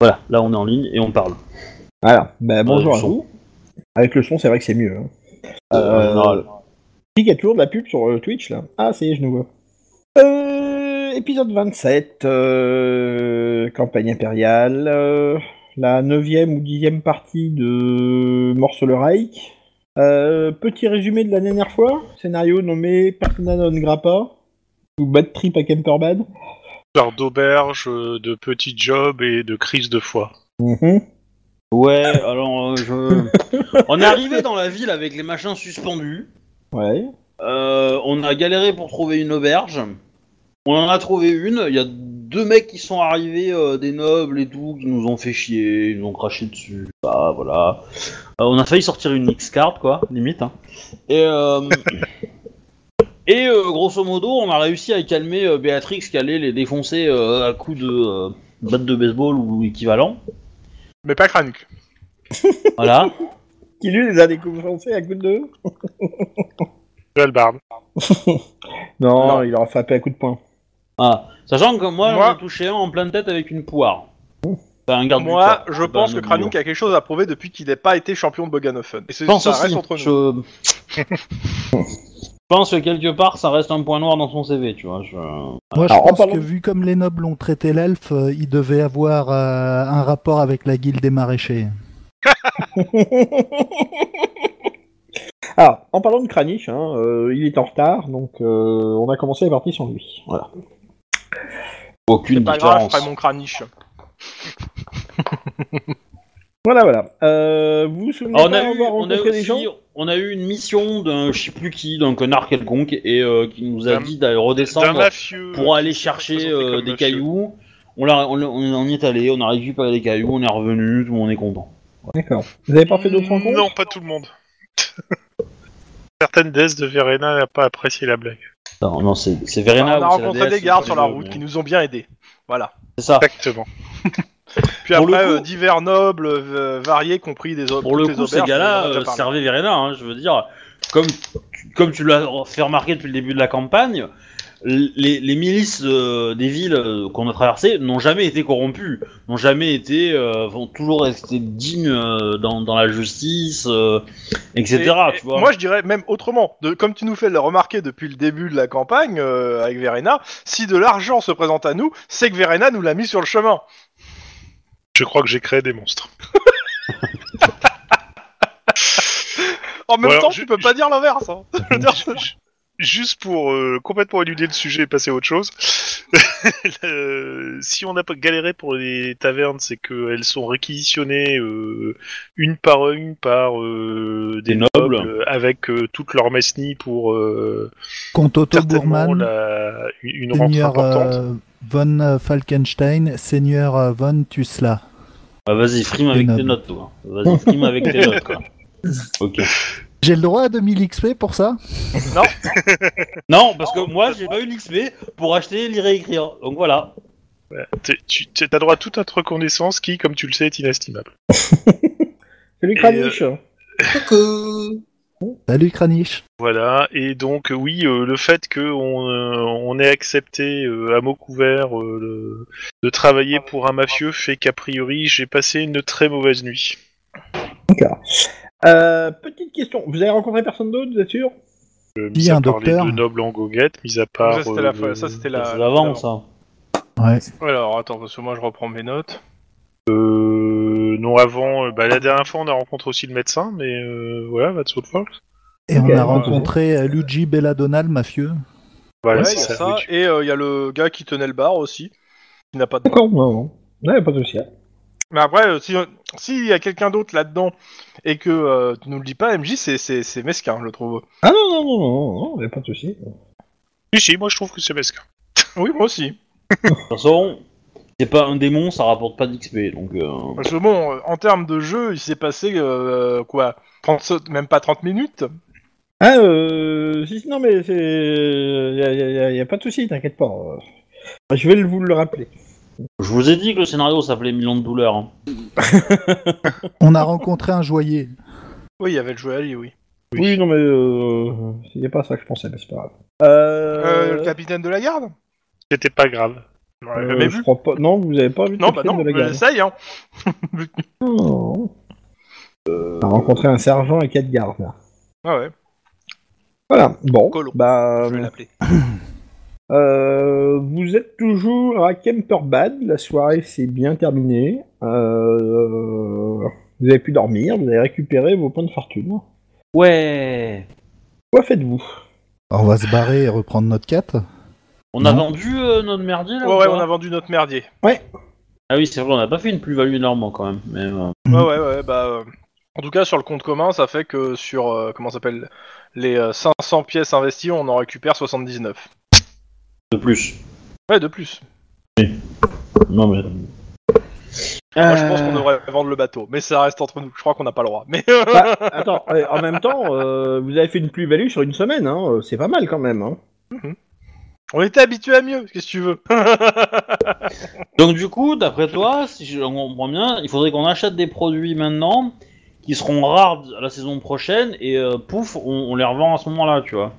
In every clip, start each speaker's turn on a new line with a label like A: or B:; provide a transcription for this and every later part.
A: Voilà, là on est en ligne et on parle.
B: Voilà, bah, bonjour
A: Euh,
B: à
A: son.
B: vous. Avec le son, c'est vrai que c'est mieux. hein.
A: Euh,
B: Euh,
A: non,
B: Qui a toujours de la pub sur euh, Twitch là Ah, ça y est, je nous vois. Euh, épisode 27, euh, campagne impériale, euh, la 9 ou 10 partie de Morceau le Reich. Euh, petit résumé de la dernière fois scénario nommé Persona non grappa ou Bad Trip à Kemperbad.
C: Histoire d'auberge, euh, de petits jobs et de crise de foi.
B: Mhm.
A: Ouais, alors euh, je. on est arrivé dans la ville avec les machins suspendus.
B: Ouais.
A: Euh, on a galéré pour trouver une auberge. On en a trouvé une. Il y a deux mecs qui sont arrivés, euh, des nobles et tout, qui nous ont fait chier, ils nous ont craché dessus. Ah, voilà. Euh, on a failli sortir une X-Card, quoi, limite. hein. Et, euh, et euh, grosso modo, on a réussi à calmer euh, Béatrix qui allait les défoncer euh, à coups de euh, batte de baseball ou équivalent.
C: Mais pas Krank.
A: Voilà.
B: Qui lui les a décompensés à coup de deux
C: Joel Bard.
B: non,
A: Non.
B: il leur a frappé à coup de poing.
A: Ah. Sachant que moi,
D: Moi-
A: j'ai touché un en pleine tête avec une poire. Enfin, un garde du
D: Moi,
A: corps.
D: je
A: Pas
D: pense
A: un
D: que
A: autre
D: Kranuk a quelque chose à prouver depuis qu'il n'a pas été champion de Boganofen. Et c'est-
A: Je pense
D: ça
A: aussi.
D: reste entre nous.
A: Je... Je pense que quelque part, ça reste un point noir dans son CV, tu vois. je-
E: Moi, je
B: Alors, en
E: pense
B: parlant-
E: que vu comme les nobles ont traité l'elfe, euh, il devait avoir euh, un rapport avec la guilde des maraîchers.
B: Alors, Ah, en parlant de Kranich, hein, euh, il est en retard, donc euh, on a commencé la partie sans lui. Voilà.
A: Aucune
D: C'est pas grave, je
A: différence.
D: ferai mon craniche.
B: Voilà, voilà. Euh, vous vous souvenez
A: Alors, Ah, on,
B: pas
A: a eu,
B: avoir
A: on, a
B: rencontré des
A: aussi-
B: gens
A: on a eu une mission d'un je sais plus qui, d'un connard quelconque, et euh, qui nous a
C: D'un-
A: dit d'aller
C: D'un
A: redescendre
C: mafieux.
A: pour
C: euh,
A: aller
C: qui s'est
A: chercher
C: présenté
A: euh,
C: comme
A: des
C: mafieux.
A: cailloux. On, l'a- on, l'a- on en y est allé, on a récupéré des cailloux, on est revenu, tout le monde est content.
B: D'accord. Vous avez pas fait d'autres rencontres
C: Non, pas tout le monde. Certaines déesses de Verena n'a pas apprécié la blague.
A: Non, non, c'est c'est Verena.
D: Bah,
A: ou
D: on a
A: c'est la
D: rencontré
A: déesse,
D: des gardes
A: c'est
D: sur
A: pas
D: la
A: les deux,
D: route
A: mais-
D: qui nous ont bien aidés. Voilà.
A: C'est ça.
C: Exactement.
D: Puis
A: Pour le
D: après,
A: coup-
D: euh, divers nobles euh, variés, compris des au-
A: Pour le
D: toutes les
A: coup, ces
D: auberges,
A: gars-là
D: on en a déjà
A: euh,
D: parlé.
A: servaient Verena, hein, je veux dire, comme, tu- comme tu l'as fait remarquer depuis le début de la campagne, l- les, les milices euh, des villes euh, qu'on a traversées n'ont jamais été corrompues, n'ont jamais été, euh, vont toujours rester dignes euh, dans, dans la justice, euh, etc.
D: Et-
A: tu vois.
D: Moi, je dirais même autrement. De, comme tu nous fais le remarquer depuis le début de la campagne euh, avec Verena, si de l'argent se présente à nous, c'est que Verena nous l'a mis sur le chemin.
C: Je crois que j'ai créé des monstres.
D: En même
C: Ouais,
D: temps,
C: je-
D: tu peux pas dire l'inverse. hein. Je veux dire,
C: Ju- ju- Juste pour euh, complètement éluder le sujet et passer à autre chose, le- si on a pas galéré pour les tavernes, c'est qu'elles sont réquisitionnées euh, une par une par euh, des,
A: Des
C: nobles,
A: nobles.
C: euh, avec euh, toute leur mesnie pour euh,
E: Contre Otto
C: certainement
E: Bourman,
C: la- une une rentrée
E: seigneur
C: importante.
E: euh, von euh, Falkenstein, seigneur euh, von Tusla.
A: Ah, vas-y, frime avec
E: Énorme.
A: tes notes, toi. Vas-y, frime avec tes notes, quoi. Ok.
E: J'ai le droit à 2000 XP pour ça
A: Non, parce que moi, j'ai pas eu l'XP pour acheter, lire et écrire. Donc voilà.
C: T'es- Tu as droit à toute notre connaissance qui, comme tu le sais, est inestimable.
B: Salut
C: Et,
B: Kranich
A: euh,
E: Salut Kranich.
C: Voilà, et donc euh, oui, euh, le fait qu'on on ait accepté euh, à mot couvert euh, le- de travailler pour un mafieux fait qu'a priori j'ai passé une très mauvaise nuit.
B: Euh, Petite question, vous avez rencontré personne d'autre, vous êtes sûr
C: Euh,
E: Qui,
C: mis à
E: un
C: part les
E: docteur
C: deux nobles en goguette, mis à part...
D: ça, c'était la,
C: euh,
D: fois- ça, c'était la-
A: C'est avant, ça. hein.
E: Ouais.
D: Alors, attends, parce que moi, je reprends mes notes.
C: euh, non, avant, euh, bah, la dernière fois on a rencontré aussi le médecin, mais euh, voilà, that's what works.
E: Et
B: Ok,
E: on a
B: ouais.
E: rencontré euh, Luigi Belladonna, le mafieux.
C: Voilà,
D: Ouais,
C: c'est
D: il y a
C: ça,
D: ça.
C: oui.
D: Et il y a le gars qui tenait le bar aussi. Qui n'a pas de
B: D'accord, non, non. Non, y a pas de souci. hein.
D: Mais après, euh, si- euh, s'il y a quelqu'un d'autre là-dedans et que euh, tu nous le dis pas, MJ, c'est- c'est c'est mesquin, je trouve.
B: Ah non, non, non, non, non, non, y a pas de souci.
C: Si, si, moi je trouve que c'est mesquin.
D: Oui, moi aussi.
A: De toute façon, c'est pas un démon, ça rapporte pas d'XP, donc... euh,
D: Parce que bon, euh, en termes de jeu, il s'est passé euh, quoi 30 se- Même pas 30 minutes
B: Ah, euh, si, si, non, mais c'est. Y a, y a- y a- y a pas de souci, t'inquiète pas. euh. Je vais le- vous le rappeler.
A: Je vous ai dit que le scénario s'appelait Millions de douleurs. hein.
E: On a rencontré un joaillier.
D: Oui, il y avait le joaillier, oui.
B: Oui, non, mais euh, y a pas ça que je pensais, mais c'est pas grave. Euh,
D: Euh, le capitaine de la garde
C: C'était pas grave. On l'a
B: Euh,
C: jamais
B: je
C: vu.
B: crois pas. Non, vous avez pas vu
C: Non,
B: cette
C: bah
B: scène
C: non,
B: de la
C: mais
B: gare.
C: ça y est. hein.
B: Oh. Euh, On a rencontré un sergent et quatre gardes. là.
D: Ah ouais,
B: Voilà. Bon.
D: Colo.
B: Bah,
D: je vais l'appeler.
B: euh, vous êtes toujours à Kemperbad. La soirée s'est bien terminée. Euh, vous avez pu dormir. Vous avez récupéré vos points de fortune.
A: Ouais.
B: Quoi faites-vous
E: On va se barrer et reprendre notre 4.
A: On a
E: Non.
A: vendu euh, notre merdier là
D: Ouais,
A: ou
D: ouais,
A: pas
D: on a vendu notre merdier.
A: Ah oui, c'est vrai, on n'a pas fait une plus-value énorme quand même. Mais, euh,
E: Mhm.
D: Ouais, ouais, ouais, bah. euh, En tout cas, sur le compte commun, ça fait que sur. euh, comment ça s'appelle Les euh, 500 pièces investies, on en récupère 79.
A: de plus.
D: Ouais, de plus.
A: Non mais.
D: Moi, je pense
A: Euh.
D: qu'on devrait vendre le bateau, mais ça reste entre nous. Je crois qu'on n'a pas le droit. Mais
B: Bah, Attends. euh, En même temps, euh, vous avez fait une plus-value sur une semaine. hein, euh, C'est pas mal quand même. hein.
D: on était habitué à mieux. Qu'est-ce que tu veux
A: euh, Donc du coup, d'après toi, si je comprends bien, il faudrait qu'on achète des produits maintenant qui seront rares à la saison prochaine et euh, pouf, on, on les revend à ce moment-là, tu vois.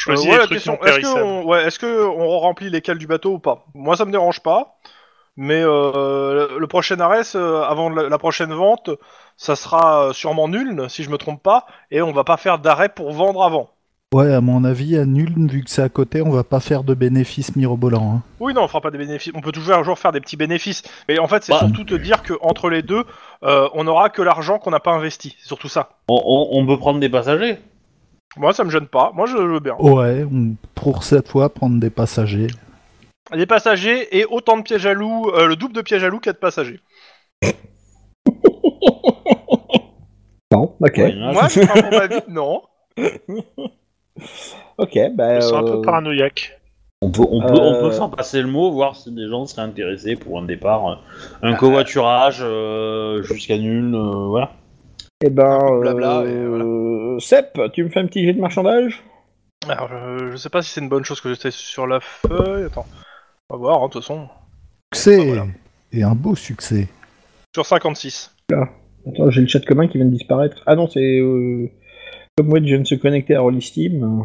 C: Choisis
D: Euh, ouais,
C: les
D: la
C: trucs
D: question,
C: non
D: Est-ce
C: périssables.
D: qu'on ouais, est-ce que on remplit les cales du bateau ou pas Moi, ça me dérange pas. Mais euh, le- le prochain arrêt, euh, avant la, la prochaine vente, ça sera euh, sûrement nul, si je me trompe pas, et on va pas faire d'arrêt pour vendre avant.
E: Ouais, à mon avis, à nul, vu que c'est à côté, on va pas faire de bénéfices mirobolants. hein.
D: Oui, non, on fera pas des bénéfices. On peut toujours un jour faire des petits bénéfices. Mais en fait, c'est
A: Bah.
D: surtout te dire que entre les deux, euh, on aura que l'argent qu'on n'a pas investi. C'est surtout ça.
A: On, on- on peut prendre des passagers.
D: Moi, ça me gêne pas. Moi, je le veux bien.
E: Ouais, on- pour cette fois, prendre des passagers.
D: Des passagers et autant de pièges à loup, euh, le double de pièges à loup qu'à de passagers.
B: Non. Ok.
A: Ouais, il y en a-
D: Moi, je prends pour ma vie, non.
B: Ok. Bah,
C: Ils sont un
B: euh,
C: peu paranoïaques.
A: On peut, on, peut, on
B: Euh.
A: peut faire passer le mot, voir si des gens seraient intéressés pour un départ, euh, un covoiturage euh, jusqu'à nul, euh, voilà.
B: Eh ben,
D: Un peu de blabla, et
B: euh, Sep, tu me fais un petit jet de marchandage
D: Alors, je, je sais pas si c'est une bonne chose que j'étais sur la feuille. Attends. On va voir, hein, de toute façon.
E: Succès
D: Ah, voilà.
E: Et un beau succès.
D: Sur 56.
B: Attends, j'ai le chat commun qui vient de disparaître. Ah non, c'est euh, comme moi, je viens de se connecter à Rollisteam. euh,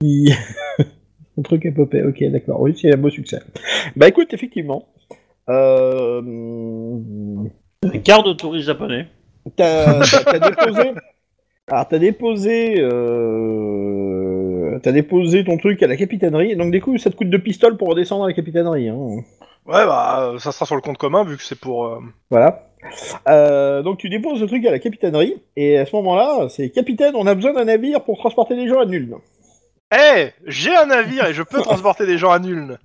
B: qui- Un truc à popé. Ok, d'accord. Oui, c'est un beau succès. Bah écoute, effectivement, euh,
A: Un quart de touriste japonais.
B: t'as t'as déposé. Alors t'as déposé, euh, t'as déposé ton truc à la capitainerie. Donc du coup, ça te coûte deux pistoles pour redescendre à la capitainerie. Hein.
D: Ouais, bah, euh, ça sera sur le compte commun vu que c'est pour. euh,
B: Voilà. Euh, donc tu déposes le truc à la capitainerie, et à ce moment-là, c'est capitaine, on a besoin d'un navire pour transporter les gens à Nuln.
D: Eh J'ai un navire et je peux transporter des gens à nul.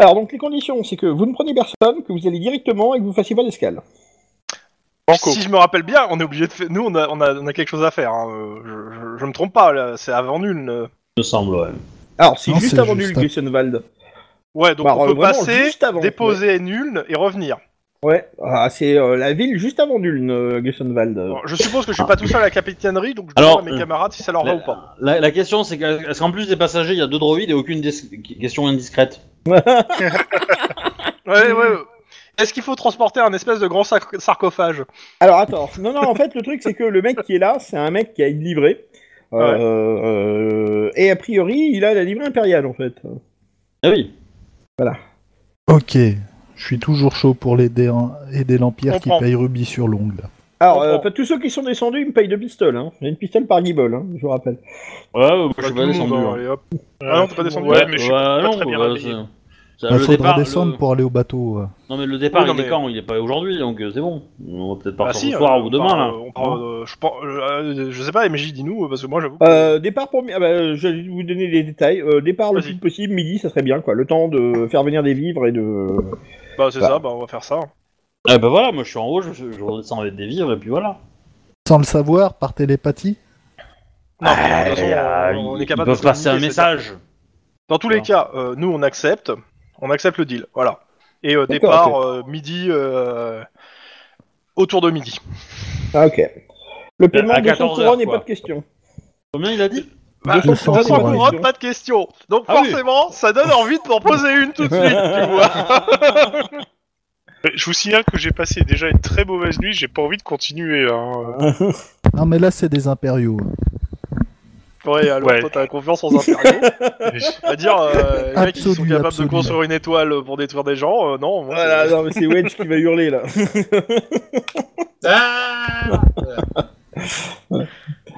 B: Alors donc les conditions, c'est que vous ne prenez personne, que vous allez directement et que vous fassiez pas d'escale.
C: Banco.
D: Si je me rappelle bien, on est obligé de faire. Nous, on a, on a, on a quelque chose à faire. hein, euh, Je, je- je me trompe pas, là, c'est avant nul. euh.
A: Il me semble, ouais.
B: Alors c'est
E: Non,
B: juste
E: c'est
B: avant
E: juste
B: Nuln,
E: à-
B: Grissenwald.
D: Ouais, donc
B: Bah,
D: on
B: euh,
D: peut
B: vraiment,
D: passer,
B: juste avant,
D: déposer nul et revenir.
B: Ouais, Ah, c'est euh, la ville juste avant Nuln, euh, Grissenwald.
D: Bon, je suppose que je suis pas tout seul à la capitainerie, donc je
A: Alors,
D: demande à mes
A: euh,
D: camarades si ça leur va
A: la,
D: ou pas.
A: la- la question, c'est que- est-ce qu'en plus des passagers, il y a deux droïdes et aucune dis- question indiscrète euh,
D: Ouais, ouais. ouais. Est-ce qu'il faut transporter un espèce de grand sarc- sarcophage
B: Alors attends, non non, en fait le truc c'est que le mec qui est là, c'est un mec qui a une livrée. Euh,
D: Ouais.
B: euh, et a priori, il a la livrée impériale en fait.
A: Ah oui.
E: Ok, je suis toujours chaud pour l'aider en- aider l'Empire
D: On
E: qui
D: prend.
E: paye rubis sur l'ongle.
B: Alors,
D: Comprends.
B: euh, pas tous ceux qui sont descendus, ils me payent deux pistoles. Hein. J'ai une pistole par guibole, hein, je vous rappelle.
A: Ouais, euh, je
D: Bah,
A: suis
D: tout
A: pas
D: le monde,
A: descendu.
D: hein,
A: hein.
D: allez, hop. Ah non, t'es pas descendu.
C: Euh, Ouais,
A: Ouais,
C: mais je suis
A: bah,
C: pas
A: non,
C: très bien
A: bah,
C: habillé.
A: c'est-
E: Il
A: le
E: faudra
A: départ,
E: descendre
A: le-
E: pour aller au bateau. euh.
A: Non mais le départ
D: Oui, non,
A: il est
D: mais-
A: quand Il est pas aujourd'hui donc euh, c'est bon. On va peut-être
D: Bah
A: partir
D: si,
A: ce soir
D: euh,
A: ou demain
D: on
A: là.
D: part, euh, on part, euh, je, pense- euh, euh, je sais pas, MJ, dis-nous, euh, parce que moi j'avoue. que-
B: Euh, départ pour. mi- Ah bah, je vais vous donner les détails. Euh, départ le
D: Vas-y.
B: plus possible, midi, ça serait bien, quoi. Le temps de faire venir des vivres et de.
D: Bah c'est
B: bah.
D: ça, bah on va faire ça.
A: Ah bah voilà, moi je suis en haut, je, je redescends avec des vivres et puis voilà.
E: Sans le savoir, par télépathie
D: Non, de toute façon,
A: Et, euh,
D: on, on
A: ils-
D: est capable
A: ils
D: de
A: peuvent passer un
D: communiquer, c'est-
A: message.
D: Dans tous les
A: Voilà.
D: cas, euh, nous on accepte, on accepte le deal, voilà. Et euh,
B: D'accord,
D: départ euh, midi, euh, autour de midi.
B: Ah, ok. Le paiement
A: Euh, à
B: de 200
A: 14 heures,
B: couronnes n'est
A: quoi.
B: pas de question.
A: Combien il a dit
D: Bah,
E: Deux
D: de
E: cents
D: toute façon,
E: couronnes.
D: couronne, pas de question. Donc
A: Ah oui.
D: forcément, ça donne envie de m'en poser une tout de suite, tu vois.
C: Je vous signale que j'ai passé déjà une très mauvaise nuit, j'ai pas envie de continuer. hein.
E: Non, mais là, c'est des impériaux.
D: Ouais, alors
C: Ouais.
D: toi t'as confiance en Imperio. C'est-à-dire, euh, les mecs qui sont
E: Absolu,
D: capables
E: absolu.
D: de construire une étoile pour détruire des gens, euh, non. moi,
B: Voilà, non, mais c'est Wedge qui va hurler là.
F: Ah
D: c'est-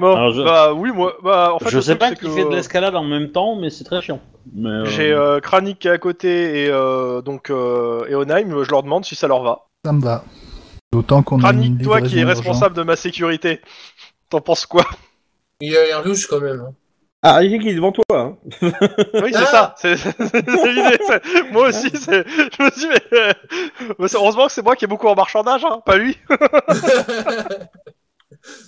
D: Bon,
A: Alors, je-
D: Bah oui, moi, bah en fait,
A: je
D: le
A: sais
D: truc,
A: pas
D: c'est
A: qui
D: que,
A: fait de
D: euh,
A: l'escalade en même temps, mais c'est très chiant. Mais, euh,
D: J'ai euh, Kranik qui est à côté et euh, donc euh, et Onheim, je leur demande si ça leur va.
E: Ça me va. D'autant qu'on
A: Mmh,
E: a une
D: Kranik, toi qui es
E: livraison
D: responsable de ma sécurité, t'en penses quoi
F: Il a l'air louche quand même. hein.
B: Ah, Régis qui est devant toi. Hein.
D: Oui, c'est
F: Ah
D: ça, c'est c'est l'idée. c'est- Moi aussi, c'est- je me suis dit, mais. euh, mais c'est- Heureusement que c'est moi qui ai beaucoup en marchandage, hein, pas lui.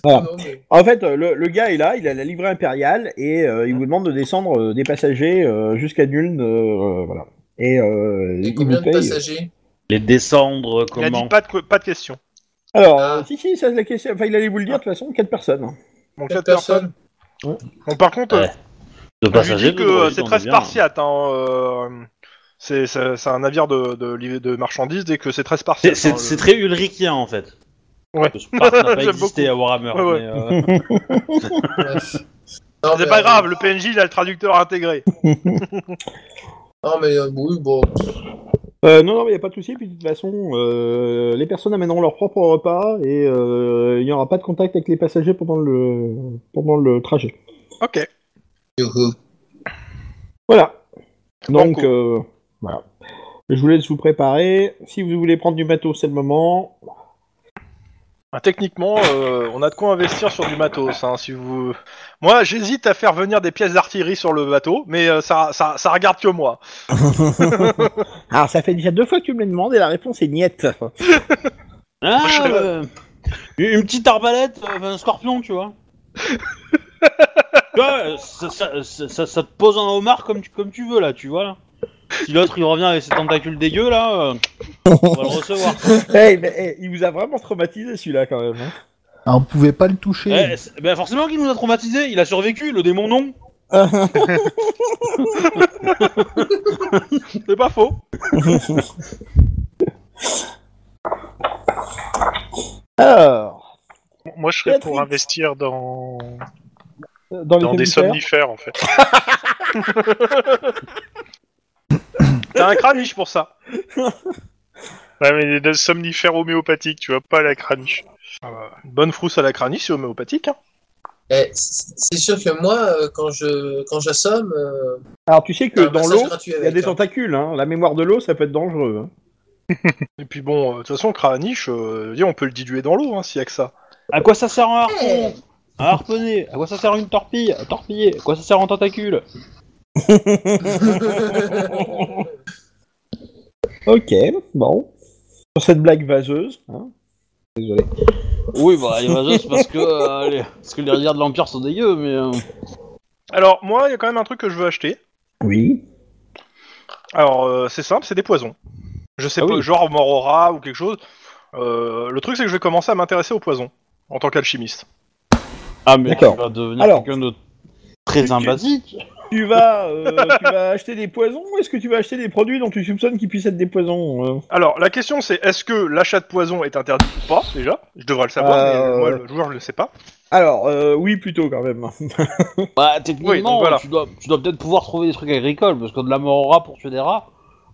B: Ah.
F: Non, mais-
B: En fait, euh, le, le gars est là, il a la livrée impériale et euh, il vous demande de descendre euh, des passagers euh, jusqu'à Nuln. euh, voilà. Et euh,
F: Et
B: il
F: combien
B: vous
F: de
B: paye.
F: passagers
A: Les descendre,
D: Il a dit
A: comment
D: pas de, pas de question.
B: Alors,
F: Ah.
B: si, si, ça, c'est la question. Enfin, il allait vous le dire de toute façon, quatre personnes. hein.
D: Donc,
F: Quatre
D: quatre personnes.
F: personnes.
D: Donc, par contre, euh,
A: Ouais. De
D: Je lui
A: passagers
D: dis
A: de
D: que
A: drogués,
D: euh, c'est
A: on
D: très
A: est bien.
D: spartiate. Hein, euh, c'est c'est- c'est un navire de, de, liv- de marchandises et que c'est très
A: C'est-
D: spartiate. hein,
A: C'est
D: le-
A: c'est très ulrichien en fait.
D: Ouais.
A: Le Sparte n'a pas
D: J'aime
A: existé à Warhammer.
D: Ouais, ouais.
A: mais, euh,
D: C'est
F: Non, mais,
D: pas
F: euh,
D: grave, le PNJ il a le traducteur intégré.
F: Non, mais euh, oui, bon.
B: Euh, non, non, mais il n'y a pas de souci. Puis de toute façon, euh, les personnes amèneront leur propre repas et euh, il n'y aura pas de contact avec les passagers pendant le, pendant le trajet.
D: Ok.
F: Youhou.
B: Voilà. Donc,
D: Banco.
B: euh, voilà. Je vous laisse vous préparer. Si vous voulez prendre du matos, c'est le moment.
D: Ah, Techniquement, euh, on a de quoi investir sur du matos. Hein, si vous... Moi, j'hésite à faire venir des pièces d'artillerie sur le bateau, mais euh, ça, ça, ça regarde que moi.
B: Alors, ça fait déjà deux fois que tu me l'as demandé et la réponse est niette.
A: ah,
D: Moi, je serais-
A: euh, Une petite arbalète, euh, un scorpion, tu vois. Tu vois, euh, ça, ça- ça- ça- ça te pose un homard comme tu, comme tu veux là, tu vois. Là. Si l'autre il revient avec ses tentacules dégueux là, euh, on va le recevoir.
B: Hey, Eh, mais, hey, il vous a vraiment traumatisé celui-là quand même. hein.
E: urgente. Ah, on pouvait pas le toucher.
A: Eh, c'est- ben forcément qu'il nous a traumatisé, il a survécu, le démon non.
D: C'est pas faux.
B: Alors,
C: Moi, je serais
B: Béatrice.
C: pour investir dans,
B: dans les
C: dans des
B: somnifères,
C: somnifères, en fait.
D: T'as un craniche pour ça.
C: Ouais, mais des somnifères homéopathiques, tu vois, pas la craniche.
D: Une Ah bah, bonne frousse à la craniche, c'est homéopathique. Hein.
F: Eh, c- C'est sûr que moi, euh, quand je quand j'assomme, euh,
B: Alors, tu sais que
F: t'as un
B: dans
F: massage
B: l'eau,
F: gratuit
B: il y a
F: avec,
B: des
F: hein.
B: tentacules. hein. La mémoire de l'eau, ça peut être dangereux. hein.
D: Et puis bon, euh, de toute façon, le craniche, euh, je veux dire, on peut le diluer dans l'eau, hein, s'il y a que ça.
A: À quoi ça sert un harpon Un harponné À quoi ça sert une torpille À torpiller À quoi ça sert un tentacule
B: Ok, bon. Sur cette blague vaseuse. hein. Désolé.
A: Oui, bah les vasos, c'est parce que, euh, les... parce que les rivières de l'Empire sont dégueux, mais. euh,
D: Alors, moi, il y a quand même un truc que je veux acheter.
B: Oui.
D: Alors, euh, c'est simple, c'est des poisons. Je sais
B: Ah
D: pas,
B: oui.
D: genre Morora ou quelque chose. Euh, le truc, c'est que je vais commencer à m'intéresser aux poisons, en tant qu'alchimiste.
A: Ah, mais tu
B: D'accord.
A: vas devenir
B: Alors.
A: quelqu'un de très sympathique.
B: Tu vas, euh, tu vas acheter des poisons ou est-ce que tu vas acheter des produits dont tu soupçonnes qu'ils puissent être des poisons euh
D: Alors, la question, c'est est-ce que l'achat de poison est interdit ou pas, déjà Je devrais le savoir,
B: Euh,
D: mais moi,
B: ouais.
D: le joueur, je ne sais pas.
B: Alors, euh, oui, plutôt quand même. euh,
A: Bah,
D: Oui,
A: techniquement,
D: donc voilà.
A: tu dois, tu dois peut-être pouvoir trouver des trucs agricoles, parce que de la mort aux rats pour tuer des rats,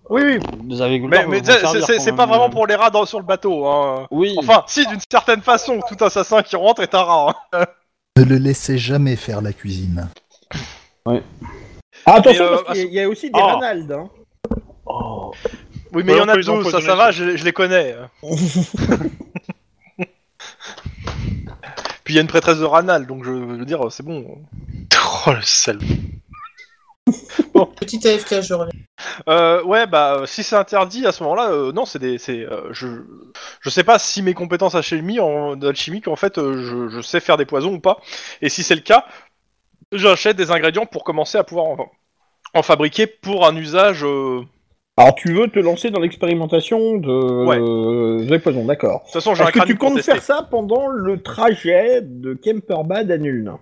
D: Oui, oui.
A: des agriculteurs.
D: Mais,
A: peuvent s'en
D: mais c'est- c'est-
A: servir
D: c'est
A: quand
D: c'est
A: même,
D: pas vraiment
A: euh.
D: pour les rats dans- sur le bateau. Hein.
A: Oui,
D: Enfin, si, d'une certaine façon, tout assassin qui rentre est un rat. hein.
E: Ne le laissez jamais faire la cuisine.
B: Ah, attention,
D: Mais, euh,
B: parce qu'il y a- il y a aussi des
A: ah.
B: ranalds. Hein.
A: Oh.
D: Oui, mais il
C: Ouais,
D: y
C: on
D: en a
C: peut les
D: deux, ça,
C: empoisonner,
D: ça va, je, je les connais. Puis il y a une prêtresse de Ranal, donc je veux dire, c'est bon.
C: Oh, le sale.
F: Petit AFK, je reviens.
D: Euh, ouais, bah euh, si c'est interdit à ce moment-là, euh, non, c'est des, c'est, euh, je, je sais pas si mes compétences alchimie, en, alchimiques, en fait, euh, je, je sais faire des poisons ou pas. Et si c'est le cas, j'achète des ingrédients pour commencer à pouvoir en, en fabriquer pour un usage. euh, De
B: Alors, tu veux te lancer dans l'expérimentation de euh, des poisons, d'accord.
D: toute façon, j'ai
B: Est-ce
D: un
B: que
D: crâne
B: tu
D: pour
B: comptes
D: tester.
B: faire ça pendant le trajet de Kemperbad à Nuln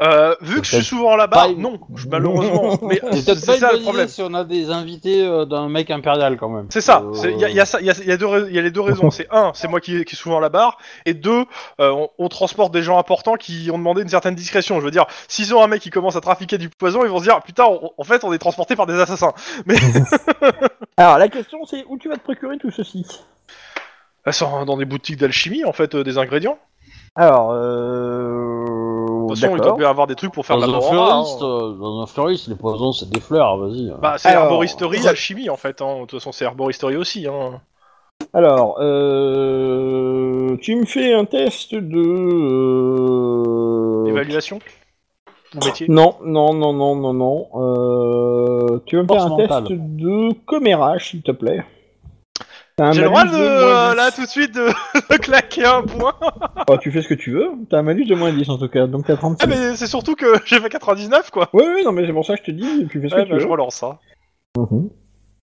D: Euh, vu que je suis souvent là-bas,
A: Pas-
D: non, je- malheureusement. mais
A: C'est
D: c'est
A: peut-être pas
D: ça
A: une
D: le
A: bonne idée
D: problème.
A: si on a des invités euh, d'un mec impérial quand même.
D: C'est ça.
B: Oh.
A: Euh,
D: c'est- Il y, a- il y a ça- il y a- il y a deux rais- il y a les deux raisons. C'est un, c'est moi qui, qui suis souvent à la barre, et deux, euh, on, on transporte des gens importants qui ont demandé une certaine discrétion. Je veux dire, s'ils ont un mec qui commence à trafiquer du poison, ils vont se dire putain, on- en fait, on est transporté par des assassins.
B: Alors, la question, c'est où tu vas te procurer tout ceci
D: Elles sont dans des boutiques d'alchimie, en fait, euh, des ingrédients.
B: Alors, euh...
D: De toute façon, il doit bien avoir des trucs pour faire
A: Dans
D: de la
A: un,
D: morale, hein.
A: fleuriste, euh, dans un fleuriste, les poisons c'est des fleurs, vas-y.
D: Bah, c'est
B: Alors-
D: herboristerie, alchimie, en fait. Hein. De toute façon, c'est herboristerie aussi. Hein.
B: Alors, euh... tu me fais un test de... euh,
D: Évaluation Ou métier
B: Non, non, non, non, non, non. Euh, tu veux me faire
A: Force
B: un
A: mentale.
B: test de commérage, s'il te plaît T'as un
D: J'ai le droit de,
B: malus moins
D: euh,
B: 10.
D: là, tout de suite, de, de claquer un point.
B: Bah, tu fais ce que tu veux. T'as un malus de moins 10 en tout cas, donc t'as 36.
D: Ah, mais c'est surtout que j'ai fait 99, quoi.
B: Ouais, ouais, non, mais c'est pour ça que je te dis, tu fais ce
D: Ouais,
B: que
D: bah,
B: tu
D: je
B: veux.
D: relance, hein.
B: Mhm.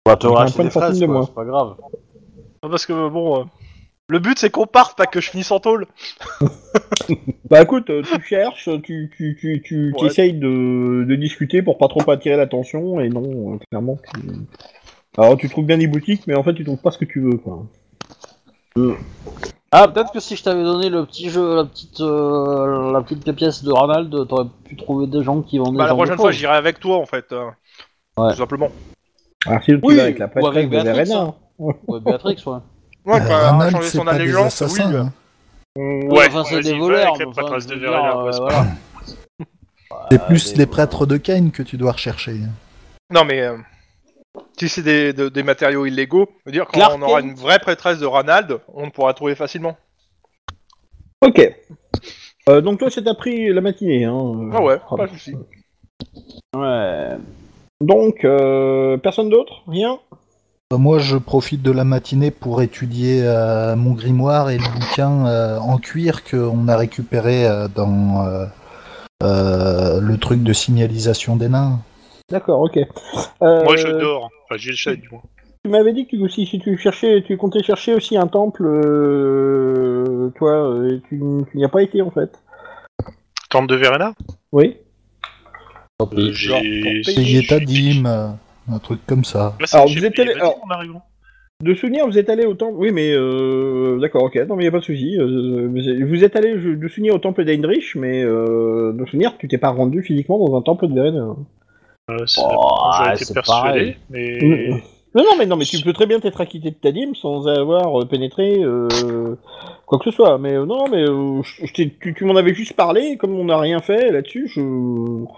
A: Bah, te
B: j'ai un
A: racheter
B: point
A: des
B: de fortune
A: fraises,
B: de
A: quoi,
B: moi.
A: c'est pas grave.
D: Parce que, bon... euh, Le but, c'est qu'on parte, pas que je finisse en tôle.
B: Bah écoute, euh, tu cherches, tu, tu, tu, tu
D: Ouais.
B: t'essayes de, de discuter pour pas trop attirer l'attention, et non, euh, clairement. tu- Alors tu trouves bien des boutiques, mais en fait tu trouves pas ce que tu veux, quoi.
A: Ah, peut-être que si je t'avais donné le petit jeu, la petite, euh, la petite pièce de Ranald, t'aurais pu trouver des gens qui vendaient.
D: Bah,
A: ce
D: la
A: genre de
D: prochaine fois,
A: choses.
D: j'irai avec toi, en fait. euh,
A: Ouais.
D: Tout simplement.
B: Alors si tu
A: Oui,
B: vas avec la
A: ou avec
B: prêtresse de
A: Béatrix,
B: Verena.
A: hein. Ouais, Béatrix, ouais.
D: Ouais,
E: Euh,
D: quand elle a
E: Arnold,
D: changé
E: c'est
D: son
E: pas des
D: allégeance, oui. bah.
E: assassins, hein.
A: Ouais, enfin, c'est
C: vas-y,
A: des
C: va
A: voleurs.
C: avec la
A: mais enfin,
C: prêtresse
A: je
C: de
A: veux dire,
C: Verena,
A: euh,
C: ouais, c'est pas
A: voilà.
E: C'est
D: Ah,
E: plus
A: des-
E: les prêtres de Cain que tu dois rechercher.
D: Non, mais euh, si c'est des, de- des matériaux illégaux, je veux dire, quand
A: Clark
D: on aura
A: Kent.
D: une vraie prêtresse de Ranald, on pourra trouver facilement.
B: Ok. Euh, donc toi, ça t'a pris la matinée. Hein. euh,
D: Ah ouais,
E: Oh,
B: pardon.
D: pas de soucis.
A: Ouais.
B: Donc, euh, personne d'autre Rien
E: Euh, Moi, je profite de la matinée pour étudier euh, mon grimoire et le bouquin euh, en cuir qu'on a récupéré euh, dans euh, euh, le truc de signalisation des nains.
B: D'accord, ok. Euh,
C: Moi, je dors. Enfin, j'essaie, du moins.
B: Tu m'avais dit que tu- si, si tu cherchais, tu comptais chercher aussi un temple, euh, toi, euh, tu tu n'y as pas été en fait.
C: Tente de Verena
B: Oui.
C: Euh,
D: Genre,
C: J'ai.
D: pour
E: C'est Yetadim, euh, un truc comme ça.
C: Bah, c'est
B: Alors,
C: que j'ai
B: vous êtes
C: payé
B: allé-
C: les valises
B: alors-
C: en arrivant.
B: De souvenir, vous êtes allé au temple. Oui, mais euh, d'accord, ok. Non, mais il a pas de souci. euh, mais c'est- vous êtes allé je- de souvenir au temple d'Heinrich, mais euh, de souvenir, tu t'es pas rendu physiquement dans un temple de Veren. Ah,
C: Euh, c'est-
A: Oh,
C: J'aurais
A: ouais,
C: été
A: c'est
C: persuadé,
A: pareil.
C: mais.
B: Non, non, mais non, mais tu peux très bien t'être acquitté de ta dîme sans avoir euh, pénétré euh, quoi que ce soit. Mais euh, non, mais euh, je- je t'ai- tu, tu m'en avais juste parlé. et Comme on n'a rien fait là-dessus, je.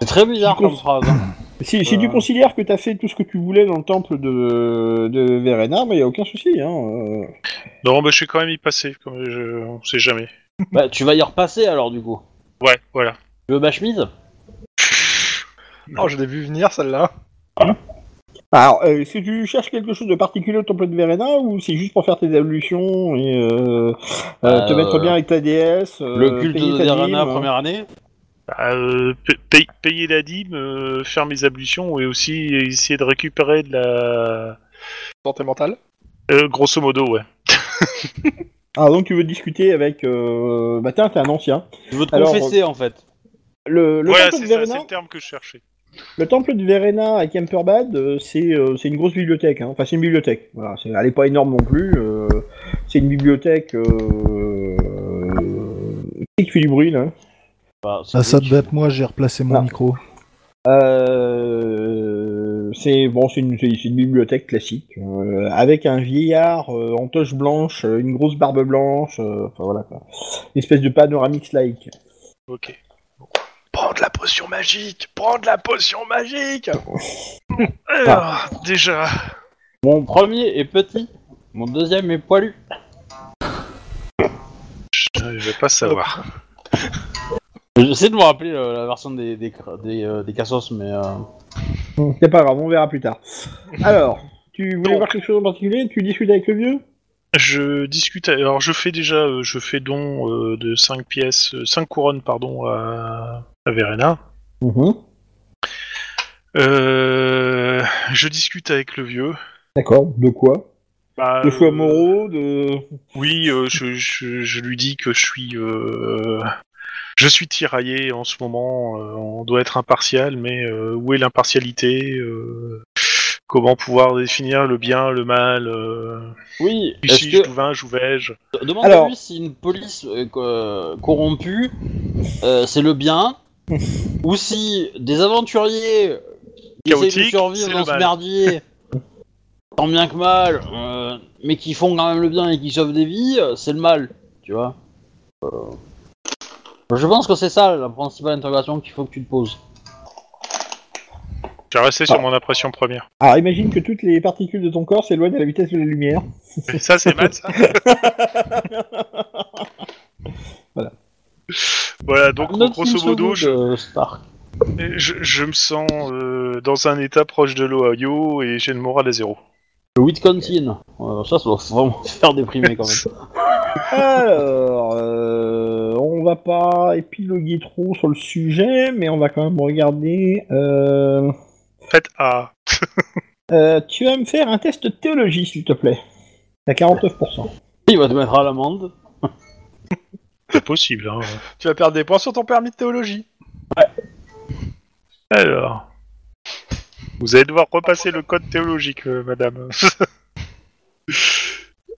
A: C'est très bizarre
B: Je cons-
A: comme phrase. hein.
B: Si, si tu
A: Voilà.
B: considères que t'as fait tout ce que tu voulais dans le temple de, de Verena, il n'y a aucun souci. Hein. euh.
C: Non, bah, je suis quand même y passé, comme je... on sait jamais.
A: bah, tu vas y repasser alors, du coup.
C: Ouais, voilà.
A: Tu veux ma chemise
D: Oh, je l'ai vu venir celle-là.
B: Alors, euh, est-ce que tu cherches quelque chose de particulier au temple de Verena ou c'est juste pour faire tes ablutions et euh, euh, te
A: Euh,
B: mettre bien avec ta déesse euh,
A: Le culte
B: payer
A: de
B: ta
A: Verena,
B: dîme,
A: première année
C: Bah, euh, pa- paye- payer la dîme, euh, faire mes ablutions et aussi essayer de récupérer de la.
D: Santé mentale.
C: Euh, grosso modo, ouais.
B: Ah, donc tu veux discuter avec... Euh... Bah tiens, t'es un ancien.
A: Tu veux te
B: Alors,
A: confesser en fait.
B: Le, le
C: voilà,
B: temple
C: c'est
B: de
C: ça,
B: Verena,
C: c'est le terme que je cherchais.
B: Le temple de Verena à Kemperbad, euh, c'est euh, c'est une grosse bibliothèque. hein. Enfin, c'est une bibliothèque. Voilà, c'est- elle n'est pas énorme non plus. euh, c'est une bibliothèque. euh, euh, Qui fait du bruit là
A: Bah, c'est
E: Ah, ça
A: logique.
E: devait être moi, j'ai replacé mon
B: Ah.
E: micro.
B: Euh, C'est bon, c'est une, c'est- c'est une bibliothèque classique euh, avec un vieillard euh, en toche blanche, euh, une grosse barbe blanche. euh, enfin voilà, quoi. une espèce de panoramix like.
C: Ok.
D: Prendre la potion magique Prendre la potion magique
C: Ah, déjà.
A: Mon premier est petit, mon deuxième est poilu.
C: Je vais pas savoir.
A: J'essaie de me rappeler euh, la version des, des, des, euh, des cassos, mais. euh,
B: C'est pas grave, on verra plus tard. Alors, tu voulais
C: Donc.
B: voir quelque chose en particulier Tu discutes avec le vieux
C: Je discute. Alors, je fais déjà. euh, je fais don euh, de 5 pièces. 5 couronnes, pardon, à, à Verena.
B: Mm-hmm.
C: Euh, je discute avec le vieux.
B: D'accord, de quoi
C: Bah,
B: De choix
C: euh,
B: moraux, de...
C: Oui, euh, je, je- je lui dis que je suis euh, je suis tiraillé en ce moment. euh, on doit être impartial, mais euh, où est l'impartialité euh, Comment pouvoir définir le bien, le mal euh,
A: Oui, est-ce
C: Suis-je
A: que...
C: Jouvin, Jouvais-je
A: Demande-lui
B: Alors-
A: si une police euh, co- euh, corrompue, euh, c'est le bien, ou si des aventuriers qui essayent de
C: Chaotique,
A: survivre
C: c'est
A: dans
C: le
A: ce
C: mal.
A: merdier, tant bien que mal, euh, mais qui font quand même le bien et qui sauvent des vies, euh, c'est le mal, tu vois. Euh, Je pense que c'est ça la principale interrogation qu'il faut que tu te poses.
C: Je vais rester
A: Ah.
C: sur mon impression première.
B: Alors imagine que toutes les particules de ton corps s'éloignent à la vitesse de la lumière.
C: ça, c'est mal, ça
B: Voilà.
C: Voilà, donc
A: Not
C: grosso
A: Simpson
C: modo,
A: Wood,
C: je,
A: euh, Stark.
C: je, je me sens euh, dans un état proche de l'Ohio et j'ai le moral à zéro.
A: Le Wisconsin, Euh, ça, ça doit vraiment faire déprimer quand même.
B: Alors, euh, on va pas épiloguer trop sur le sujet, mais on va quand même regarder. Euh,
C: Faites à...
B: euh, tu vas me faire un test de théologie, s'il te plaît. T'as 49%.
A: Il va te mettre à l'amende.
C: C'est possible, hein.
D: Tu vas perdre des points sur ton permis de théologie.
C: Alors... Vous allez devoir repasser le code théologique, euh, madame.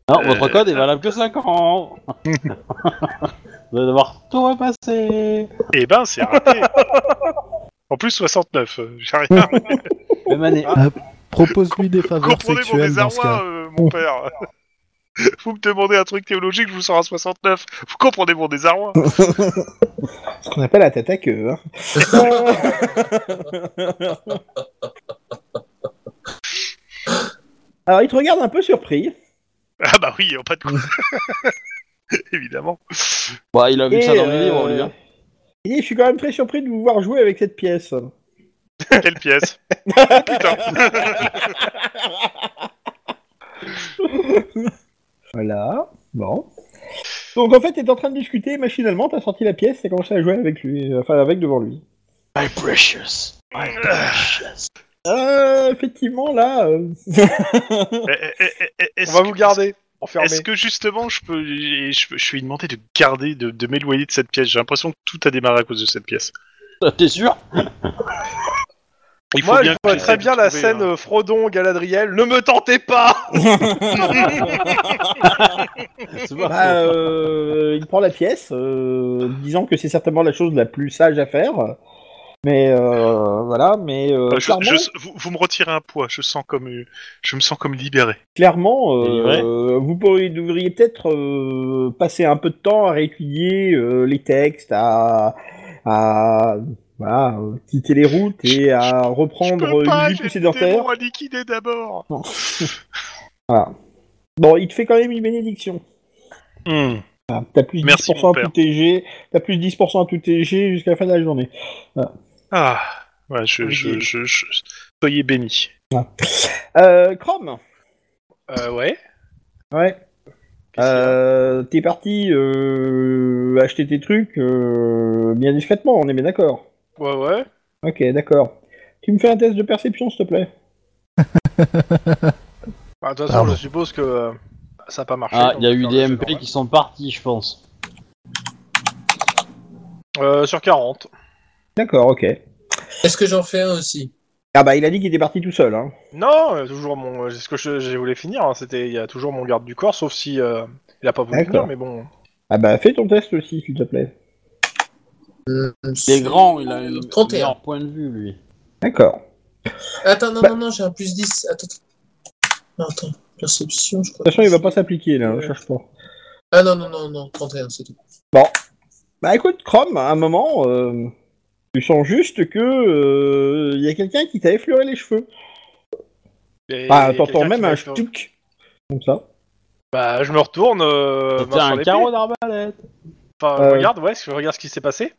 A: Non, votre code est valable que 5 ans. Vous allez devoir tout repasser.
C: eh ben, c'est raté En plus, 69, euh, j'ai rien.
A: Même année.
E: Propose-lui des
C: Vous
E: faveurs
C: comprenez mon
E: sexuelles dans ce
C: désarroi,
E: cas.
C: euh, mon père. Vous me demandez un truc théologique, je vous sors à 69. Vous comprenez mon désarroi.
B: Ce qu'on appelle la tête à queue. hein. Alors, il te regarde un peu surpris.
C: Ah bah oui, en pas de coup. Évidemment.
A: Bah, il a vu
B: Et,
A: ça dans
B: euh,
A: le livre, lui. Hein.
B: il dit, je suis quand même très surpris de vous voir jouer avec cette pièce.
C: Quelle pièce Putain.
B: Voilà, bon. Donc en fait, t'es en train de discuter machinalement, t'as sorti la pièce, t'as commencé à jouer avec lui, euh, enfin avec devant lui.
A: My precious. My precious.
B: Euh, effectivement, là, euh,
C: Eh, eh, eh, eh, est-ce
D: On va
C: que-
D: vous garder, enfermé.
C: Est-ce que justement, je peux, je, je- je suis demandé de garder, de, de m'éloigner de cette pièce J'ai l'impression que tout a démarré à cause de cette pièce.
A: T'es sûr
C: Il
D: Moi, je vois
C: que
D: très
C: j'essaie
D: bien
C: de
D: la
C: trouver,
D: scène
C: hein.
D: euh, Frodon, Galadriel. Ne me tentez pas
A: C'est pas
B: bah,
A: faux.
B: euh, il prend la pièce, euh, disant que c'est certainement la chose la plus sage à faire. Mais euh, voilà, mais euh,
C: Euh, je-
B: clairement,
C: je- vous, vous me retirez un poids. Je sens comme, euh, je me sens comme libéré.
B: clairement,
A: Il est
B: euh,
A: vrai.
B: vous pourriez- devriez peut-être euh, passer un peu de temps à réétudier euh, les textes, à, à voilà, euh, quitter les routes et à reprendre
C: je peux
B: une
C: pas.
B: vie
C: J'ai
B: plus
C: des
B: sédentaire.
C: démons à liquider d'abord.
B: Bon, il te fait quand même une bénédiction.
C: Hmm.
B: Voilà. T'as plus
C: Merci,
B: 10%
C: mon
B: à tout TG, t'as plus 10% à tout TG jusqu'à la fin de la journée.
C: Ah, ouais, je,
B: Ok.
C: je, je, je- soyez bénis.
B: Euh, Chrome,
D: Euh, ouais.
B: ouais. Euh, T'es parti euh, acheter tes trucs euh, bien discrètement, on est bien d'accord.
D: Ouais, ouais.
B: Ok, d'accord. Tu me fais un test de perception, s'il te plaît.
D: Bah, de toute façon,
E: Pardon.
D: je suppose que euh, ça n'a pas marché.
A: Ah,
D: donc
A: il y a
D: on va
A: eu
D: faire
A: des
D: le
A: MP
D: jeu
A: qui sont partis, je pense.
D: normal. Euh, sur 40.
B: D'accord, ok.
F: Est-ce que j'en fais un aussi
B: Ah bah il a dit qu'il était parti tout seul. Hein.
D: Non, euh, toujours mon. euh, C'est ce que je, je voulais finir. hein, C'était, il y a toujours mon garde du corps, sauf si euh, il a pas voulu
B: D'accord.
D: venir, mais bon.
B: Ah bah fais ton test aussi, s'il te plaît.
F: Hmm,
A: Il est grand, il a un
F: 31.
A: meilleur point de vue, lui.
B: D'accord.
F: Attends, non,
B: Bah-
F: non, non, j'ai un plus 10. Attends, attends. Non, attends. Perception, je crois.
B: De toute façon, il va pas s'appliquer là,
D: Euh.
F: Ouais.
B: cherche pas.
F: Ah non, non, non, non, 31, c'est tout.
B: Bah écoute, Chrome, à un moment, euh, tu sens juste que euh, il y a quelqu'un qui t'a effleuré les cheveux.
D: Et il
B: Ah,
D: y a
B: t'entends
D: quelqu'un qui
B: même
D: m'a
B: un
D: fait-
B: stuc comme ça.
D: Bah, je me retourne. Euh,
A: C'était
D: main sur
A: un
D: l'épée.
A: carreau d'arbalète.
D: Enfin,
B: Euh.
D: regarde, ouais, je regarde ce qui s'est passé.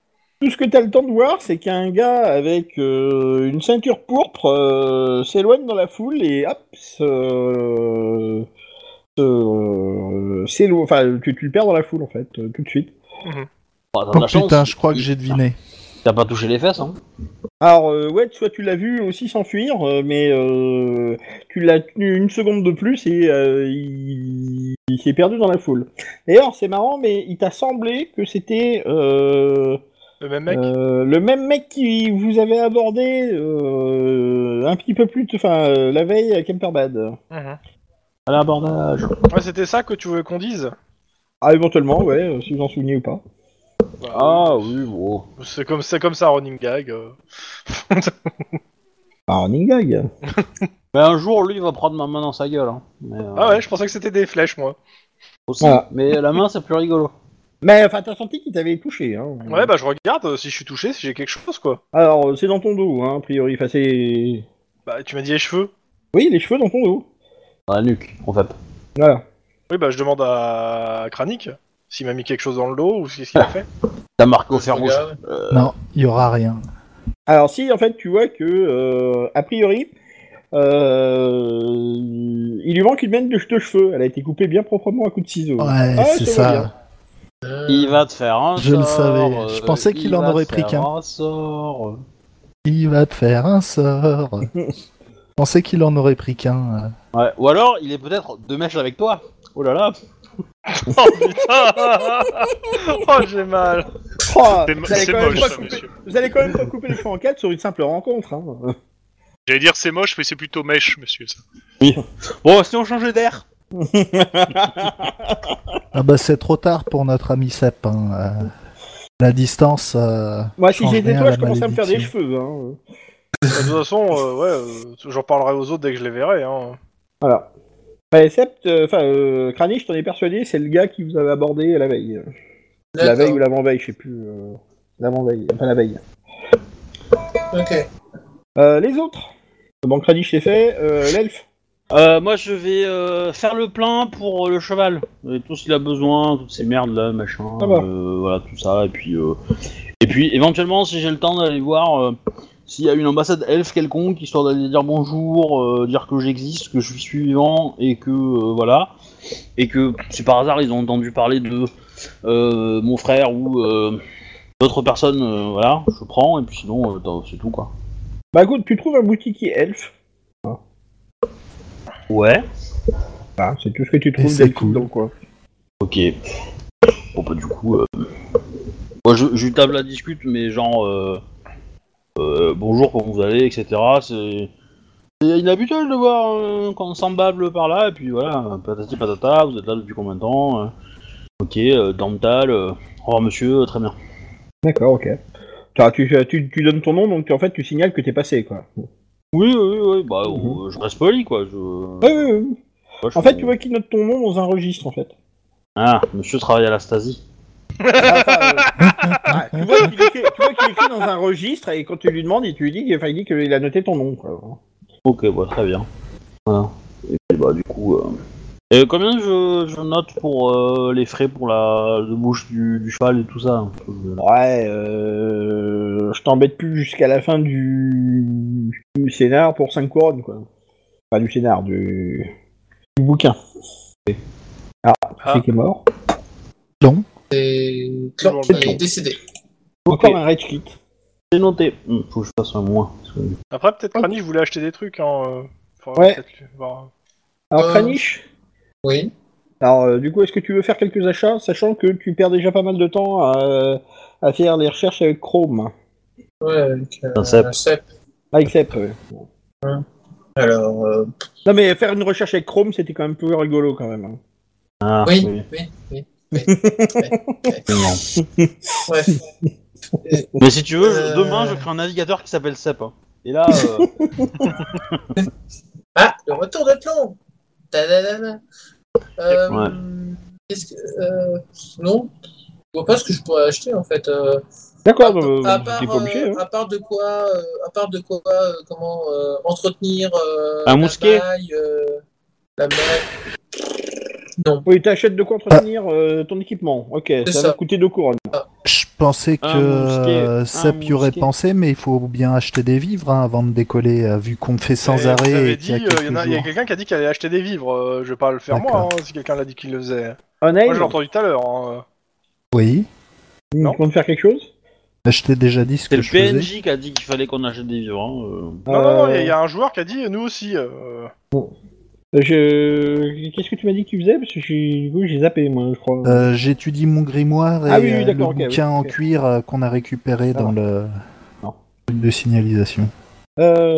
B: Tout ce que t'as le temps de voir, c'est qu'un gars avec euh, une ceinture pourpre euh, s'éloigne dans la foule et hop, se- se- s'éloigne. Enfin, tu, tu le perds dans la foule en fait, euh, tout de suite.
A: Oh, t'as de
E: Oh
A: la chance.
E: putain, je crois que j'ai deviné.
A: T'as pas touché les fesses, hein
B: Alors, euh, ouais, soit tu l'as vu aussi s'enfuir, euh, mais euh, tu l'as tenu une seconde de plus et euh, il, il s'est perdu dans la foule. D'ailleurs, c'est marrant, mais il t'a semblé que c'était euh,
D: Le même mec
B: euh, le même mec qui vous avait abordé euh, un petit peu plus, t- enfin, euh, la veille à Kemperbad.
D: Mhm.
A: À l'abordage.
D: Ouais, c'était ça que tu voulais qu'on dise
B: Ah, éventuellement, ouais, euh, si vous en souvenez ou pas.
A: Ah oui, bon.
D: Bah, euh, C'est comme, c'est comme ça, running gag. euh.
B: Ah, running gag.
A: Mais un jour, lui, il va prendre ma main dans sa gueule. Hein. Mais, euh,
D: Ah ouais, je pensais que c'était des flèches, moi.
A: aussi.
B: Voilà.
A: Mais la main, c'est plus rigolo.
B: Mais enfin, t'as senti qu'il t'avait touché. Hein.
D: Ouais, bah je regarde euh, si je suis touché, si j'ai quelque chose, quoi.
B: Alors, euh, c'est dans ton dos, hein, a priori. Enfin, c'est.
D: Bah tu m'as dit les cheveux.
B: Oui, les cheveux dans ton dos.
A: Dans la nuque, en fait.
B: Voilà.
D: Oui, bah je demande à, à Kranik s'il m'a mis quelque chose dans le dos ou qu'est-ce qu'il a fait.
A: T'as Euh, marqué au fer rouge.
F: Regarde.
B: Euh.
E: Non, il y aura rien.
B: Alors si en fait tu vois que euh, a priori euh, il lui manque une mène de, de cheveux, elle a été coupée bien proprement à coups de ciseaux.
E: Ouais,
B: Ah,
E: c'est
B: ça va bien.
E: ça.
F: Euh,
A: Il va te faire un
E: Je le
A: sort, euh,
E: savais. Je pensais
A: il
E: qu'il en
A: va te
E: aurait pris
A: faire
E: qu'un.
A: un sort.
E: Il va te faire un sort. Je pensais qu'il en aurait pris qu'un. euh.
A: Ouais. Ou alors, il est peut-être de mèche avec toi. Oh là là.
D: Oh putain Oh j'ai mal
B: Oh,
C: C'est mo-
B: vous, allez
C: c'est
B: quand même
C: moche,
B: pas
C: ça,
B: couper-
C: monsieur.
B: vous allez quand même pas couper les cheveux en quatre sur une simple rencontre. Hein.
C: J'allais dire c'est moche, mais c'est plutôt mèche, monsieur. ça.
A: Bon, si on changeait d'air.
E: Ah bah c'est trop tard pour notre ami Sep. hein, euh. La distance. euh,
B: Moi si
E: Change
B: j'étais
E: rien à
B: toi
E: la
B: je commençais à me faire des
E: malédiction.
B: cheveux. Hein.
D: De toute façon, euh, ouais, euh, j'en parlerai aux autres dès que je les verrai. Hein.
B: Voilà. Bah, Sept, euh, enfin euh, Kranich, je t'en ai persuadé, c'est le gars qui vous avait abordé la veille. La
F: d'accord.
B: veille ou l'avant-veille, je sais plus. euh, l'avant-veille, enfin la veille.
F: Ok.
B: Euh, les autres Bon, Kranich c'est fait, euh, l'elfe.
A: Euh, moi, je vais euh, faire le plein pour euh, le cheval. Et tout ce qu'il a besoin, toutes ces merdes là, machin.
B: Ah bah.
A: euh, voilà, tout ça. Et puis, euh, et puis éventuellement, si j'ai le temps d'aller voir euh, s'il y a une ambassade elfe quelconque, histoire d'aller dire bonjour, euh, dire que j'existe, que je suis vivant et que euh, voilà. Et que si par hasard ils ont entendu parler de euh, mon frère ou euh, d'autres personnes, euh, voilà, je prends. Et puis sinon, euh, t'as- c'est tout quoi.
B: Bah écoute, tu trouves un boutiquier elfe.
A: Ouais.
B: Voilà, Bah, c'est tout ce que tu
E: Et
B: trouves
E: c'est
B: d'être
E: cool.
B: dedans, quoi.
A: Ok. Bon bah du coup, euh... moi je, je lui table la discute, mais genre euh... euh, bonjour comment vous allez, etc. C'est c'est inhabituel de voir euh, qu'on semblable par là, et puis voilà, patati patata, vous êtes là depuis combien de temps euh, Ok, euh, dental, euh, au revoir monsieur, euh, très bien.
B: D'accord, ok. T'as- Tu, euh, tu, tu donnes ton nom, donc en fait tu signales que t'es passé, quoi.
A: Oui, oui, oui, bah
B: Mhm.
A: euh, je reste poli quoi. Je...
B: Ouais, ouais, ouais.
A: Moi, je
B: En fait,
A: fais-
B: tu vois qu'il note ton nom dans un registre, en fait.
A: Ah, monsieur travaille à la Stasi.
B: Enfin, euh, ah, tu vois qu'il écrit, tu vois qu'il écrit dans un registre, et quand tu lui demandes, il, tu lui dit, qu'il- enfin, il dit qu'il a noté ton nom, quoi.
A: Ok, bah très bien. Voilà. Et puis, bah du coup. euh, Et combien je, je note pour euh, les frais pour la de bouche du, du cheval et tout ça hein, parce que je-
B: Ouais, euh, je t'embête plus jusqu'à la fin du, du scénar pour 5 couronnes, quoi. Pas du scénar, du, du bouquin. Ah,
D: Ah.
B: c'est qui est mort.
F: C'est Clan
D: Toujours le
F: qui
D: même.
F: est décédé.
B: Encore un red kit.
A: C'est noté. Hum, faut que je fasse un moins. parce que-
D: Après, peut-être Krani, je voulais acheter des trucs. Hein, euh, faudrait
B: Ouais.
D: peut-être lui voir.
B: Alors,
F: Euh,
B: Kranich
F: Oui.
B: Alors, euh, du coup, est-ce que tu veux faire quelques achats, sachant que tu perds déjà pas mal de temps à, à faire les recherches avec Chrome
F: Ouais, avec euh,
A: Un sap.
F: un sap.
B: Avec Sep, ouais.
F: Alors, euh,
B: Non, mais faire une recherche avec Chrome, c'était quand même plus rigolo, quand même. hein.
A: Ah,
F: oui, oui, oui. oui.
A: c'est marrant.
F: Bref.
A: Mais si tu veux, je-
F: Euh.
A: demain je crée un navigateur qui s'appelle Sep. hein. Et là, euh,
F: Ah, le retour de plomb Ta-da-da-da. Euh, Qu'est-ce que. Euh, non Je vois pas ce que je pourrais acheter en fait. euh.
B: D'accord,
D: Ah,
F: À-
B: euh,
F: à,
D: bah,
B: t'es
F: part,
B: pas obligé.
F: euh,
B: hein.
F: à part de quoi, euh, à part de quoi, euh, comment euh, entretenir euh,
A: Un
F: la
A: mousquet
F: maille, euh, la maille.
B: Oui, t'achètes de quoi entretenir euh, ton équipement. Ok, ça,
F: ça.
B: va te coûter deux couronnes.
E: Je pensais que
A: Un mousquet,
E: euh,
A: un
E: Sep y aurait
A: mousquet.
E: pensé, mais il faut bien acheter des vivres hein, avant de décoller, euh, vu qu'on fait sans
D: Mais vous
E: arrêt.
D: avez
E: et
D: dit,
E: qu'il y a
D: euh, Il y,
E: quelques
D: en a- il y a
E: jours.
D: quelqu'un qui a dit qu'il allait acheter des vivres. euh, je vais pas le faire moi,
E: D'accord.
D: hein, si quelqu'un l'a dit qu'il le faisait.
B: Un
D: Moi, je l'ai entendu tout à l'heure. hein, euh.
E: Oui.
B: Hmm, tu comptes faire quelque chose
E: Je t'ai déjà dit ce
A: C'est
E: que
A: le
E: je faisais.
A: PNJ qui a dit qu'il fallait qu'on achète des vivres. hein, euh.
D: Non, non, non, il y a-
B: Euh,
D: il y, a un joueur qui a dit nous aussi. euh,
B: Je... Qu'est-ce que tu m'as dit que tu faisais Parce que j'ai- du coup, j'ai zappé, moi, je crois.
E: Euh, J'étudie mon grimoire et
B: Ah oui, oui,
E: euh, le
B: d'accord, ok, oui,
E: bouquin en
B: ok.
E: cuir euh, qu'on a récupéré
B: Ah.
E: dans le
A: Non.
E: truc de signalisation.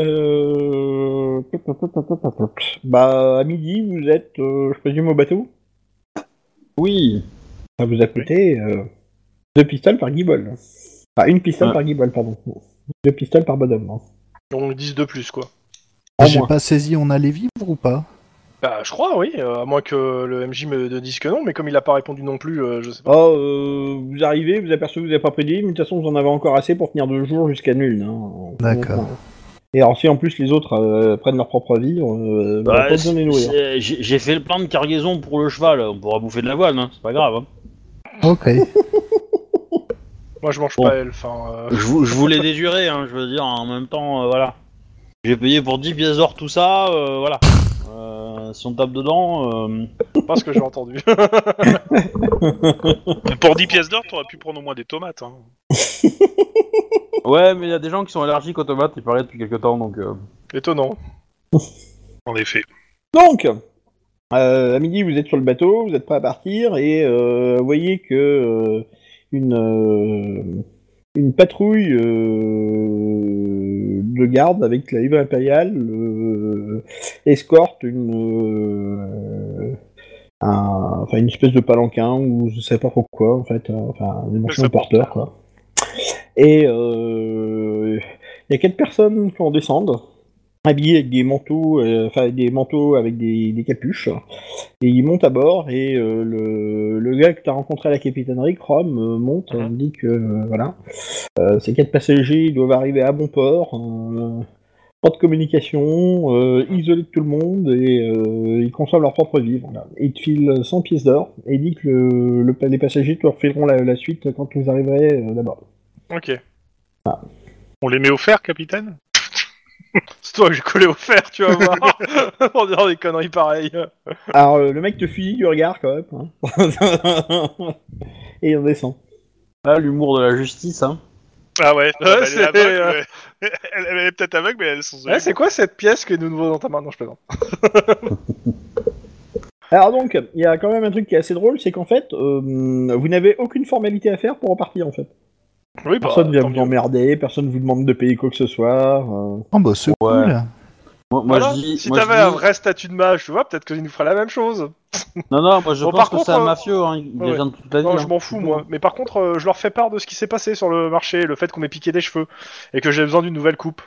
B: Euh... pop, pop, pop, pop, pop, pop. Bah, à midi, vous êtes, euh, je présume, au bateau
A: Oui.
B: Ça Ah, vous a coûté euh, deux pistoles par guibol. Enfin, une pistole
A: Ouais.
B: par guibol, pardon. Deux pistoles par bonhomme. hein.
D: donc 10 de plus, quoi.
B: En
E: J'ai
B: moins.
E: pas saisi, on a les vivres ou pas
D: Bah, je crois, oui, euh, à moins que le MJ me me dise que non, mais comme il a pas répondu non plus, euh, je sais pas.
B: Oh, euh, vous arrivez, vous apercevez que vous n'avez pas pris de livres, mais de toute façon, vous en avez encore assez pour tenir deux jours jusqu'à nul. hein.
E: D'accord.
B: Et alors, si en plus les autres euh, prennent leur propre vivre, euh, on va
A: Bah,
B: pas te donner
A: c'est-
B: nourrir.
A: c'est- J'ai j'ai fait le plein de cargaison pour le cheval. On pourra bouffer de la voile, hein, c'est pas grave. hein.
E: Ok.
D: Moi, je mange
A: Bon.
D: pas elle, enfin. euh,
A: Je, vous- je voulais dédurer, hein, je veux dire, en même temps, euh, voilà. J'ai payé pour 10 pièces d'or tout ça, euh, voilà. Euh, si on tape dedans, euh,
D: pas ce que j'ai entendu.
C: Pour 10 pièces d'or, t'aurais pu prendre au moins des tomates. Hein.
A: ouais, mais il y a des gens qui sont allergiques aux tomates, il paraît depuis quelques temps, donc. euh,
D: Étonnant.
C: En effet.
B: Donc, euh, à midi, vous êtes sur le bateau, vous êtes prêt à partir, et euh, vous voyez que euh, une, euh, une patrouille euh, de garde avec la livre impériale euh, escorte une, euh, un- enfin, une espèce de palanquin, ou je sais pas pourquoi, en fait, euh, enfin, une mention
C: ça
B: au porteur, quoi. Et euh, il y a quatre personnes qui en descendent habillés avec des manteaux, euh, enfin avec des manteaux avec des, des capuches, et ils montent à bord et euh, le, le gars que t'as rencontré à la capitainerie, Chrome, euh, monte,
C: Mhm.
B: euh, dit que euh, voilà, euh, ces quatre passagers ils doivent arriver à bon port, euh, pas de communication, euh, isolés de tout le monde et euh, ils consomment leur propre vivre. Voilà. Et Ils te filent 100 pièces d'or et dit que le, le- les passagers te refileront la, la suite quand vous arriverez euh, d'abord.
D: Ok.
C: On les met au fer, capitaine
D: C'est toi que j'ai collé au fer, tu vas voir. On dirait des conneries pareilles.
B: Alors, euh, le mec te fusille du regard quand même. hein. et on descend.
A: Là, l'humour de la justice, hein.
C: Ah ouais,
D: Ouais,
C: elle, est
D: c'est-
C: aveugle, mais- elle, elle est peut-être aveugle, mais elles sont.
D: Eh, c'est quoi cette pièce que nous devons dans ta main Non, je plaisante.
B: Alors donc, il y a quand même un truc qui est assez drôle, c'est qu'en fait, euh, vous n'avez aucune formalité à faire pour repartir en fait.
D: Oui, bah,
B: Personne vient
D: tant
B: vous
D: mieux.
B: emmerder, personne vous demande de payer quoi que ce soit. euh.
E: Oh bah c'est
A: Ouais.
E: cool.
A: Moi, moi,
D: Voilà,
A: je dis.
D: si
A: moi, je
D: t'avais
A: dis-
D: un vrai statut de mage, tu vois, peut-être qu'il nous ferait la même chose.
A: Non, non, moi je
D: Bon,
A: pense
D: par
A: que
D: contre,
A: c'est un
D: euh,
A: mafieux, hein. il
D: ouais.
A: les vient de toute la vie.
D: Non,
A: hein.
D: je m'en fous, moi. Mais par contre, euh, je leur fais part de ce qui s'est passé sur le marché, le fait qu'on m'ait piqué des cheveux et que j'ai besoin d'une nouvelle coupe.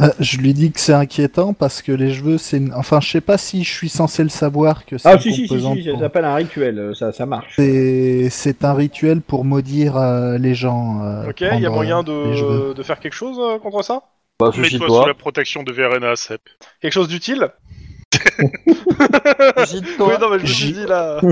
E: Euh, je lui dis que c'est inquiétant parce que les cheveux, c'est. une- Enfin, je sais pas si je suis censé le savoir que c'est.
B: Ah
E: une
B: si si, si si
E: composante
B: si, ça
E: pour-
B: s'appelle un rituel, euh, ça ça marche.
E: C'est c'est un rituel pour maudire euh, les gens. euh,
D: ok, il y a
E: prendre,
D: moyen
E: euh, les cheveux.
D: de, de faire quelque chose euh, contre ça
A: Bah,
C: Mets-toi
A: suicide-toi.
C: sous la protection de Verena, Sep.
D: Quelque chose d'utile
A: Suicide-toi.
D: Oui, non, mais je me
E: j'y-
D: suis dit là.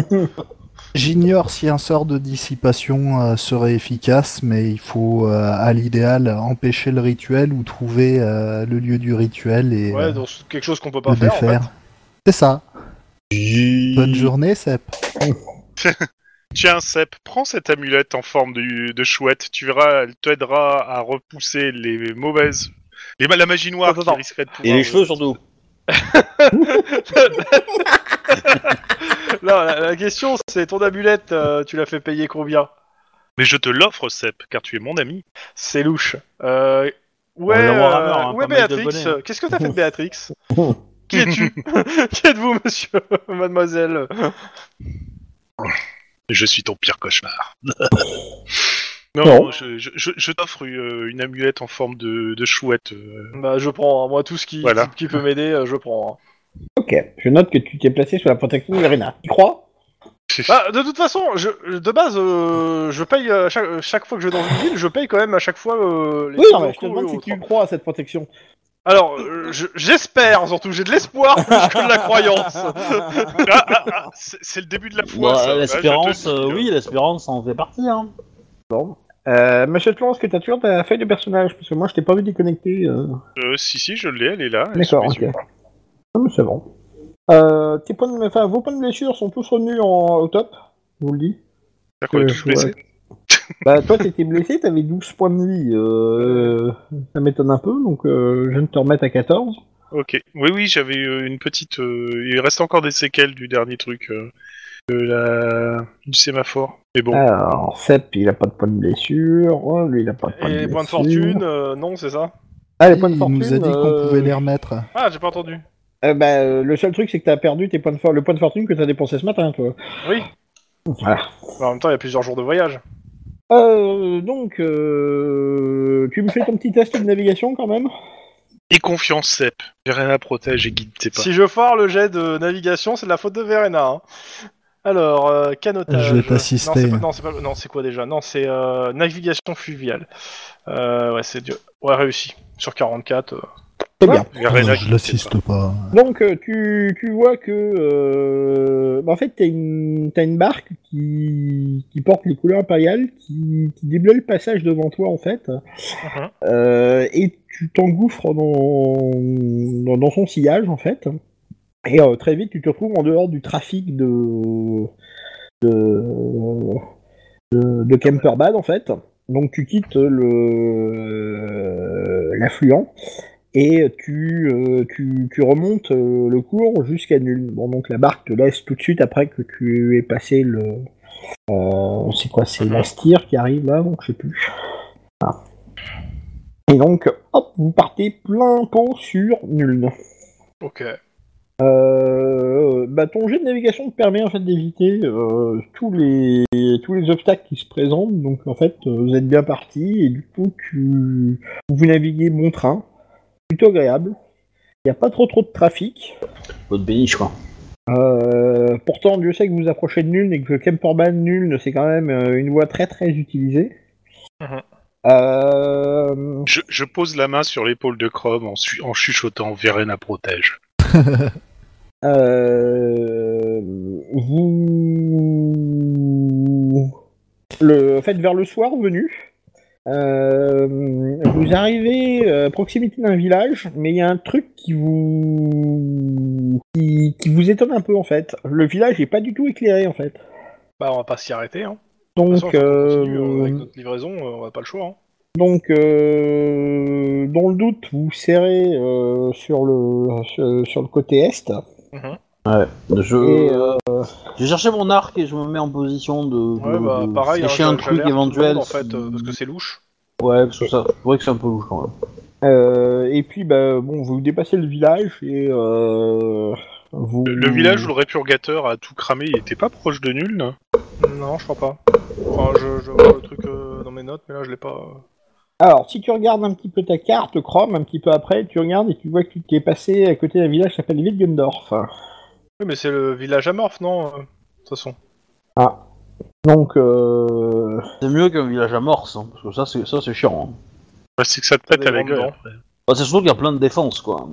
E: J'ignore si un sort de dissipation euh, serait efficace, mais il faut euh, à l'idéal empêcher le rituel ou trouver euh, le lieu du rituel et euh,
D: Ouais, donc quelque chose qu'on peut pas
E: le
D: faire. En fait.
E: défaire. C'est ça. Bonne journée, Sep.
C: Tiens, Sep, prends cette amulette en forme de, de chouette. Tu verras, elle t'aidera à repousser les mauvaises. Les, la magie noire
D: Attends,
C: qui
D: attends.
C: risquerait de pouvoir.
A: Et les cheveux surtout.
D: Non, la, la question, c'est ton amulette, euh, tu l'as fait payer combien
C: Mais je te l'offre, Sep, car tu es mon ami.
D: C'est louche. Euh, ouais,
A: le roi
D: euh,
A: Hammer, hein,
D: ouais,
A: pas mal de
D: Béatrix,
A: bonnets, hein.
D: qu'est-ce que t'as fait de Béatrix Qui es-tu Qui êtes-vous, monsieur, mademoiselle
C: Je suis ton pire cauchemar. non,
B: Non.
C: je, je- je- je t'offre euh, une amulette en forme de, de chouette. euh.
D: Bah, je prends, hein. moi, tout ce qui,
C: Voilà.
D: qui peut m'aider, euh, je prends. hein.
B: Ok, je note que tu t'es placé sous la protection de Verena. Tu crois
C: Ah,
D: Bah, de toute façon, je, de base, euh, je paye euh, chaque, chaque fois que je vais dans une ville, je paye quand même à chaque fois euh, les
B: Oui, non,
D: cours
B: mais je te
D: locaux et
B: demande si
D: autres.
B: tu crois à cette protection.
D: Alors, euh, je- j'espère, surtout, j'ai de l'espoir plus que de la croyance.
C: Ah, ah, ah, c'est c'est le début de la foi.
A: Bah,
C: ça.
A: l'espérance,
C: Ah, je te le
A: euh,
D: hein.
C: dis,
A: oui, l'espérance en fait partie. Hein.
B: Euh, Monsieur Tlan, est-ce que t'as toujours ta feuille de personnage Parce que moi, je t'ai pas vu déconnecter. euh.
C: Euh, si, si, je l'ai, elle est là. elle est sous
B: D'accord,
C: mes
B: ok.
C: yeux.
B: Non, Ah, mais c'est bon. Euh, tes points de... enfin, vos points de blessure sont tous revenus en... au top, je vous le dis.
C: J'espère qu'on est
B: Euh,
C: tous
B: je vois.
C: blessés.
B: Bah, toi, t'étais blessé, t'avais 12 points de vie. euh, ça m'étonne un peu, donc euh, je viens de te remettre à 14.
C: Ok. Oui, oui, j'avais euh, une petite. euh, il reste encore des séquelles du dernier truc, euh, de la- du sémaphore. Mais
B: Euh.
C: bon.
B: Alors, Sep, il a pas de points de blessure. Lui, il a pas de points de
D: Et
B: blessure.
D: point de fortune, euh, non, c'est ça
B: Ah, les points de
E: Il
B: fortune.
E: nous a dit qu'on
B: euh,
E: pouvait les remettre.
D: Ah, j'ai pas entendu.
B: euh, bah, euh, le seul truc, c'est que t'as perdu tes points de for- le point de fortune que t'as dépensé ce matin, toi.
D: Oui.
B: Voilà.
D: Bah, en même temps, il y a plusieurs jours de voyage.
B: Euh, donc, euh, tu me fais ton petit test de navigation quand même
C: Et confiance, Sep. J'ai rien à protéger et guide, t'es pas.
D: Si je foire le jet de navigation, c'est de la faute de Verena. hein. Alors, euh, canotage.
E: Je vais t'assister.
D: Non, c'est pas- Non, c'est pas- non, c'est quoi déjà Non, c'est euh, navigation fluviale. Euh, ouais, c'est dur. Ouais, réussi. Sur 44. euh.
B: C'est Eh bien.
C: Il y a Rena qui
E: je
C: le fait pas.
E: l'assiste pas.
B: Donc euh, tu, tu vois que euh, bah, en fait t'as une t'as une barque qui, qui porte les couleurs impériales qui, qui déblaye le passage devant toi en fait Euh, et tu t'engouffres dans, dans dans son sillage en fait et euh, très vite tu te retrouves en dehors du trafic de de de, de Kemperbad en fait donc tu quittes le l'affluent et tu, euh, tu, tu remontes euh, le cours jusqu'à nul. Bon, donc la barque te laisse tout de suite après que tu aies passé le. Euh, c'est quoi C'est la stire qui arrive là, donc je sais plus. Ah. Et donc, hop, vous partez plein pot sur nul.
D: Ok.
B: Euh, bah, ton jet de navigation te permet en fait d'éviter euh, tous les tous les obstacles qui se présentent. Donc en fait, euh, vous êtes bien parti et du coup, tu vous naviguez bon train, plutôt agréable. Il n'y a pas trop trop de trafic.
A: Votre béniche, quoi.
B: Euh, pourtant, Dieu sait que vous approchez de Nuln et que Kemperban Nuln, c'est quand même euh, une voie très très utilisée.
D: Mhm.
B: Euh,
C: Je, je pose la main sur l'épaule de Chrome en, su- en chuchotant Verena protège.
B: Euh, vous. Le, en fait, vers le soir venu, euh, vous arrivez euh, à proximité d'un village, mais il y a un truc qui vous. Qui, qui vous étonne un peu en fait. Le village n'est pas du tout éclairé en fait.
D: Bah, on va pas s'y arrêter. Hein. De
B: Donc.
D: toute façon, quand on continue, euh,
B: euh,
D: avec notre livraison, euh, on a pas le choix. hein.
B: Donc, euh, dans le doute, vous serrez euh, sur, le, euh, sur, sur le côté est.
A: Je,
B: Et, euh,
A: J'ai cherché mon arc et je me mets en position de, de,
D: Ouais, bah,
A: de
D: pareil.
A: sécher
D: hein,
A: un
D: je-
A: truc
D: j'alerte tout le monde,
A: éventuel.
D: en fait, euh, parce que c'est louche.
A: Ouais, parce que ça, c'est vrai que c'est un peu louche quand même.
B: Euh, et puis, bah, bon, vous dépassez le village et euh, vous.
C: Le, le
B: Mm.
C: village où le répurgateur a tout cramé, il était pas proche de nul. non
D: Non, je crois pas. Enfin, je, je vois le truc euh, dans mes notes, mais là, je l'ai pas. euh.
B: Alors, si tu regardes un petit peu ta carte, Chrome, un petit peu après, tu regardes et tu vois que tu t'es passé à côté d'un village qui s'appelle Wittgendorf.
D: Oui, mais c'est le village amorphe, non euh, De toute façon.
B: Donc, euh,
A: C'est mieux qu'un village amorce, hein, parce que ça, c'est, ça, c'est chiant. hein.
C: Bah, c'est que ça te pète
D: des
C: à la
D: grandes
C: gueule.
D: dents.
C: après.
A: Bah, c'est surtout qu'il y a plein de défenses, quoi.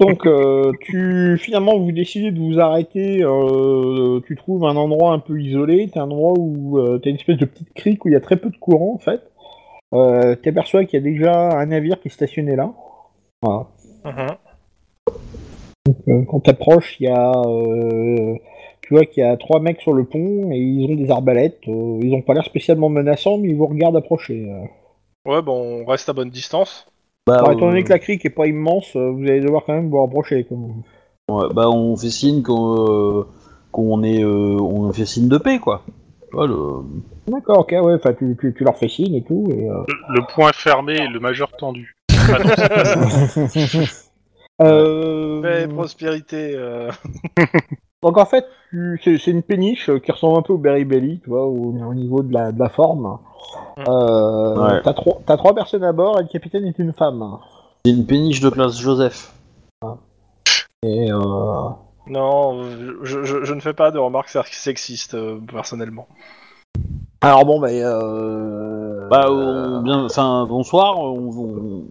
B: donc euh, tu finalement vous décidez de vous arrêter. euh, tu trouves un endroit un peu isolé. T'as un endroit où euh, t'as une espèce de petite crique où il y a très peu de courant en fait. Euh, T'aperçois qu'il y a déjà un navire qui est stationné là. Voilà.
D: Mhm.
B: Euh, quand t'approches, il y a, euh, tu vois qu'il y a trois mecs sur le pont et ils ont des arbalètes. euh, ils ont pas l'air spécialement menaçants, mais ils vous regardent approcher. euh.
D: Ouais, bon, on reste à bonne distance.
A: Bah,
B: Alors, étant donné
A: euh,
B: que la crique est pas immense, euh, vous allez devoir quand même vous rapprocher. quoi.
A: ouais, bah, on fait signe qu'on, euh, qu'on est, euh, on fait signe de paix, quoi. Tu vois, le-
B: D'accord, ok, ouais, enfin tu, tu- tu leur fais signe et tout. et, euh,
C: Le, le point fermé et le majeur tendu.
B: euh,
D: Mais prospérité. euh,
B: donc en fait, tu- c'est c'est une péniche euh, qui ressemble un peu au Berry Belly, tu vois, au, au niveau de la, de la forme. Euh,
A: Ouais.
B: T'as trois, t'as trois personnes à bord et le capitaine est une femme.
A: C'est une péniche de classe Joseph.
B: Et euh,
D: Non, euh, je, je- je ne fais pas de remarques sex- sexistes, euh, personnellement.
B: Alors bon, bah, euh...
A: Bah, on, bien, enfin, bonsoir, on, on,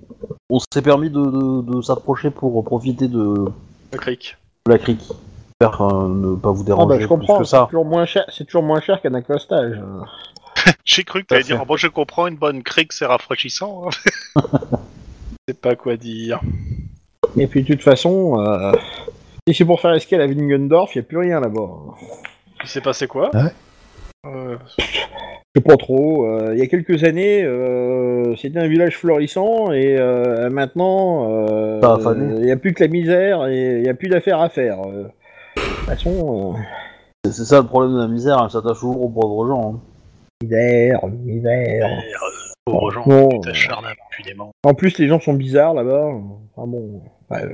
A: on s'est permis de, de- de s'approcher pour profiter de,
D: Le cric.
A: de la crique. J'espère euh, ne pas vous
B: Ah
A: déranger
B: bah je comprends,
A: plus que
B: c'est
A: ça.
B: toujours moins cher, c'est toujours moins cher qu'un accostage.
C: J'ai cru que t'allais
A: Tout à fait.
C: dire Bon, je comprends, une bonne crique, c'est rafraîchissant. hein.
D: Je sais pas quoi dire.
B: Et puis de toute façon, euh... si c'est pour faire escale à Wingendorf, y a plus rien là-bas.
D: Il s'est passé quoi
E: Ouais.
D: Euh,
B: Je sais pas trop. euh, il y a quelques années, euh, c'était un village florissant et euh, maintenant, euh,
A: Pas affamé.
B: il n'y a plus que la misère et il n'y a plus d'affaires à faire. euh. De toute façon, euh,
A: C'est- C'est ça le problème de la misère, elle s'attache toujours aux pauvres gens. hein.
B: misère, misère.
C: pauvres Eh, euh, gens,
B: Bon,
C: putain, charme impunément.
B: En plus, les gens sont bizarres là-bas. Enfin bon, ouais.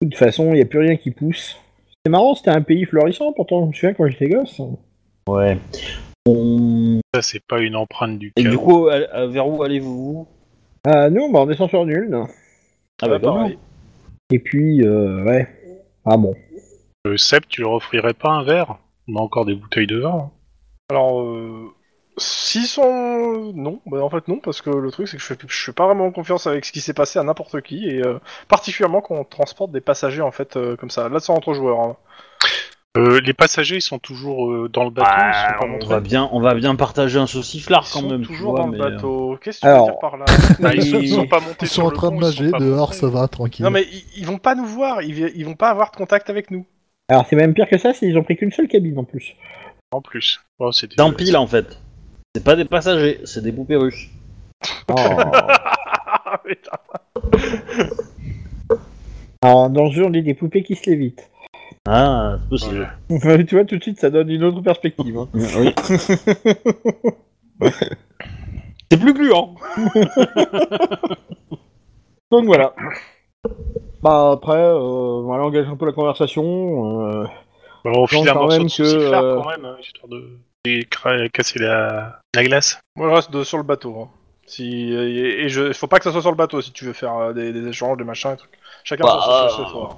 B: de toute façon, il n'y a plus rien qui pousse. C'est marrant, c'était un pays florissant, pourtant je me souviens quand j'étais gosse.
A: Ouais. On-
C: Ça, c'est pas une empreinte du
A: Et
C: cœur.
A: du coup, à- à- vers où allez-vous
B: Ah, nous, bah, on descend sur nul.
A: Ah bah, comme
C: pareil.
A: nous.
B: Et puis, euh, ouais. Ah bon.
C: Euh, Seb, tu leur offrirais pas un verre On a encore des bouteilles de vin. hein.
D: Alors, euh, s'ils sont... Non, bah, en fait non, parce que le truc c'est que je fais, je fais pas vraiment confiance avec ce qui s'est passé à n'importe qui, et euh, particulièrement quand on transporte des passagers en fait euh, comme ça. Là c'est entre joueurs. hein.
C: Euh, les passagers, ils sont toujours euh, dans le bateau. ils sont pas
A: Bah, on
C: montrés.
A: va bien, on va bien partager un sauciflard
D: Ils
A: Ah, quand
D: sont
A: même. tu
D: toujours
A: vois,
D: dans le
A: mais, euh,
D: bateau. Qu'est-ce que tu
B: Alors-
D: veux dire par là
C: Bah, ils sont, ils sont pas montés
E: Ils sont
C: sur
E: en
C: le
E: train de
C: pont, ils sont
E: nager
C: pas
E: dehors,
C: montés.
E: ça va, tranquille.
D: Non mais ils, ils vont pas nous voir, ils, vi- ils vont pas avoir de contact avec nous.
B: Alors c'est même pire que ça, c'est qu'ils ont pris qu'une seule cabine en plus.
C: En plus. Oh, c'est
A: D'un
C: dégueulasse.
A: euh, pile en fait. C'est pas des passagers, c'est des poupées russes.
B: Oh.
D: Ah, putain.
B: Alors dans ce jeu, on dit des poupées qui se lévitent.
A: Ah, c'est possible.
B: tu vois, tout de suite, ça donne une autre perspective. hein.
A: Oui. c'est plus hein. gluant.
B: Donc voilà. Bah après, euh, voilà, engage un peu la conversation. euh,
C: Bah, on file un
B: quand
C: morceau
B: même
C: de
B: que,
C: sauciflard
B: euh,
C: quand même, hein, histoire de de cra- casser la, la glace.
D: Moi je reste de- sur le bateau. hein. Si, et et je, faut pas que ça soit sur le bateau si tu veux faire euh, des, des échanges, des machins, des trucs. Chacun
A: Bah,
D: sur son- sur soi.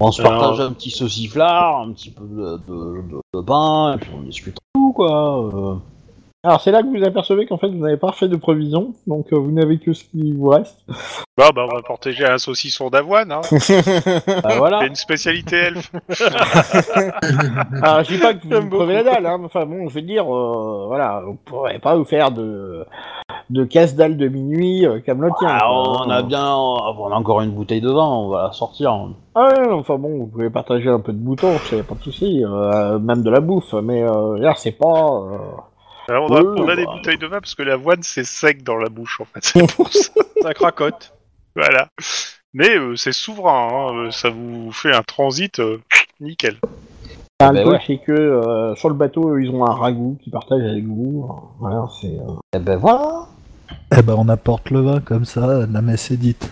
A: On se
C: Alors-
A: partage un petit sauciflard, un petit peu de, de, de- de pain, et puis on discute tout quoi. euh.
B: Alors c'est là que vous apercevez qu'en fait, vous n'avez pas fait de provisions, donc euh, vous n'avez que ce qui vous reste.
C: Bah, bah, on va partager un saucisson d'avoine, hein.
A: Bah, voilà.
C: C'est une spécialité elfe.
A: Ah,
B: Alors Ah, je dis pas que vous
D: J'aime beaucoup.
B: prenez la dalle, hein, mais enfin bon, je veux dire, euh, voilà, vous pourrez pas vous faire de de casse-dalle de minuit, euh, Camelotien.
A: Ah,
B: quoi,
A: on a
B: hein.
A: bien, ah, on a encore une bouteille de vin, on va la sortir.
B: Ah ouais, non, enfin bon, vous pouvez partager un peu de boutons, ça y a pas de souci, euh, même de la bouffe, mais euh, là c'est pas. euh,
C: Alors, on a,
A: Oh,
C: on a des
A: bah.
C: bouteilles de vin parce que l'avoine c'est sec dans la bouche en fait. C'est pour ça.
D: Ça cracote.
C: Voilà. Mais euh, c'est souverain, hein, euh, ça vous fait un transit euh, nickel.
A: Eh
B: Enfin, le
A: ben
B: truc,
A: ouais.
B: c'est que euh, sur le bateau, ils ont un ragoût qu'ils partagent avec vous. Voilà, c'est. euh,
A: Et ben voilà.
E: Eh ben, on apporte le vin comme ça, la messe est dite.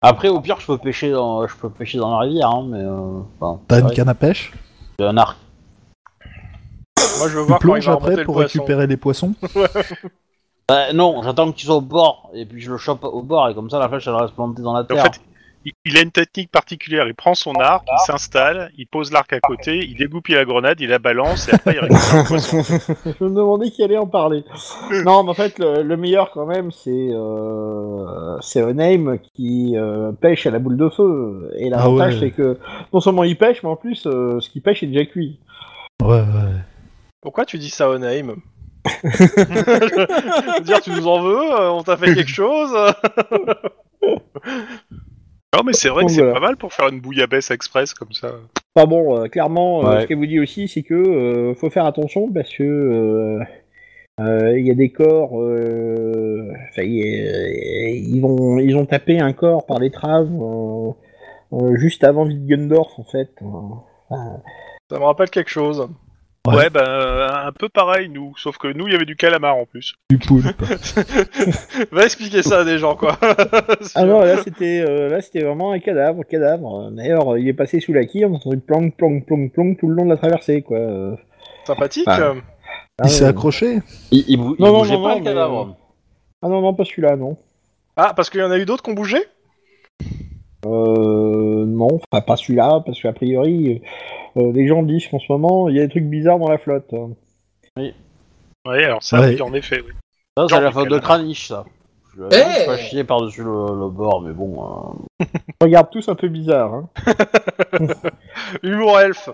A: Après, au pire, je peux pêcher dans, je peux pêcher dans la rivière, hein, mais euh, enfin,
E: T'as une
A: ouais,
E: canne à pêche
A: j'ai un arc.
D: Moi je veux
E: Tu
D: voir quand il
E: plonges
D: va remonter
E: après
D: le
E: pour
D: poisson.
E: récupérer les poissons
A: Bah, non, j'attends qu'il soit au bord, et puis je le chope au bord, et comme ça, la flèche elle reste plantée dans la
C: En
A: terre.
C: fait, il- il a une technique particulière. Il prend son arc, il s'installe, il pose l'arc à côté, il dégoupille la grenade, il la balance et après il récupère le poisson.
B: Je me demandais qui allait en parler. non, mais en fait, le, le meilleur quand même, c'est euh, c'est Onaim qui euh, pêche à la boule de feu. Et l'avantage,
E: ouais.
B: c'est que non seulement il pêche, mais en plus, euh, ce qu'il pêche est déjà cuit.
E: Ouais, ouais.
D: Pourquoi tu dis ça, Onaim Je veux dire, tu nous en veux euh, On t'a fait quelque chose euh,
C: Non, mais c'est vrai que
B: Donc,
C: c'est
B: voilà.
C: pas mal pour faire une bouillabaisse express comme ça.
B: Enfin bon, euh, clairement, euh,
A: Ouais.
B: ce qu'elle vous dit aussi, c'est que euh, faut faire attention parce que euh, euh, il y a des corps, euh, enfin, il y a- ils vont, ils ont tapé un corps par l'étrave euh, euh, juste avant Wittgendorf en fait. Euh,
D: Ça me rappelle quelque chose.
E: Ouais.
C: Ouais, ben un peu pareil, nous. Sauf que nous, il y avait du calamar en plus.
E: Du poulpe.
D: Va expliquer ça à des gens, quoi.
B: Ah non, là c'était, euh, là c'était vraiment un cadavre, cadavre. D'ailleurs, euh, il est passé sous la quille, on entendait plong, plong, plong, plong tout le long de la traversée quoi. Euh,
D: Sympathique.
B: Ah.
E: Il s'est
B: euh,
E: accroché
A: Il, il bou- il
B: Non, non,
A: bougeait
B: non,
A: pas
B: non,
A: le
B: mais,
A: cadavre.
B: euh, Ah non non pas celui-là non.
D: Ah, parce qu'il y en a eu d'autres qui ont bougé
B: Euh, non, enfin, pas celui-là parce qu'a priori, euh, les gens disent qu'en ce moment il y a des trucs bizarres dans la flotte.
C: Ouais, alors ça,
E: Ouais.
C: oui, en effet. oui.
A: Ça, c'est
C: Genre
A: la
C: du
A: faute de
C: calamar.
A: Kranich, ça. Je l'avais
B: Eh
F: Hey
A: pas chier par-dessus le, le bord, mais bon. euh,
B: regarde tous un peu bizarre. Hein.
D: Humour elfe.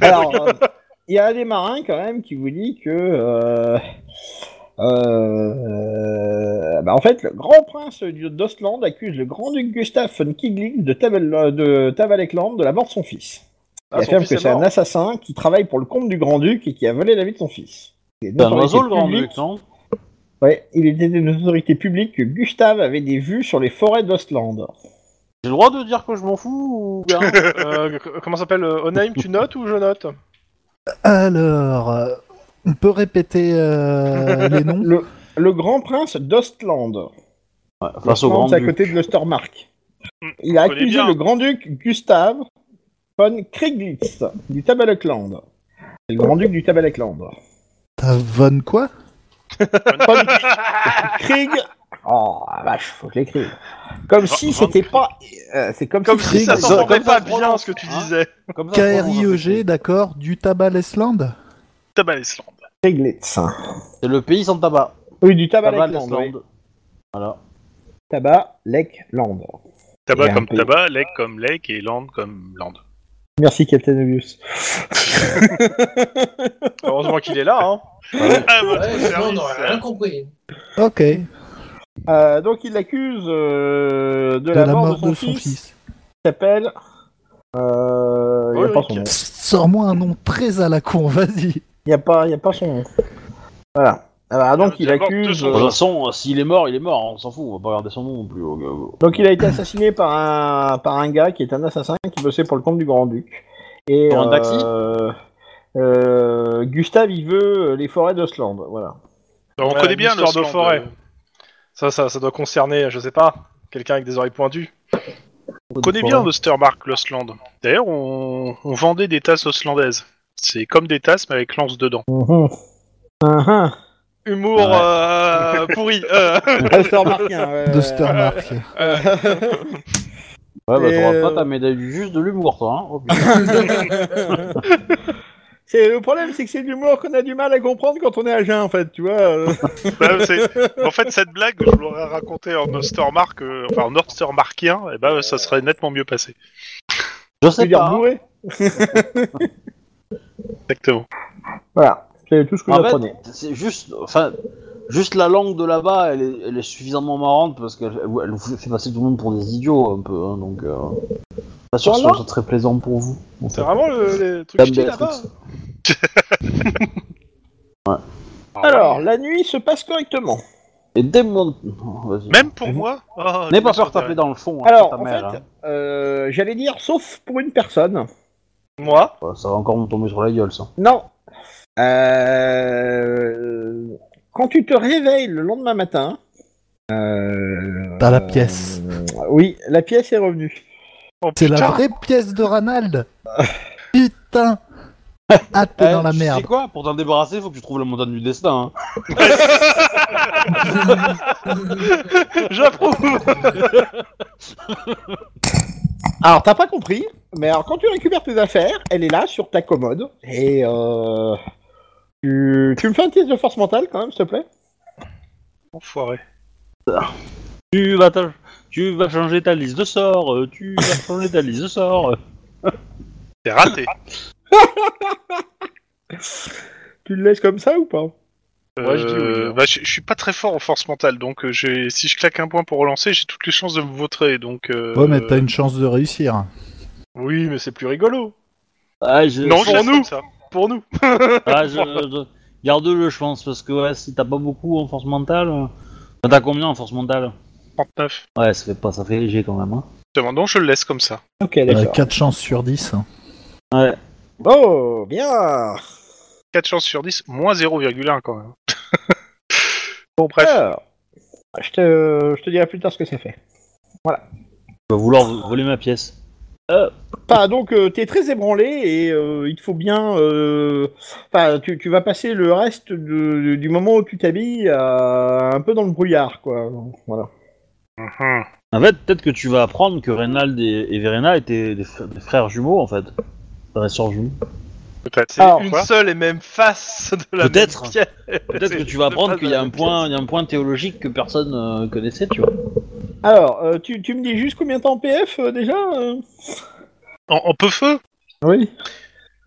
B: Alors, euh, il y a des marins quand même qui vous dit que, euh, euh, bah, en fait, le grand prince du- d'Ostland euh, accuse le grand duc Gustaf von Kieglin de, Tabel- de Tavalekland de la mort de son fils.
A: Ah,
D: Ah,
B: Il affirme que c'est un assassin qui travaille pour le comte du Grand-Duc et qui a volé la vie de son fils. Il est
A: C'est un
B: notoriété
A: oiseau le grand
B: publique-
A: duc, non
B: Ouais, il était des autorités publiques que Gustave avait des vues sur les forêts d'Ostland.
A: J'ai le droit de dire que je m'en fous ou bien
D: Euh, c- comment s'appelle euh, Onheim, tu notes ou je note
E: Alors, euh, on peut répéter euh, les noms
B: Le, le grand prince d'Ostland.
A: Face au grand
B: Ostland, c'est à
A: duc.
B: côté de l'Ostermark. Il a
C: on connaît
B: accusé
C: bien.
B: le grand-duc Gustave von Krieglitz du Tabalekland. C'est le grand-duc du Tabalekland.
E: T'as Von quoi
B: Von Krieg. Oh la vache, faut que je l'écrive. Comme si c'était pas. euh, c'est comme,
D: Comme
B: si
D: si ça
B: Krieg-
A: s'entend.
D: s'entendait
A: comme ça,
D: pas
A: je prononce,
D: bien ce que tu
A: hein.
D: disais.
A: Comme ça, je pense,
B: E
A: en
E: K-R-I-E-G,
A: fait.
E: E d'accord, du tabac Lesland
C: Tabalesland.
B: Krieglitz.
A: C'est le pays sans tabac.
B: Oui, du
A: Tabac
B: Tabalekland. oui.
A: d'Islande. Voilà.
B: Tabalekland.
C: Tabac
B: Et un
C: comme
B: peu.
C: tabac, lake comme lake et land comme land.
B: Merci, Captain Obvious.
D: Heureusement qu'il est là. Hein.
C: Ah, votre
F: Ouais, sinon, on
C: service. euh,
F: n'aurait rien compris.
E: Ok, de,
B: Euh, donc, il l'accuse euh, de,
E: la, mort de son,
B: fils.
E: fils.
B: qui s'appelle. Euh, il n'y a,
D: Oui,
B: pas
D: oui,
B: son nom.
E: Sors-moi un nom très à la con, vas-y.
B: Il y a, pas- il y a pas son nom. Voilà. Ah bah, donc,
C: Ah,
B: il
C: d'abord,
B: accuse.
A: De toute
B: euh,
A: façon, euh, s'il est mort, il est mort, on s'en fout, on va pas regarder son nom non plus. au gars.
B: donc, il a été assassiné par un, par un gars qui est un assassin qui bossait pour le compte du Grand-Duc. Et.
A: Pour un taxi
B: euh, euh, Gustave, il veut euh, les forêts d'Ostland. Voilà.
C: On
D: Ouais,
C: connaît bien euh.
D: l'histoire de
C: l'Islande.
D: forêt. Ça, ça, ça doit concerner, je sais pas, quelqu'un avec des oreilles pointues.
C: On connaît bien l'Ostermark, l'Ostland. D'ailleurs, on... on vendait des tasses ostlandaises. C'est comme des tasses, mais avec lance dedans.
B: Mhm. Mhm.
D: Humour
A: Ouais.
D: euh, pourri. euh.
B: Ostermarkien, ouais,
E: de
B: ouais.
E: Stermark.
A: Ouais, bah
B: Et,
A: t'auras
B: euh,
A: pas ta médaille du juste de l'humour, toi, hein. Oh, putain.
B: C'est le problème, c'est que c'est de l'humour qu'on a du mal à comprendre quand on est à jeun, en fait, tu vois. euh.
C: Bah, c'est- en fait, cette blague, je l'aurais racontée en Ostermark, euh, enfin en Ostermarkien, et bah, ça serait nettement mieux passé.
A: Je
B: Je veux
A: sais
B: dire
A: pas. hein.
B: bourré.
C: Exactement.
B: Voilà, c'est tout ce que
A: hein. En
B: j'apprenais.
A: fait, c'est juste, enfin, juste la langue de là-bas, elle est, elle est suffisamment marrante parce qu'elle elle- elle vous fait passer tout le monde pour des idiots un peu, hein, donc. Euh, pas sûr que ce
B: Voilà.
A: soit très plaisant pour vous. en fait.
D: C'est vraiment le, le truc
A: Dame
D: ch'ti,
A: Béatrix.
D: là-bas.
A: Ah,
C: Ah,
B: Alors, la nuit se passe correctement.
A: Oh, Et dès mon... Oh, vas-y.
C: Même pour moi oh,
A: N'aie pas
C: je me
A: peur de
D: euh,
A: taper dans le fond, hein,
B: Alors,
A: ta
B: en
A: mère.
B: fait,
A: hein.
B: euh, j'allais dire, sauf pour une personne.
D: Moi
A: Ouais, Ça va encore me tomber sur la gueule, ça.
B: Non. Euh, Quand tu te réveilles le lendemain matin... euh,
E: T'as la pièce.
B: euh, Oui, la pièce est revenue.
C: Oh,
E: C'est la
C: putain.
E: vraie pièce de Ranald Putain Ah, t'es dans la
A: Tu
E: merde.
A: sais quoi Pour t'en débarrasser, faut que tu trouves la montagne du destin. hein.
D: J'approuve
B: Alors, t'as pas compris, mais alors quand tu récupères tes affaires, elle est là sur ta commode. Et euh, tu, tu me fais un test de force mentale quand même, s'il te plaît.
D: Enfoiré.
A: Tu vas, ta- tu vas changer ta liste de sorts, euh, tu vas changer ta liste de sorts. euh.
C: C'est raté.
B: Tu le laisses comme ça ou pas
D: Ouais, je dis oui,
C: Euh,
D: hein.
C: bah, je, je suis pas très fort en force mentale, donc euh, j'ai- si je claque un point pour relancer, j'ai toutes les chances de me vautrer. Donc, euh,
E: Ouais, mais t'as une chance de réussir.
D: Oui, mais c'est plus rigolo.
A: Ah, je-
C: Non, je
D: Pour
C: laisse
D: nous.
C: comme ça.
D: Pour nous.
A: ah, je- je- Garde-le, je pense, parce que ouais, si t'as pas beaucoup en force mentale. euh, T'as combien en force mentale
C: 39.
A: Ouais, ça fait pas, ça fait léger quand même. Hein.
C: Justement, non, je le laisse comme ça.
B: Ok,
E: Euh,
B: d'accord.
E: 4 chances sur hein. 10.
A: Ouais.
B: Oh, bien
C: 4 chances sur 10, moins 0,1 quand même. bon, bref.
B: Alors, je te, je te dirai plus tard ce que ça fait.
A: Tu vas vouloir voler ma pièce. Euh,
B: Enfin, donc, euh, t'es très ébranlé et euh, il te faut bien... euh, Enfin, tu, tu vas passer le reste de- du moment où tu t'habilles à- un peu dans le brouillard, quoi. Voilà.
C: Mhm.
A: en fait, peut-être que tu vas apprendre que Reynald et, et Verena étaient des, fr- des frères jumeaux, en fait. Frères et sœurs jumeaux.
C: Peut-être.
D: C'est
B: Alors,
D: une
C: quoi
D: seule et même face de la
A: Peut-être.
D: même pièce.
A: Peut-être que tu vas apprendre qu'il y, a un point- il y a un point théologique que personne euh, connaissait, tu vois.
B: Alors, euh, tu, tu me dis juste combien t'as en PF, euh, déjà euh
C: En, en peu feu
B: Oui.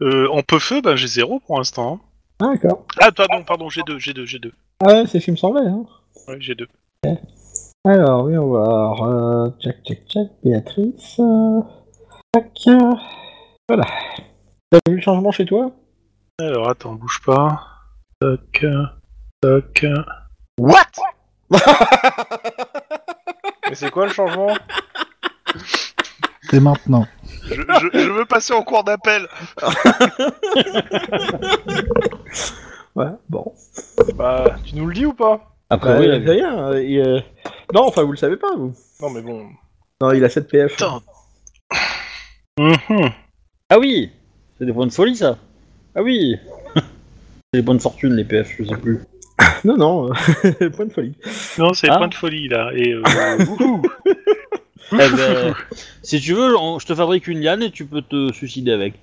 C: euh, En peu feu, ben, j'ai 0 pour l'instant. hein.
B: Ah, d'accord.
C: Ah, pardon, pardon, j'ai 2, j'ai 2, j'ai 2.
B: Ah ouais, c'est ce qui me semblait, hein.
C: Ouais, j'ai 2.
B: Alors, oui, on va voir. Euh, tchac, tchac, tchac, Béatrice. euh, Tac. euh, Voilà. T'as vu le changement chez toi
C: Alors attends, bouge pas. Toc, toc.
D: What Mais c'est quoi le changement
E: C'est maintenant.
C: Je, je- je veux passer en cours d'appel.
B: Ouais, bon.
D: Bah, tu nous le dis ou pas
A: Après,
B: Bah,
A: oui,
B: il
A: la
B: a fait rien. euh, il, euh, Non, enfin, vous le savez pas, vous.
D: Non, mais bon.
B: Non, il a 7 PF.
C: Putain.
A: Ah oui C'est des points de folie, ça Ah oui C'est des points de fortune, les PF, je sais plus.
B: Non, non, euh, point de folie.
C: Non, c'est
A: Ah.
C: point de folie là. Et euh, wouhou.
A: Eh ben, si tu veux, on- je te fabrique une liane et tu peux te suicider avec.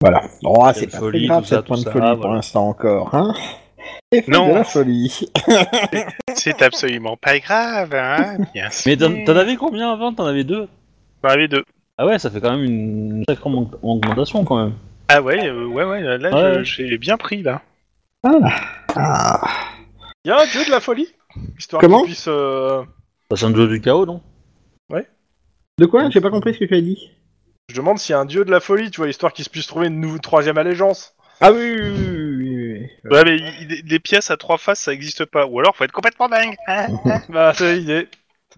B: Voilà. Oh,
A: Quelle
B: c'est pas
A: folie,
B: très grave,
A: tout ça,
B: cette point
A: tout
B: de
A: ça,
B: folie pour
A: voilà.
B: l'instant encore, hein Et
C: Non.
B: de la folie.
C: c'est absolument pas grave, hein. Bien sûr.
A: Mais t'en t'en avais combien avant T'en avais deux
C: Bah, les deux.
A: Ah ouais, ça fait quand même une sacrée aug- augmentation, quand même.
C: Ah ouais, euh, ouais, ouais. Là,
A: Ouais.
C: je- j'ai bien pris là.
D: Y'a un dieu de la folie Histoire
B: Comment
D: qu'il puisse. euh,
A: Bah, C'est un jeu du chaos, non
B: De quoi J'ai pas compris ce que tu as dit.
D: Je demande s'il y a un dieu de la folie, tu vois, histoire qu'il se puisse trouver une nouvelle troisième allégeance.
B: Ah oui, oui, oui, oui, oui, oui.
C: Ouais, mais il- il- des pièces à trois faces, ça existe pas. Ou alors, faut être complètement dingue. hein.
D: Bah, c'est l'idée.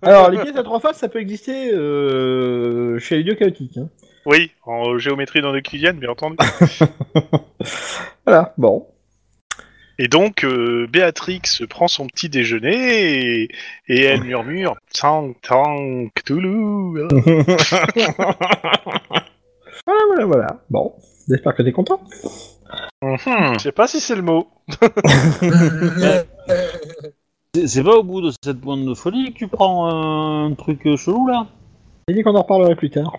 B: Alors, les pièces à trois faces, ça peut exister euh, chez les dieux chaotiques. hein.
C: oui, en géométrie non euclidienne, bien entendu.
B: Voilà, bon.
C: Et donc, euh, Béatrix prend son petit déjeuner et, et elle murmure Tang Tang Cthulhu. hein.
B: Voilà, voilà, voilà. Bon, j'espère que t'es content.
C: Mhm.
B: Hmm.
D: Je sais pas si c'est le mot.
A: C'est- C'est pas au bout de cette pointe de folie que tu prends euh, un truc euh, chelou, là
B: J'ai dit qu'on en reparlerait plus tard.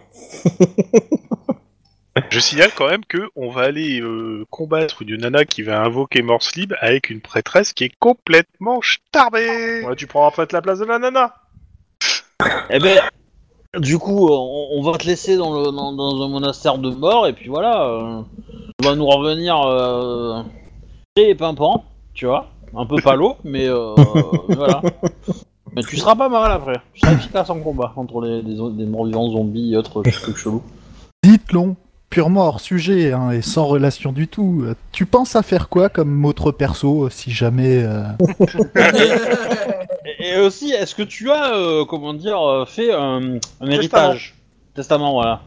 C: Je signale quand même que on va aller euh, combattre une nana qui va invoquer Morse Libre avec une prêtresse qui est complètement starbée.
D: Ouais, tu prends après la place de la nana.
A: Eh ben, du coup, euh, on, on va te laisser dans, le, dans, dans un monastère de mort, et puis voilà, euh, on va nous revenir euh, très pimpant, tu vois, un peu palo, mais euh, voilà. Mais tu seras pas mal après, tu seras efficace en combat contre les, des, zo- des morts-vivants zombies et autres trucs chelous.
E: Dites-le, purement hors sujet hein, et sans relation du tout. Euh, Tu penses à faire quoi comme autre perso euh, si jamais euh,
A: Et, et aussi, est-ce que tu as, euh, comment dire, euh, fait un, un héritage Testament, voilà.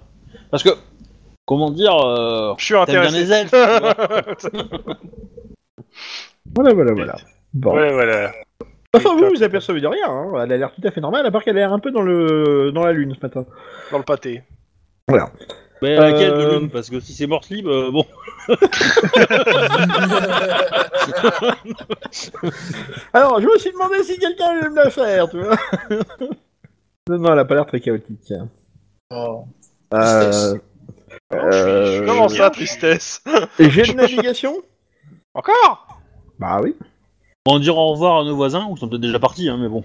A: Parce que, comment dire, euh,
D: Je suis
A: t'aimes bien
D: intéressé.
A: les elfes, tu vois.
B: Voilà, voilà, voilà. Bon.
C: Ouais, voilà.
B: Enfin, vous, vous apercevez de rien, hein. elle a l'air tout à fait normale, à part qu'elle a l'air un peu dans, le... dans la lune ce matin.
D: Dans le pâté.
A: Mais laquelle de
B: Euh,
A: l'une Parce que si c'est morte libre, euh, bon.
B: Alors, je me suis demandé si quelqu'un allait me la faire, tu vois. non, non, elle a pas l'air très chaotique.
F: Oh.
B: Euh, euh,
D: Comment
C: bien.
D: ça, tristesse
B: et J'ai de navigation
D: Encore
B: Bah oui.
A: On dira au revoir à nos voisins, ou ils sont peut-être déjà partis, hein, mais bon.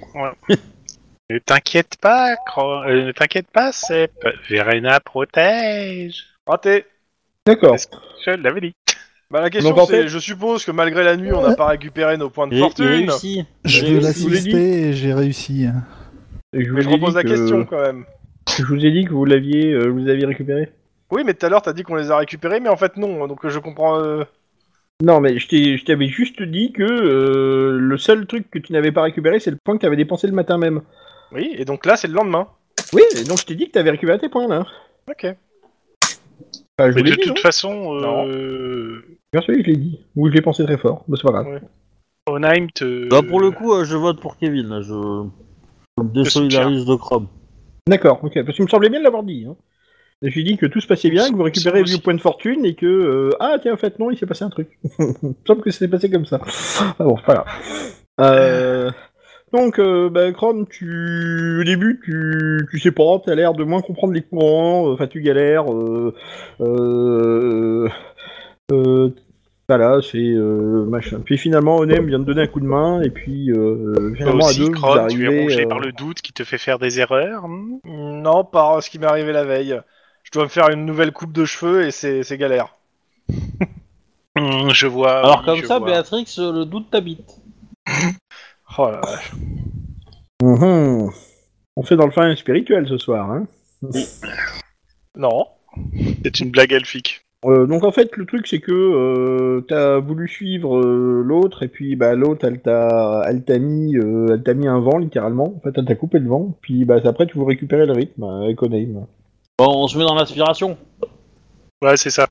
C: Ne t'inquiète pas, Cro- euh, ne t'inquiète pas, c'est Verena protège.
D: Raté.
B: D'accord.
C: Je l'avais dit.
D: Bah, la question,
B: Donc, en
D: c'est
B: fait- Euh,
D: je suppose que malgré la nuit, on n'a pas récupéré nos points de
A: Il, il
D: fortune.
A: réussit.
E: Je
A: J'ai
E: vais
A: réussi,
B: je vous l'ai dit.
E: l'assister et j'ai réussi. hein.
B: Et Je vous
D: Mais je
B: ai
D: repose
B: dit
D: la
B: que-
D: question quand même.
B: Je vous ai dit que vous l'aviez, euh, vous aviez récupéré.
D: Oui, mais tout à l'heure, t'as dit qu'on les a récupérés, mais en fait, non. hein, Donc, je comprends. euh,
B: Non, mais je t'ai- je t'avais juste dit que euh, le seul truc que tu n'avais pas récupéré, c'est le point que tu avais dépensé le matin même.
D: Oui, et donc là, c'est le lendemain.
B: Oui, et donc je t'ai dit que tu avais récupéré tes points là.
D: Ok.
B: Enfin, je vous
C: Mais de
B: l'ai dit, non
C: toute façon,
D: Non.
C: euh,
B: Je suis persuadé que je l'ai dit. Ou je l'ai pensé très fort. Bah, c'est pas grave.
C: Onheim te.
A: Bah, pour le coup, euh, je vote pour Kevin, là, je... je me désolidarise de Chrome.
B: D'accord, ok. Parce qu'il me semblait bien de l'avoir dit. Hein. J'ai dit que tout se passait bien, que vous récupérez
C: Aussi.
B: vos points de fortune et que. euh, ah, tiens, en fait, non, il s'est passé un truc. il me semble que c'était passé comme ça. Ah bon, voilà. Euh, donc, euh, bah, Chrome, tu. Au début, tu, tu sais pas, t'as l'air de moins comprendre les courants, euh, enfin, tu galères. Euh, euh, euh, voilà, c'est euh, machin. Puis finalement, Onem vient de donner un coup de main, et puis euh,
C: Toi
B: finalement, à
C: aussi,
B: deux, vous
C: Chrome, tu
B: arrivez,
C: es rongé
B: euh,
C: par le doute qui te fait faire des erreurs. hmm
D: Non, par euh, ce qui m'est arrivé la veille. Je dois me faire une nouvelle coupe de cheveux et c'est c'est galère.
C: Hmm, je vois.
A: Alors,
C: oui,
A: comme
C: je
A: ça,
C: vois.
A: Béatrix, euh, le doute t'habite.
D: Oh là là.
B: Mhm. On fait dans le fin spirituel ce soir, hein
D: Non.
C: C'est une blague elfique.
B: Euh, donc en fait, le truc c'est que euh, t'as voulu suivre euh, l'autre et puis bah l'autre elle t'a elle t'a mis euh, elle t'a mis un vent littéralement. En fait, elle t'a coupé le vent. Puis bah après tu veux récupérer le rythme euh, avec Onaim.
A: Bon, on se met dans l'aspiration.
C: Ouais, c'est ça.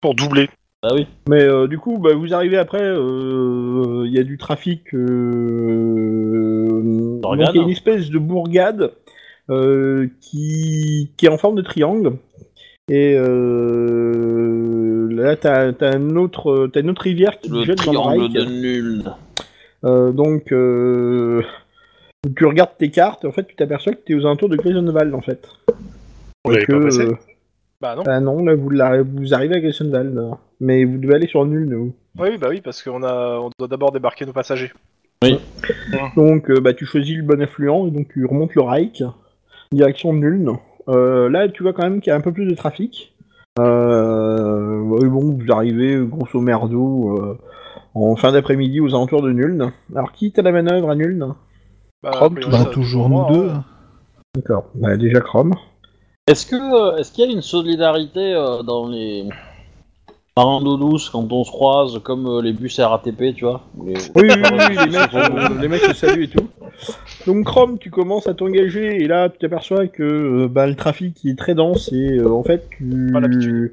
C: Pour doubler.
A: Bah oui.
B: Mais euh, du coup, bah, vous arrivez après, euh, il y a du trafic. Euh, donc il
A: D'organes.
B: y a une espèce de bourgade euh, qui, qui est en forme de triangle. Et euh, là, t'as as un autre, t'as une autre rivière qui
A: Le
B: jette dans le
A: triangle
B: Reich.
A: de nul.
B: Euh, donc, euh, tu regardes tes cartes. En fait, tu t'aperçois que t'es aux alentours de Grisonval, en fait.
C: Vous l'avez
B: Que,
C: pas passé
B: euh,
D: Bah non.
B: ah non, là, vous, l'arri- vous arrivez à Grisonval, là. mais vous devez aller sur nul. là, vous.
D: Oui, bah oui, parce qu'on a, on doit d'abord débarquer nos passagers.
B: Donc euh, bah, tu choisis le bon affluent et donc tu remontes le Reich, direction Nuln. Euh, là tu vois quand même qu'il y a un peu plus de trafic. Euh, ouais, bon, vous arrivez grosso merdo euh, en fin d'après-midi aux alentours de Nuln. Alors qui t'a la manœuvre à Nuln
D: Bah,
E: Chrome,
D: a
E: bah, toujours nous deux. hein.
B: D'accord, bah, déjà Chrome.
A: Est-ce que euh, est-ce qu'il y a une solidarité euh, dans les marins d'eau douce quand on se croise, comme euh, les bus RATP, tu vois les-
B: Oui, oui, oui, oui, les, mecs, euh, les mecs se saluent et tout. Donc Chrome, tu commences à t'engager et là tu t'aperçois que euh, bah, le trafic il est très dense et euh, en fait tu
D: Pas l'habitude.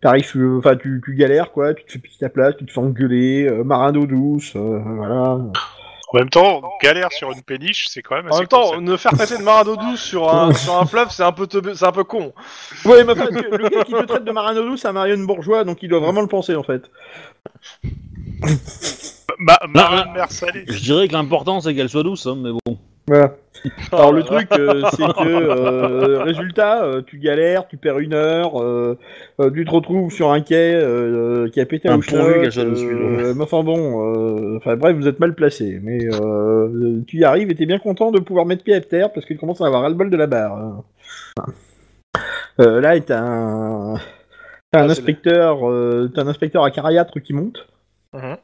B: t'arrives, euh, enfin tu, tu galères quoi, tu te fais piquer ta place, tu te fais engueuler, euh, marin d'eau douce, euh, voilà.
C: En même temps, galère sur une péniche, c'est quand même assez
D: En même temps,
C: concept.
D: ne faire passer de marado douce sur un, sur un fleuve, c'est un peu teubé- c'est un peu con.
B: Ouais, mais enfin, le le gars qui te traite de marin d'eau douce, c'est un Marion bourgeois, donc il doit vraiment le penser en fait.
C: Ma, marin
A: Bah,
C: de mer salée.
A: Je dirais que l'important c'est qu'elle soit douce, hein, mais bon.
B: Voilà. Alors
D: Oh
B: le truc, euh, c'est que euh, résultat, euh, tu galères, tu perds une heure, euh, euh, tu te retrouves sur un quai euh, qui a pété
A: Ah,
B: un
A: pourvu qu'elle soit dessus,
B: mais enfin bon, euh, enfin bref, vous êtes mal placé, mais euh, tu y arrives et t'es bien content de pouvoir mettre pied à terre parce qu'il commence à avoir ras le bol de la barre. Euh, là, t'as un, t'as un
D: Ah, c'est
B: inspecteur, euh, t'as un inspecteur à carayatre qui monte.
D: Mhm.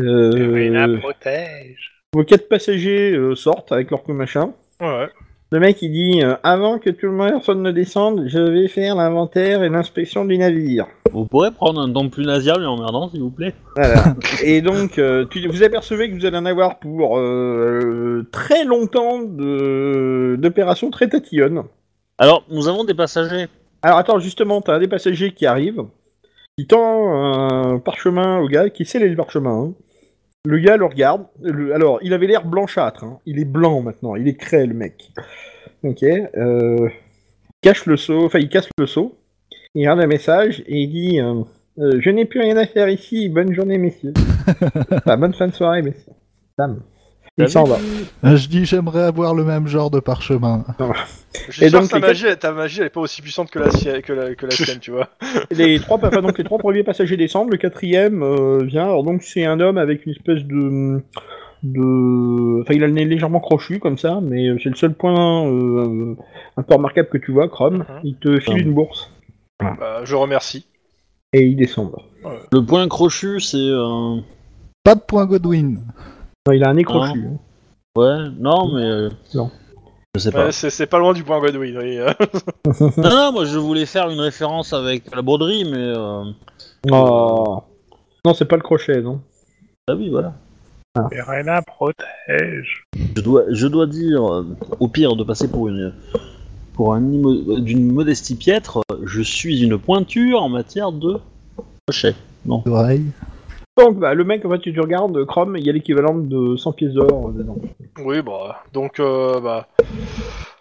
B: Euh,
C: protège.
B: vos quatre passagers euh, sortent avec leur coup machin.
D: Ouais, ouais.
B: Le mec il dit euh, avant que tout le monde personne ne descende, je vais faire l'inventaire et l'inspection du navire.
A: Vous pourrez prendre un temps plus nasial et emmerdant, s'il vous plaît.
B: Voilà. et donc euh, tu- vous apercevez que vous allez en avoir pour euh, très longtemps de- d'opérations très tatillonnes.
A: Alors, nous avons des passagers.
B: Alors attends justement, t'as un des passagers qui arrive, qui tend un parchemin au gars, qui scelle le parchemin. hein. Le gars le regarde. Le- alors il avait l'air blanchâtre, hein. il est blanc maintenant, il est crêle le mec. Ok. euh, cache le seau, enfin il casse le seau. Il regarde un message et il dit euh, euh, Je n'ai plus rien à faire ici. Bonne journée messieurs. Enfin, bonne fin de soirée messieurs. Dame. Il s'en va.
E: Euh, Je dis, j'aimerais avoir le même genre de parchemin.
D: Je
B: Et
D: et
B: donc,
D: donc, ta
B: les
D: magie, ta magie, elle est pas aussi puissante que la, si- que la, que la sienne, tu vois.
B: les trois, enfin, donc les trois premiers passagers descendent, le quatrième euh, vient. Alors donc c'est un homme avec une espèce de, de, enfin il a le nez légèrement crochu comme ça, mais c'est le seul point euh, un peu remarquable que tu vois, Chrome.
D: Mhm.
B: Il te file une bourse
D: Bah, je remercie.
B: et il descend.
A: Le point crochu, c'est euh,
E: Pas de point Godwin.
B: Non, il a un nez crochu. hein.
A: ouais, non, mais euh,
B: Non.
A: je sais
B: Bah.
A: pas.
D: Ouais, c'est c'est pas loin du point Godwin. oui. euh.
A: Non, non, moi je voulais faire une référence avec la broderie, mais euh,
B: Oh. Non, c'est pas le crochet, non.
A: ah oui, voilà.
C: Serena protège.
A: Je dois, je dois dire, euh, au pire, de passer pour une, pour un immo- d'une modestie piètre, euh, je suis une pointure en matière de crochet.
E: D'oreille.
B: Donc bah, le mec, en fait, tu tu regardes, euh, Chrome, il y a l'équivalent de 100 pièces d'or euh, dedans.
D: oui, bah, donc, euh, bah.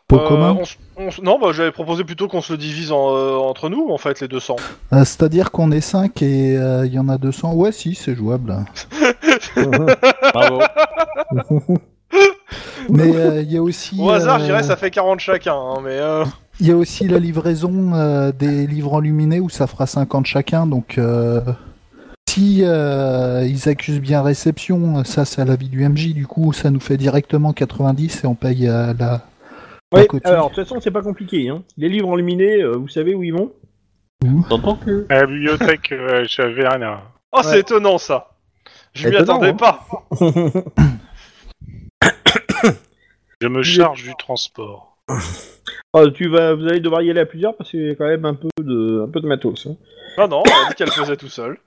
E: Pot
D: euh,
E: commun.
D: on s- on s- Non, bah, j'avais proposé plutôt qu'on se le divise en, euh, entre nous, en fait, les 200.
E: Euh, C'est-à-dire qu'on est 5 et euh, il y en a 200. Ouais, si, c'est jouable.
A: Bravo.
E: Mais euh, il y a aussi.
D: Au hasard,
E: euh,
D: je dirais, ça fait 40 chacun, hein, mais. euh,
E: Il y a aussi la livraison euh, des livres enluminés où ça fera 50 chacun. Donc, euh, si euh, ils accusent bien réception, ça c'est à l'avis du MJ. Du coup, ça nous fait directement 90 et on paye euh, la. la
B: Oui,
E: cotille.
B: alors de toute façon, c'est pas compliqué. Hein. Les livres enluminés, euh, vous savez où ils vont
A: T'entends que
C: À la bibliothèque euh, Chaverna.
D: Oh, c'est
B: Ouais.
D: étonnant, ça. Je m'y
B: Étonnant,
D: attendais
B: hein.
D: pas.
C: Je me charge du transport.
B: Ah, tu vas, vous allez devoir y aller à plusieurs parce qu'il y a quand même un peu de, un peu de matos. hein.
D: Ah non, elle a dit qu'elle faisait tout seul.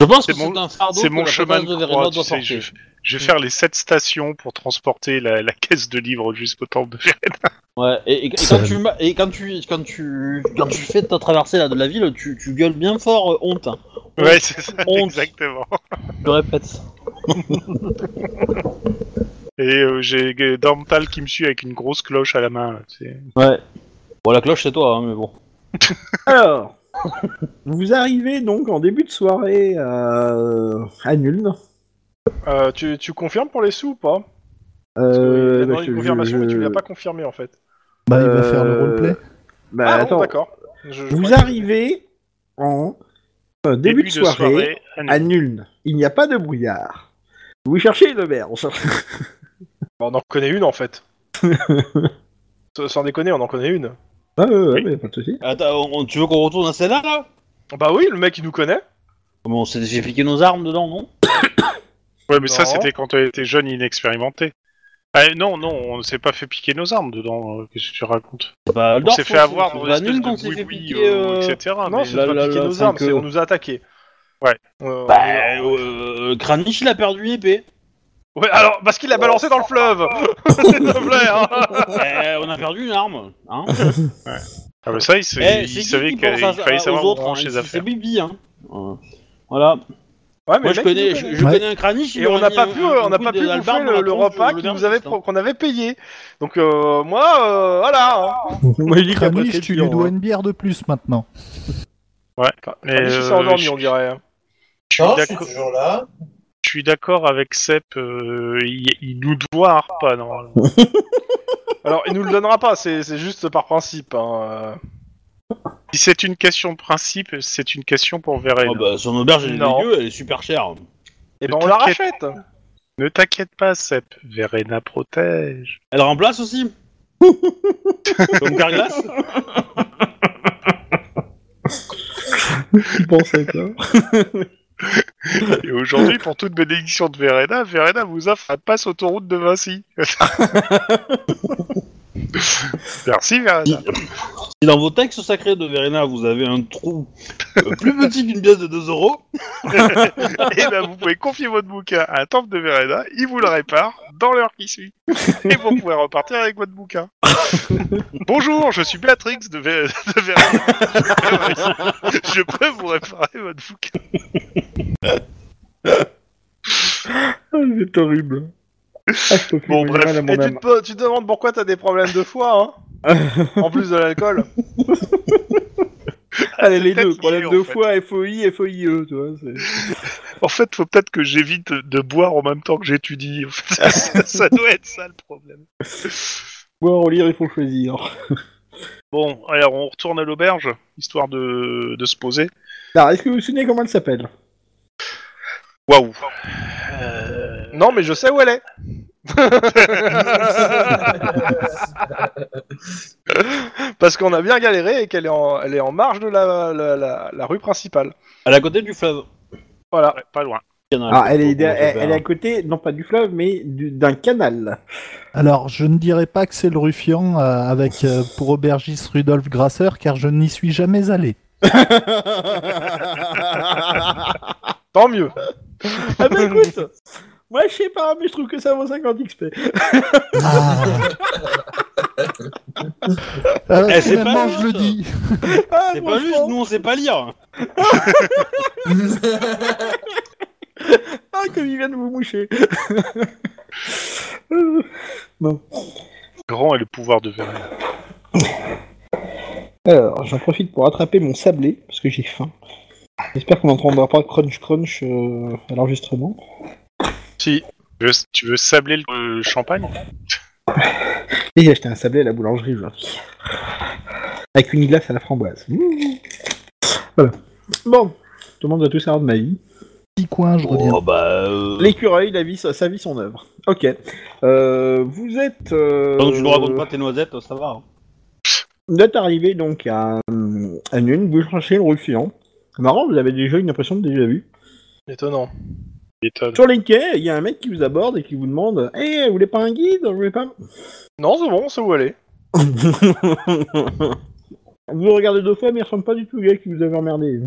A: Je pense que
C: C'est mon-
A: c'est un fardeau
C: C'est
A: que
C: mon
A: la
C: chemin
A: province
C: de
A: Verona
C: croix, tu
A: doit
C: sais, je,
A: porter.
C: je vais faire les sept stations pour transporter la, la caisse de livres jusqu'au temple de Verona.
A: Ouais, et, et- et quand
E: Ça-
A: tu, ma- et quand tu, quand tu, quand tu fais ta traversée là, de la ville, tu, tu gueules bien fort, euh, honte. hein.
C: Ouais, c'est ça,
A: Honte.
C: exactement.
A: Je le répète.
C: Et euh, j'ai euh, Dormtal qui me suit avec une grosse cloche à la main. là, tu sais.
A: Ouais. Bon, la cloche c'est toi, hein, mais bon.
B: Alors, vous arrivez donc en début de soirée à, à Nuln.
D: Euh, tu, tu confirmes pour les sous ou pas Parce que il
B: Euh, bah,
D: a demandé
B: je-
D: une confirmation,
B: je-
D: mais tu l'as pas confirmé en fait.
E: Bah, il va faire le
B: Euh,
E: roleplay.
B: Bah,
D: ah
B: attends.
D: bon, d'accord. Je- je
B: vous
D: crois que-
B: arrivez en euh, début, de soirée,
C: à nous.
B: à Nuln. Il n'y a pas de brouillard. Vous cherchez une auberge.
D: Bah, on en connaît une en fait. Sans- Sans déconner, on en connaît une.
B: Ah, ouais, ouais, ouais, pas de souci.
A: Attends, on- tu veux qu'on retourne à celle-là là
D: Bah oui, le mec il nous connaît.
A: Bon, on s'est j'ai piqué nos armes dedans, non
C: Ouais, mais ça,
D: Non.
C: c'était quand on était jeune, inexpérimenté. Ah, non, non, on s'est pas fait piquer nos armes dedans. euh, Qu'est-ce que tu racontes
A: C'est pas
C: On
A: Aldorf,
C: s'est fait avoir
A: c'est
C: dans
A: pas
C: l'espèce
A: Nuln
C: de
A: qu'on s'est fait
C: boui-boui,
A: piquer.
C: euh,
A: euh,
C: etc.
D: non,
C: mais-
D: c'est
A: là,
D: pas
A: là,
D: piquer
A: là,
D: nos
A: fin
D: armes,
A: que-
D: c'est on nous a attaqué.
C: euh, Ouais.
D: Euh,
A: Bah, euh, Kranich, il a perdu une épée.
D: euh, Ouais, alors, parce qu'il l'a balancé dans le fleuve
A: Oh.
D: S'il te plaît, hein.
A: Eh, on a perdu une arme, hein
C: Ah, bah ça, il, se-
A: Eh,
C: il
A: c'est qui
C: savait
A: qui
C: qu'il
A: pense à-
C: fallait
A: à-
C: savoir
A: aux
C: où
A: autres,
C: brancher
A: hein,
C: ses
A: c'est- C'est
C: affaires.
A: Bibi, hein. Euh, Voilà.
D: Ouais, Ah, mais
A: Moi,
D: le
A: je
D: mec, il
A: connais,
D: nous
A: je,
D: connaît.
A: je
E: Ouais.
A: connais un Kranich.
D: Et on n'a pas pu, euh, on n'a pas pu bouffer
A: euh,
D: le, le repas que nous avait pro- qu'on avait payé. Donc euh, moi, euh, voilà. hein.
B: Moi, je dis qu'après,
E: Kranich,
B: c'est
E: tu
B: le
E: lui
B: client,
E: dois
B: hein.
E: une bière de plus maintenant.
C: Ouais. Mais,
D: Ah, mais je
C: euh,
D: suis endormi,
C: je-
D: on dirait.
C: je suis
B: Oh,
F: Non, je suis
C: d'accord-
F: toujours là.
C: je suis d'accord avec Sep, euh, il, il nous doit un repas, normalement.
D: Alors, il nous le donnera pas. C'est c'est juste par principe. hein.
C: Si c'est une question de principe, c'est une question pour Veren. hein.
A: Oh bah, son auberge, elle est
D: Non.
A: dégueu, elle est super chère.
D: Et
C: Ne
D: ben on la
C: t'inquiète-
D: rachète.
C: Ne t'inquiète pas, Sep. Verena protège.
A: Elle remplace aussi Comme Carglass
B: Tu penses à quoi
C: Et aujourd'hui, pour toute bénédiction de Verena, Verena vous offre un passe autoroute de Vinci. Merci, Verena.
A: Si dans vos textes sacrés de Verena, vous avez un trou euh, plus petit qu'une pièce de 2 euros,
C: Et ben, vous pouvez confier votre bouquin à un temple de Verena, il vous le répare dans l'heure qui suit. Et vous pouvez repartir avec votre bouquin. Bonjour, je suis Béatrix de, Vé- de Verena. Je peux vous réparer votre bouquin.
B: Ah, il est horrible. Ah, je peux plus,
C: Bon,
B: j'ai
C: bref.
B: mal à mon
D: Et tu
B: âme.
D: te, po- tu te demandes pourquoi t'as des problèmes de foie, hein En plus de l'alcool.
B: Allez, Ah, les
C: peut-être
B: deux,
C: lié,
B: problème
C: en
B: de
C: fait.
B: foi, FOI, FOIE, E, tu vois. c'est-
C: En fait, faut peut-être que j'évite de boire en même temps que j'étudie. En fait, ça- ça- ça doit être ça le problème.
B: Boire ou lire, il faut choisir.
C: Bon, alors on retourne à l'auberge, histoire de, de se poser.
B: Alors, est-ce que vous vous souvenez comment elle s'appelle
C: Waouh
D: Non, mais je sais où elle est. Parce qu'on a bien galéré et qu'elle est en, elle est en marge de la, la, la- la rue principale.
A: elle est à côté du fleuve.
D: Voilà.
C: Ouais, Pas loin.
A: Canal,
B: Alors, Ah, elle est,
A: comment ça
B: elle,
A: fait,
B: elle est
A: hein.
B: à côté, non pas du fleuve, mais du- d'un canal.
E: Alors, je ne dirais pas que c'est le Ruffian euh, avec euh, pour aubergiste Rudolf Grasser, car je n'y suis jamais allé.
D: Tant mieux.
B: Ah bah écoute Moi je sais pas, mais je trouve que ça vaut 50 XP.
E: Ah. Euh,
A: Eh, c'est pas
E: finalement,
A: juste.
E: je le dis.
B: Ah,
A: C'est pas juste,
B: franchement.
A: nous on sait pas lire.
B: Ah, comme il vient de vous moucher
C: Grand est le pouvoir de Verena.
B: Alors, j'en profite pour attraper mon sablé, parce que j'ai faim. J'espère qu'on n'entendra pas crunch crunch euh, à l'enregistrement.
D: Si.
C: Tu veux, tu veux sabler le euh, champagne
B: Et j'ai acheté un sablé à la boulangerie aujourd'hui. Avec une glace à la framboise. Mmh. Voilà. Bon, tout le monde doit tout savoir de ma vie.
E: Petit coin, je reviens.
A: Oh bah. euh,
B: L'écureuil, la vie, sa sa vie, son œuvre. Ok. Euh, vous êtes. euh,
A: Tant que tu nous racontes pas tes noisettes, ça va. hein.
B: Vous êtes arrivé donc à, à Nune, vous cherchez le ruffian. Marrant, vous avez déjà une impression de déjà vu.
D: Étonnant.
C: Étonne.
B: Sur les quais, il y a un mec qui vous aborde et qui vous demande Eh, vous voulez pas un guide Vous voulez pas
D: Non, c'est bon, c'est où elle est.
B: Vous le regardez deux fois, mais il ressemble pas du tout au gars qui vous avait emmerdé.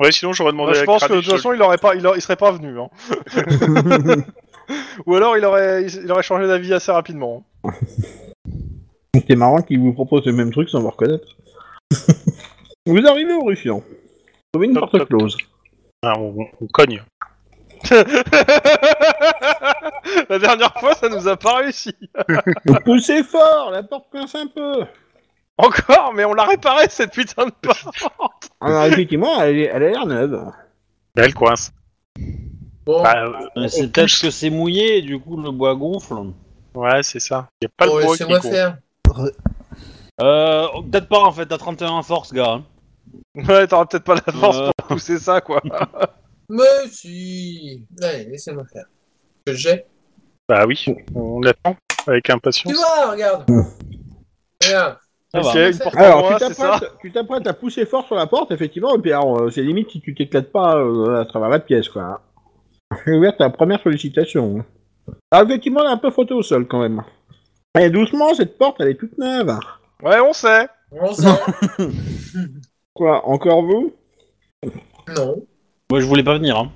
C: Ouais, sinon j'aurais demandé
D: je
C: à
D: pense que de
C: Kravitz,
D: toute façon, il aurait pas, il, aurait- il serait pas venu. hein. Ou alors, il aurait, il aurait changé d'avis assez rapidement. hein.
B: C'est marrant qu'il vous propose le même truc sans vous reconnaître. vous arrivez au Ruffian. Trouvez une
C: Toc,
B: porte
C: toc,
B: close.
C: Ah, on, on- on cogne.
D: La dernière fois, ça nous a pas réussi.
B: Poussez fort, la porte coince un peu.
D: Encore, mais on l'a réparé cette putain de porte.
B: Alors Ah, effectivement, elle, est- elle a l'air neuve.
C: Elle coince.
F: Bon,
C: Bah, euh,
A: Ouais, C'est peut-être que c'est mouillé et du coup le bois gonfle.
C: ouais, c'est ça. Y a pas
F: bon,
C: le bois qui
F: laissez-moi
C: compte.
F: faire.
A: Euh, peut-être pas en fait, t'as 31 force, gars. hein.
D: Ouais, t'auras peut-être pas la force
A: Euh,
D: pour pousser ça, quoi.
F: Mais si Allez, laissez-moi faire. Que j'ai
C: Bah oui, on l'attend avec impatience.
F: Tu vois, regarde Regarde
A: ça va.
D: S'il y a une porte en
B: Alors
D: moins,
B: tu
D: c'est ça.
B: t'apprêtes- tu t'apprêtes à pousser fort sur la porte, effectivement, et puis alors, euh, c'est limite si tu t'éclates pas euh, à travers la pièce, quoi. J'ai ouvert ta première sollicitation. Alors effectivement, elle est un peu frottée au sol quand même. Et doucement, cette porte, elle est toute neuve.
D: Ouais, on sait.
F: On s'en...
B: Quoi, encore vous
F: non.
A: Moi je voulais pas venir. Hein.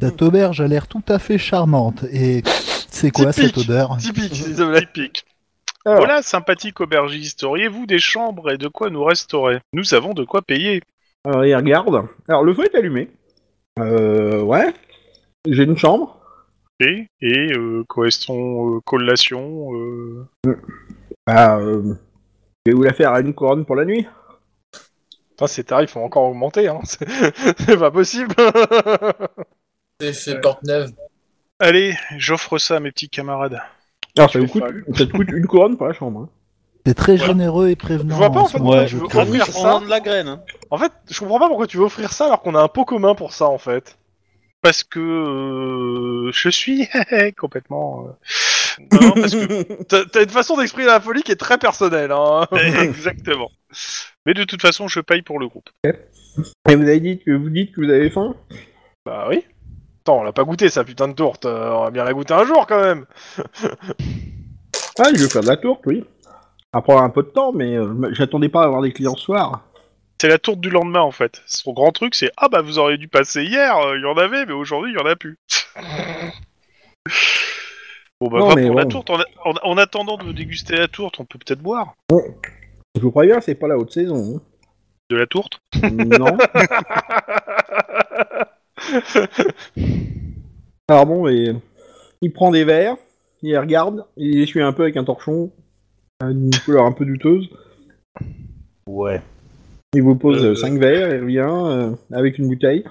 E: Cette auberge a l'air tout à fait charmante. Et c'est quoi cette
D: Typique.
E: odeur
D: Typique. c'est de la-
C: Typique.
B: Alors.
C: Voilà, sympathique aubergiste, auriez-vous des chambres et de quoi nous restaurer Nous avons de quoi payer.
B: Alors Euh, il regarde. Alors le feu est allumé. Euh, ouais. J'ai une chambre.
C: Et, et euh, quoi sont euh, collations euh,
B: Ah, euh, je vais vous la faire à une couronne pour la nuit.
D: Putain, ces tarifs ont encore augmenté. Hein. C'est c'est pas possible.
F: C'est fait porte neuve.
C: Allez, j'offre ça à mes petits camarades.
B: Alors ça
C: Je
B: vous
C: vais
B: coûte, ça te coûte une couronne pour la chambre. hein.
E: C'est très
C: Voilà.
E: généreux et prévenant.
D: Je vois pas, en
E: ce
D: fait,
E: moment,
D: ouais,
E: je
D: je veux
E: trouve.
D: Oui,
A: Offrir
D: ça.
A: sans de la graine. hein.
D: En fait, je comprends pas pourquoi tu veux offrir ça alors qu'on a un pot commun pour ça, en fait.
C: Parce que euh, je suis complètement. euh, Non, parce que
D: T'as t'as une façon d'exprimer la folie qui est très personnelle. Hein.
C: euh, Exactement. Mais de toute façon, je paye pour le groupe.
B: Et vous avez dit que vous dites que vous avez faim
D: Bah oui. Attends, on l'a pas goûté sa putain de tourte. Euh, on va bien la goûter un jour quand même.
B: Ah, je vais faire de la tourte, oui. Ça prend un peu de temps, mais euh, j'attendais pas à avoir des clients ce soir.
C: C'est la tourte du lendemain en fait. Son grand truc, c'est ah bah vous auriez dû passer hier, euh, il y en avait, mais aujourd'hui il y en a plus. bon bah
B: Non,
C: va
B: mais
C: pour la
B: bon.
C: tourte. En, en- en attendant de déguster la tourte, on peut peut-être boire
B: Je vous préviens, c'est pas la haute saison.
C: de la tourte.
B: hein. non. Alors bon, et... il prend des verres, il les regarde, il les essuie un peu avec un torchon, une couleur un peu douteuse.
A: Ouais.
B: Il vous pose
C: Euh,
B: 5 verres, il revient euh, avec une bouteille.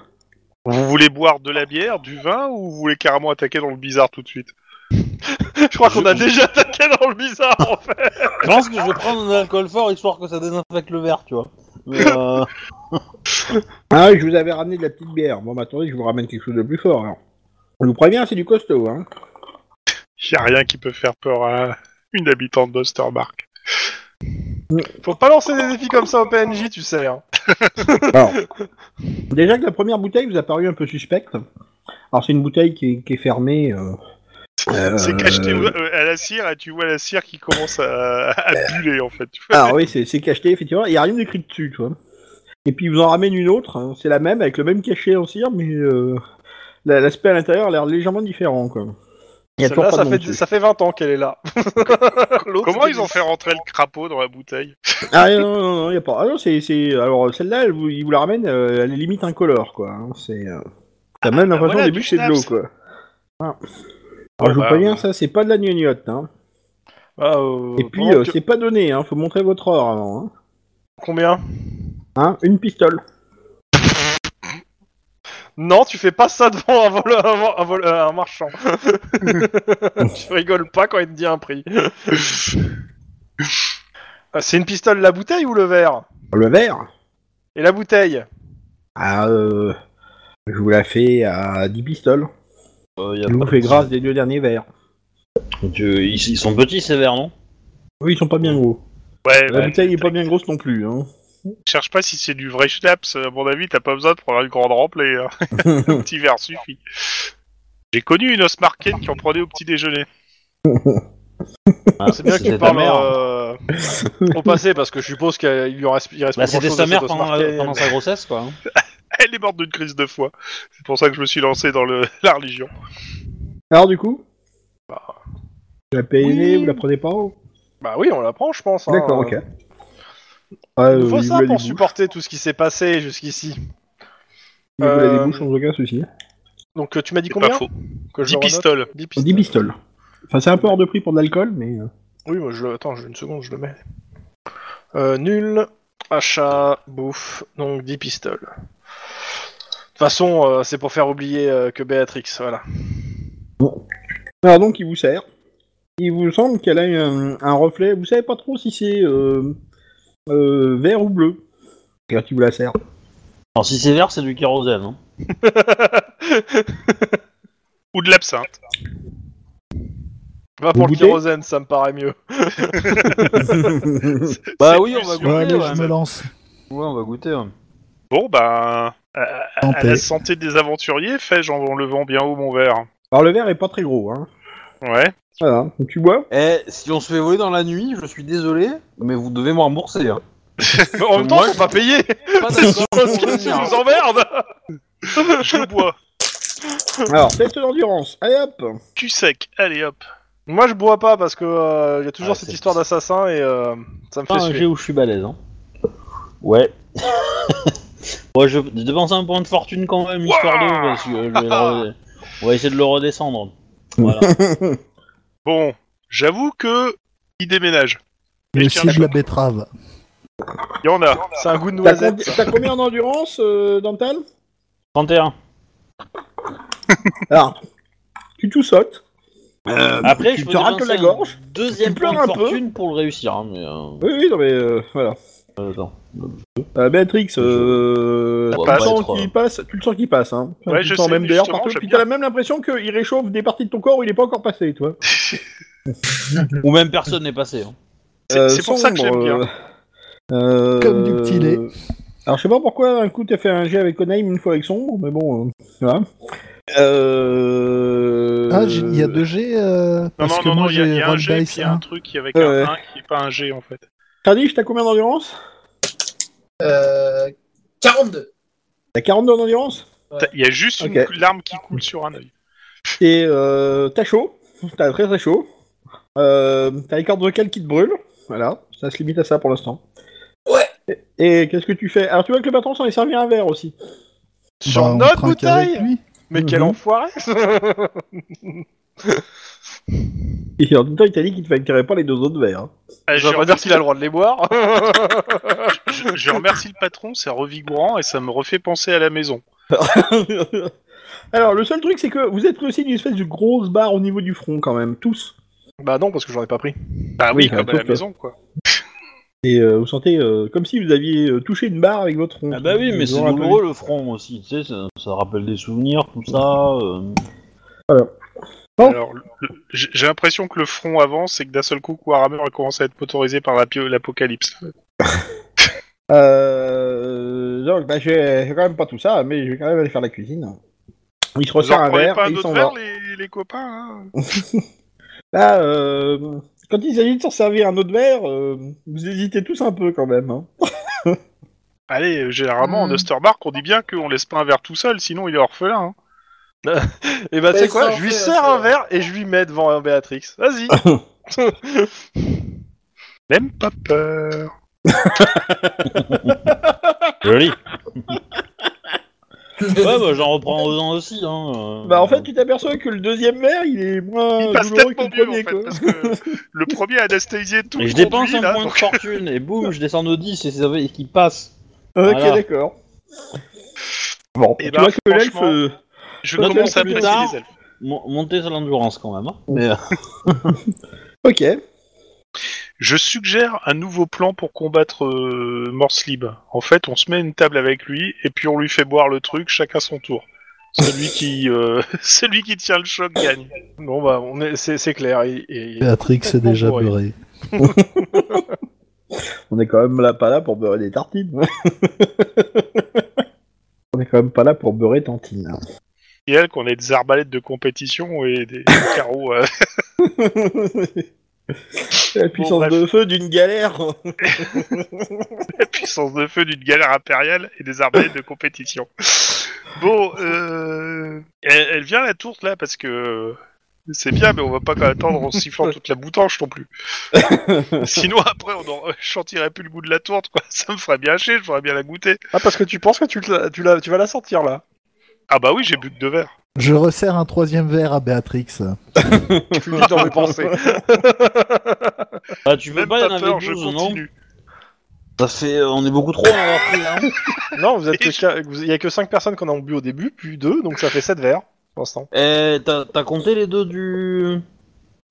C: Vous voulez boire de la bière, du vin ou vous voulez carrément attaquer dans le bizarre tout de suite
D: Je crois qu'on a
A: Je-
D: déjà attaqué dans le bizarre en fait.
A: Je pense que je vais prendre un alcool fort histoire que ça désinfecte le verre, tu vois. Mais, euh,
B: Ah, oui, je vous avais ramené de la petite bière. Bon, bah attendez, je vous ramène quelque chose de plus fort. Alors. Je vous préviens, c'est du costaud, hein.
C: Y a rien qui peut faire peur à une habitante d'Ostermark.
D: Faut pas lancer des défis comme ça au PNJ, tu sais. Hein.
B: Alors, déjà que la première bouteille vous a paru un peu suspecte. Alors, c'est une bouteille qui est, qui est fermée. euh, euh, Euh,
C: C'est cacheté au- euh, à la cire et tu vois la cire qui commence à, à buller en fait. Tu vois.
B: Ah oui, c'est c'est cacheté, effectivement. Il n'y a rien d'écrit dessus, tu vois. Et puis, il vous en ramène une autre. hein. C'est la même, avec le même cachet en cire, mais euh, la- l'aspect à l'intérieur a l'air légèrement différent, quoi. Il y a toujours pas de
D: Celle-là, ça
B: nom
D: fait,
B: dessus.
D: ça fait 20 ans qu'elle est là. L'autre,
C: Comment
D: c'était
C: ils ont fait rentrer le crapaud dans la bouteille
B: Ah non, non, non, il y a pas. Ah non, c'est. c'est- Alors, celle-là, elle vous- il vous la ramène, euh, elle est limite incolore, quoi. hein. C'est. euh,
D: Ah,
B: T'as même
C: bah
B: l'impression
C: voilà,
B: au début
C: du
B: que c'est de l'eau,
C: schnapps.
B: quoi. Ah. Alors, je vous
C: bah,
B: préviens,
C: ouais.
B: ça, c'est pas de la gnognotte, hein.
D: Ah, euh,
B: Et puis,
D: pendant
B: euh,
D: que-
B: c'est pas donné, hein. Faut montrer votre or avant, hein.
D: combien
B: Hein, une pistole.
D: Non, tu fais pas ça devant un, voleur, un, vo- un voleur- un marchand. tu rigoles pas quand il te dit un prix. Ah, C'est une pistole, la bouteille ou le verre
B: Le verre
D: Et la bouteille
B: Ah, euh, Je vous la fais à 10 pistoles.
A: euh, y a
B: Je vous
A: pas-
B: fais grâce des deux derniers verres.
A: Tu- euh, Ils, ils sont petits ces verres, non
B: Oui, ils sont pas bien gros.
D: Eh
C: Ouais,
B: La
D: ben,
C: bah,
B: bouteille est pas bien grosse non plus, hein.
C: cherche pas si c'est du vrai euh, schnapps. À mon avis, t'as pas besoin de prendre une grande rampe et un petit verre suffit. J'ai connu une os marquette qui en prenait au petit déjeuner.
A: Ah,
D: C'est bien que
A: c'était ta
D: tu parles
A: mère.
D: euh, au passé, parce que je suppose qu'il lui en reste, il reste
A: Bah,
D: pas
A: c'était
D: grand-chose
A: sa
D: à
A: mère
D: cette
A: pendant,
D: Osmarquée.
A: pendant sa grossesse, quoi. hein.
C: Elle est morte d'une crise de foi. C'est pour ça que je me suis lancé dans le, la religion.
B: Alors du coup La PNE, vous la prenez pas ou-
D: Bah oui, on l'apprend, je pense. hein.
B: D'accord, ok. Ah, Ouais,
D: Il nous faut
B: il
D: ça
B: voulait
D: pour
B: des bouches.
D: supporter tout ce qui s'est passé jusqu'ici.
B: Il voulait
D: Euh,
B: des bouches sans aucun souci.
D: Donc euh, tu m'as dit
C: C'est
D: combien
C: pas faux.
D: que
C: 10
D: le renote
C: pistoles.
D: 10 pistoles.
B: 10 pistoles. Enfin, c'est un peu hors de prix pour de l'alcool, mais. euh,
D: Oui, moi je le. Attends, j'ai une seconde, je le mets. Euh, nul, achat, bouffe, donc 10 pistoles. De toute façon, euh, c'est pour faire oublier euh, que Béatrix, voilà.
B: Alors donc il vous sert. Il vous semble qu'elle a un, un reflet. Vous savez pas trop si c'est euh, euh, vert ou bleu. Quand il vous la sert.
A: Alors, si c'est vert, c'est du kérosène. hein.
C: Ou de l'absinthe.
D: Va pour
B: Vous
D: le
B: goûtez
D: kérosène, ça me paraît mieux.
A: Bah
C: C'est
A: oui, on
C: plus
A: va
C: sûr.
A: goûter.
E: Ouais, allez,
A: Ouais,
E: je me lance.
A: on va goûter. ouais.
C: Bon, ben,
E: Tant
C: à la
E: pis.
C: santé des aventuriers, fais-je en en levant bien haut mon verre.
B: Alors le vert est pas très gros. Hein.
C: Ouais.
B: Voilà. Donc, tu bois.
A: Eh, si on se fait voler dans la nuit, je suis désolé, mais vous devez me rembourser. hein.
D: Mais en même temps,
A: Moi,
D: faut pas payer
A: Pas d'accord pour
D: Parce que tu
A: venir.
D: nous emmerdes
C: Je le bois.
B: Alors test d'endurance. Allez hop.
C: Cul sec. Allez hop.
D: Moi, je bois pas parce que euh, y a toujours
A: Ah,
D: cette
A: c'est- Ah,
D: histoire d'assassin et euh, ça me fait
A: Pas un
D: suer.
A: jet où je suis balèze. Hein. Ouais. Moi, je je dépense un point de fortune quand même, histoire
C: Ouah
A: de. Parce que je vais le re- On va essayer de le redescendre.
C: Bon, j'avoue que. Il déménage.
E: Le
C: tiens,
E: cible de la betterave.
C: Il y en a.
D: C'est un goût de
B: T'as
D: noisette.
B: combi- t'as combien d'endurance, euh, Dental
A: 31.
B: Alors, tu tout sautes. Euh,
A: Après,
B: tu
A: je peux
B: te racles
A: dépenser
B: la
A: un
B: gorge,
A: Deuxième
B: tu pleures
A: point de
B: un peu.
A: fortune pour le réussir. hein, mais, euh,
B: Oui, oui, non mais euh, voilà.
A: attends.
B: Euh, Béatrix, euh,
A: Ça
B: tu,
A: passe.
B: le sens
A: Être,
B: qu'il
A: euh,
B: passe, tu le sens qu'il passe. Hein. Enfin,
C: Ouais,
B: tu
C: je
B: le sens
C: sais,
B: même
C: mais
B: d'ailleurs
C: justement,
B: partout.
C: j'aime
B: Puis t'as
C: bien.
B: la même l'impression qu'il réchauffe des parties de ton corps où il est pas encore passé, toi.
A: Ou même personne n'est passé. hein.
C: C'est
B: Euh,
C: c'est pour ça que j'aime bien.
E: Comme du petit lait.
B: Alors je sais pas pourquoi un coup t'as fait un jet avec Onaim, une fois avec Sombre, mais bon, euh, voilà. Euh...
E: Ah, j'ai- il y a deux G euh,
C: Non,
E: parce
C: non,
E: que
C: non, non,
E: moi
C: il y a- il y
E: j'ai
C: a un
E: roll
C: G,
E: dice
C: puis il y a un
E: 1.
C: truc avec
B: Ouais.
C: un 1 qui est pas un G en fait.
B: Kranich, t'as combien d'endurance
F: Euh, 42.
B: T'as 42 d'endurance
C: T'as- Il y a juste
B: Ok.
C: une larme qui coule sur un œil.
B: Et euh, t'as chaud, t'as très très chaud. Euh, t'as les cordes vocales qui te brûlent. Voilà, ça se limite à ça pour l'instant.
F: Ouais.
B: Et, et qu'est-ce que tu fais Alors tu vois que le patron s'en est servi un verre aussi.
D: Sur
E: on
D: notre
E: trinque avec
D: bouteille
E: lui.
D: Mais quel
B: Mhm.
D: enfoiré
B: Et en même temps, il t'a dit qu'il ne fallait pas les deux autres verres.
C: Ah,
D: Je vais pas dire
C: remercie-
D: qu'il a le droit de les boire.
C: je- je remercie le patron, c'est revigorant et ça me refait penser à la maison.
B: Alors le seul truc c'est que vous êtes pris aussi d'une espèce de grosse barre au niveau du front quand même, tous.
D: bah non, parce que j'en ai pas pris.
C: Bah oui,
B: Oui,
C: comme
B: bah,
C: à la
B: tout à fait.
C: maison quoi.
B: Et euh, vous sentez euh, comme si vous aviez euh, touché une barre avec votre front.
A: Ah bah oui, mais
B: Vous
A: c'est
B: vous rappelez.
A: douloureux le front aussi. Tu sais, ça, ça rappelle des souvenirs, tout ça. euh.
B: Bon.
C: Alors, le- le- j'ai j'ai l'impression que le front avance et que d'un seul coup, Warhammer a commencé à être motorisé par la pio- l'apocalypse.
B: Euh, donc bah j'ai j'ai quand même pas tout ça, mais je vais quand même aller faire la cuisine. Il se
C: Vous en
B: resserre un
C: prenez
B: verre
C: pas
B: et
C: un
B: il
C: autre
B: s'en va.
C: verre, les, les copains hein
B: Là, euh, quand il s'agit de s'en servir un autre verre, euh, vous hésitez tous un peu quand même. hein.
C: Allez, euh, généralement,
F: Hmm.
C: en Ostermark, on dit bien qu'on laisse pas un verre tout seul, sinon il est orphelin. hein.
D: Et bah tu
F: Ouais,
D: sais quoi,
F: ça en
D: je lui
F: fait,
D: sers
F: ça.
D: un verre et je lui mets devant euh, Béatrix. Vas-y
C: Même pas peur.
A: Joli. Ouais, bah j'en reprends aux uns aussi. Hein. euh.
B: Bah en fait, tu t'aperçois que le deuxième verre, il est moins
C: Oh Il passe
B: douloureux que
C: tellement
B: le
C: mieux, en
B: premier. quoi.
C: fait, parce que le premier a anesthésié tout
A: Et
C: le
A: je dépense
C: conduit,
A: un
C: là,
A: point
C: donc-
A: de fortune et boum, je descends de 10 et ça va- et qui passe.
B: Ok,
A: Voilà.
B: d'accord. Bon,
C: Eh
B: tu
C: ben,
B: vois que l'elfe,
C: franchement,
B: euh,
C: Je
A: Note-le
C: commence à
A: plus
C: apprécier
A: tard.
C: les elfes.
A: Mon- monter sur l'endurance quand même. hein. Mais euh,
B: euh, Ok.
C: Je suggère un nouveau plan pour combattre euh, Morslib. En fait, on se met à une table avec lui et puis on lui fait boire le truc, chacun son tour. Celui qui, euh, celui qui tient le choc gagne.
D: Bon bah, on est, c'est, c'est clair. Et, et-
E: Béatrix est déjà
D: Bon, ouais.
E: beurrée.
B: On est quand même là, pas là pour beurrer des tartines. On est quand même pas là pour beurrer tantine.
C: industrielle, qu'on ait des arbalètes de compétition et des, des carreaux. euh.
B: La puissance
C: bref.
B: de feu d'une galère.
C: la puissance de feu d'une galère impériale et des arbalètes de compétition. Bon, euh, elle, elle vient la tourte là parce que euh, c'est bien, mais on va pas attendre en sifflant toute la boutanche non plus. Sinon après on en sentirait plus le goût de la tourte quoi. Ça me ferait bien chier, je voudrais bien la goûter.
D: Ah, parce que tu penses que tu, la- tu, la- tu vas la sortir là
C: Ah bah oui, j'ai bu que deux verres.
E: Je resserre un troisième verre à Béatrix.
D: Tu le dis dans mes pensées.
A: Bah, tu veux
C: Même
A: pas,
C: pas
A: il y en avait
C: peur, je
A: 12, non
C: continue.
A: Ça fait. euh, on est beaucoup trop à en avoir pris, hein.
D: Non, vous êtes
C: Et
D: que
C: je-
D: ca- vous- il y a que 5 personnes qu'on a bu au début, puis 2, donc ça fait 7 verres pour l'instant.
A: Eh, t'as t'as compté les deux du.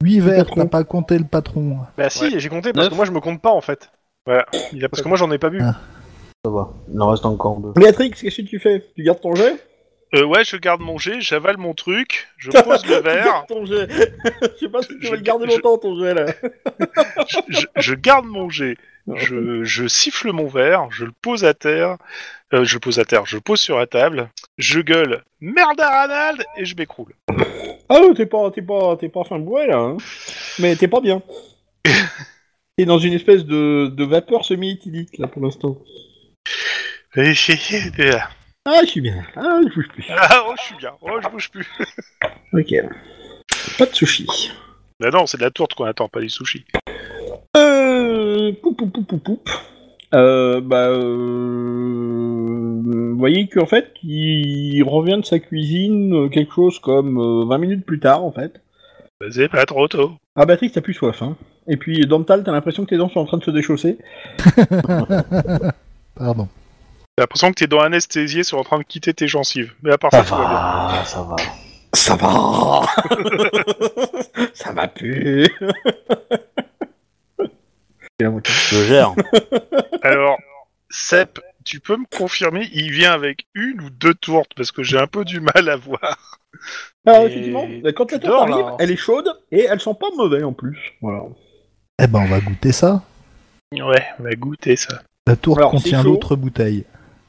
E: Huit verres,
B: patron.
E: t'as pas compté le patron.
D: Bah si, j'ai compté parce
A: Neuf.
D: que moi je me compte pas en fait.
C: Il a pas
D: Parce que moi j'en ai pas bu.
A: Ça va, il en reste encore deux.
B: Béatrix, qu'est-ce que tu fais Tu gardes ton jet
C: Euh, ouais, je garde mon jet, j'avale mon truc, je pose le
B: Tu
C: verre,
B: gardes ton jet. je sais pas si tu
C: Bah, Je-
B: vas le garder
C: je-
B: longtemps ton jet là.
C: je, je- je garde mon jet, je, je siffle mon verre, je le pose à terre, euh, je le pose à terre, je le pose sur la table, je gueule merde à Ranald et je m'écroule.
B: Ah ouais, t'es pas, t'es pas, t'es pas fin de bois là. hein. Mais t'es pas bien. t'es dans une espèce de, de vapeur semi-éthylique là pour l'instant.
C: Et j'ai-
B: Ah, je suis bien. Ah, je bouge plus.
C: ah, oh, je suis bien, oh, je bouge plus.
B: Ok. Pas de sushi.
C: Bah non, c'est de la tourte qu'on attend, pas des sushis.
B: Euh. Poup, poup, poup, poup, poup. Euh, bah, euh, vous voyez qu'en fait, il revient de sa cuisine euh, quelque chose comme euh, 20 minutes plus tard, en fait.
C: Bah, C'est pas trop tôt.
B: Ah, Patrick, t'as plus soif, hein. Et puis, Dantal, t'as l'impression que tes dents sont en train de se déchausser.
E: Pardon.
C: T'as l'impression que t'es dans anesthésié, sont en train de quitter tes gencives. Mais à part
A: Ça
C: ça, tout va bien.
A: va, ça va.
B: Ça va Ça va plus
A: Je gère.
C: Alors, Sep, tu peux me confirmer, il vient avec une ou deux tourtes parce que j'ai un peu du mal à voir.
B: Alors,
D: Et
B: effectivement, quand la
D: tu
B: tourte
D: dors, là,
B: arrive,
D: hein.
B: elle est chaude et elle sent pas mauvais en plus. Voilà.
E: Eh ben, on va goûter ça.
C: Ouais, on va goûter ça.
E: La tour
B: Alors,
E: contient
B: c'est chaud.
E: l'autre bouteille.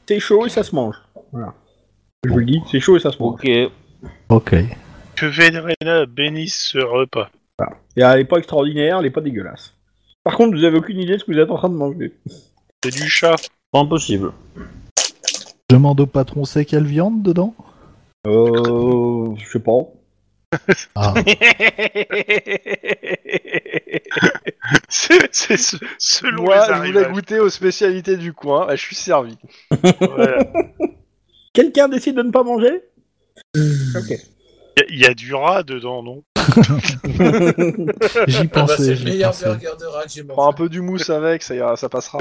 B: C'est chaud et ça se mange. Voilà. Je vous le dis, c'est chaud et ça se mange.
A: ok. Et
E: Ok.
C: Que Védrena bénisse ce repas.
B: Et elle est pas extraordinaire, elle est pas dégueulasse. Par contre, vous avez aucune idée de ce que vous êtes en train de manger.
C: C'est du chat.
A: Pas impossible.
E: Je demande au patron, c'est quelle viande dedans
B: Euh. Je sais pas.
E: Ah,
C: C'est c'est ce- selon
D: Moi,
C: les
D: je voulais
C: arrivages.
D: goûter aux spécialités du coin, et je suis servi.
C: Voilà.
B: Quelqu'un décide de ne pas manger Ok.
C: Il y, a- il y a du rat dedans, non
E: j'y
F: Ah bah,
E: pensais.
F: c'est le
E: j'y
F: meilleur
E: pensais.
F: burger de rat que j'ai
D: Prends un
F: mangé.
D: peu du mousse avec, ça, ira, ça passera.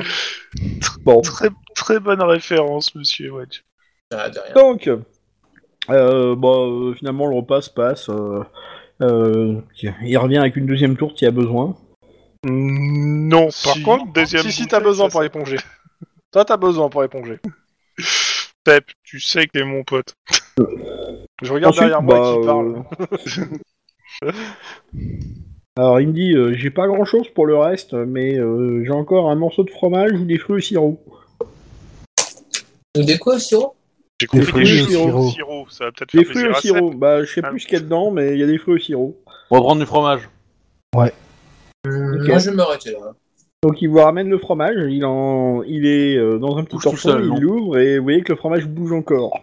B: Bon.
C: Très très bonne référence, monsieur Wedge.
F: Ah, de rien.
B: Donc, euh, bah, euh, finalement, le repas se passe. euh, euh, il revient avec une deuxième tourte s'il y a besoin.
C: Non, par
D: Si.
C: contre, deuxième.
D: si, si,
C: bouteille,
D: t'as besoin
C: ça,
D: pour éponger. Toi, t'as besoin pour éponger.
C: c'est Pep, tu sais que t'es mon pote.
D: Je regarde
B: Ensuite,
D: derrière moi
B: bah,
D: qui parle.
B: euh, Alors, il me dit euh, j'ai pas grand chose pour le reste, mais euh, j'ai encore un morceau de fromage ou des fruits au sirop.
F: Ou des quoi, sirop
C: J'ai compris
E: fruits
C: des
E: au
C: choses
E: sirop.
C: au sirop, ça va
D: Ah,
C: peut-être
B: Des
C: faire
B: fruits
C: plaisir
B: au
C: à Seb.
B: sirop, bah je sais
C: Ah.
B: plus ce qu'il y a dedans, mais il y a des fruits au sirop.
A: On va prendre du fromage.
B: Ok.
F: Hum, Moi, je vais m'arrêter là.
B: Donc il vous ramène le fromage, il en, il est euh, dans un petit
A: Bouge tout
B: torchon,
A: seul, non
B: il l'ouvre et vous voyez que le fromage bouge encore.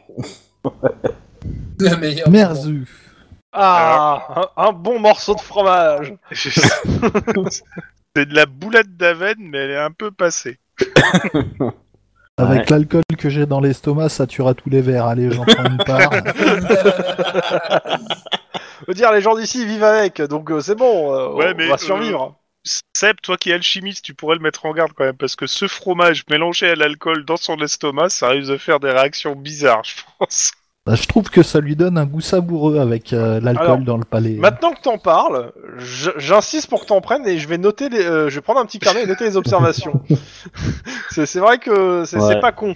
F: La
D: euh,
F: meilleure.
E: Merzu.
D: Ah, un, un bon morceau de fromage.
C: C'est de la boulette d'avenne, mais elle est un peu passée.
E: Avec l'alcool que j'ai dans l'estomac, ça tuera tous les verres. Allez, j'en prends une part.
D: Je veux dire, les gens d'ici vivent avec, donc euh, c'est bon, euh,
C: Ouais,
D: on
C: mais,
D: va survivre.
C: Seb, toi qui es alchimiste, tu pourrais le mettre en garde quand même, parce que ce fromage mélangé à l'alcool dans son estomac, ça risque de faire des réactions bizarres, je pense.
E: Bah, je trouve que ça lui donne un goût savoureux avec euh,
D: Alors,
E: l'alcool dans le palais.
D: Maintenant que t'en parles, je- j'insiste pour que t'en prennes et je vais noter les, euh, je vais prendre un petit carnet et noter les observations. c'est c'est vrai que c'est
A: Ouais.
D: c'est pas con.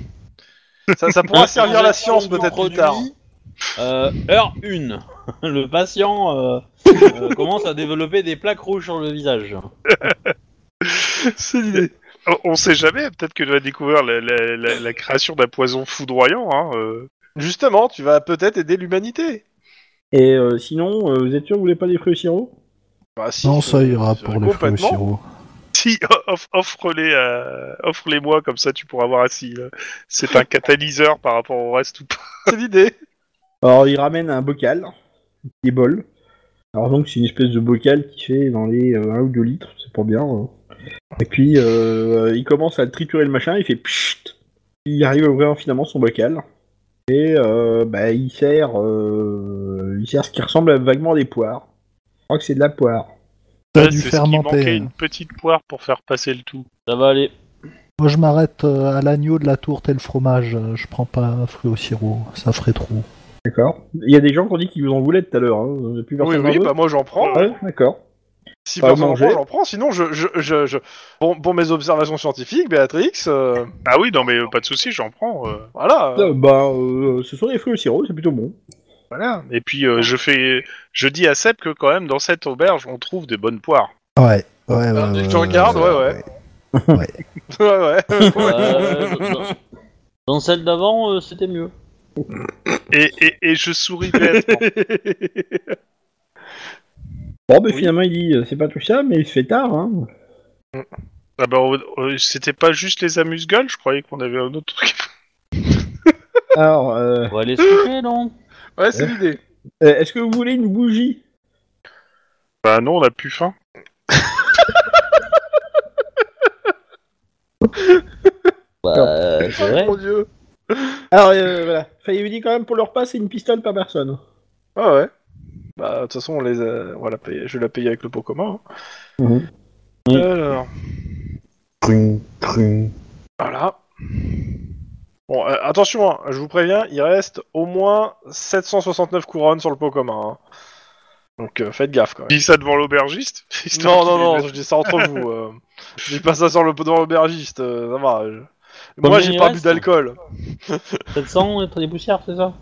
D: Ça, ça pourra servir la science peut-être plus tard.
A: Euh, heure 1. Le patient euh, euh, commence à développer des plaques rouges sur le visage.
D: C'est l'idée.
C: On, on sait jamais, peut-être que tu vas découvrir la, la- la- la création d'un poison foudroyant. Hein, euh.
D: Justement, tu vas peut-être aider l'humanité.
B: Et euh, sinon, euh, vous êtes sûr que vous voulez pas des fruits au sirop
D: Bah, si,
E: Non, ça
D: euh,
E: ira
D: c'est
E: pour les fruits au
D: complètement.
E: sirop.
C: Si, off- offre-les euh, offre-les moi, comme ça tu pourras voir si euh, c'est un catalyseur par rapport au reste ou pas.
D: C'est l'idée.
B: Alors, il ramène un bocal, des bols. Alors, donc, c'est une espèce de bocal qui fait dans les 1 ou 2 litres, c'est pas bien. hein. Et puis, euh, il commence à triturer le machin, il fait pchit. Il arrive à ouvrir finalement son bocal. Et euh, bah, il, sert, euh, il sert ce qui ressemble à- vaguement à des poires. Je crois que c'est de la poire.
E: T'as
C: Ouais,
E: dû hein.
C: c'est ce qui manquait,
E: fermenter.
C: une petite poire pour faire passer le tout.
A: Ça va aller.
E: Moi, je m'arrête euh, à l'agneau, de la tourte et le fromage. Euh, Je prends pas fruits au sirop, ça ferait trop.
B: D'accord Il y a des gens qui ont dit qu'ils vous en voulaient tout à l'heure. Hein. Vous avez Plus
D: Oui,
B: personne
D: oui,
B: en veut
D: bah moi j'en prends.
B: Ouais, d'accord.
D: Si
B: Pas
D: personne n'en
B: manger.
D: prend, j'en prends. Sinon, je, je, je, je- Bon, pour mes observations scientifiques, Béatrix, euh,
C: Ah oui, non mais euh, pas de souci, j'en prends. euh,
D: voilà.
B: Euh, bah, euh, ce sont des fruits au sirop, c'est plutôt bon.
C: voilà. Et puis euh, je fais, je dis à Seb que quand même dans cette auberge on trouve des bonnes poires.
E: Ouais, ouais, ouais.
F: Ah,
E: ouais,
D: tu regardes, ouais, ouais. ouais, ouais.
A: Euh, dans- dans celle d'avant, euh, c'était mieux.
C: Et, et, et je souris bêtement.
B: Bon, bah,
D: Oui.
B: finalement, il dit euh, c'est pas tout ça, mais il se fait tard. Hein.
C: Ah ben, on- on- c'était pas juste les amuse-gueules, je croyais qu'on avait un autre truc.
B: Alors, euh,
A: On va aller se coucher, donc.
D: Ouais, c'est l'idée.
B: euh, est-ce que vous voulez une bougie
C: Bah non, on a plus faim.
A: Bah, c'est vrai.
D: Mon dieu.
B: Alors, euh, voilà. Enfin, il vous dit quand même pour le repas, c'est une pistole par personne.
D: Ah ouais. Bah, de toute façon, on les a- on va la payer- je vais la payer avec le pot commun. hein.
B: Mhm.
A: Oui.
D: Alors, voilà. Bon, euh, attention, hein, je vous préviens, il reste au moins 769 couronnes sur le pot commun. hein. Donc, euh, faites gaffe quand même.
C: Dis ça devant l'aubergiste. histoire
D: Non, non,
C: qu'il
D: non,
C: les mette.
D: je dis ça entre vous. euh. Je dis pas ça sur le dans l'aubergiste, euh, ça va. je- Moi,
A: Combien
D: j'ai
A: il
D: pas bu
A: reste
D: d'alcool.
A: 700 et t'as des poussières, c'est ça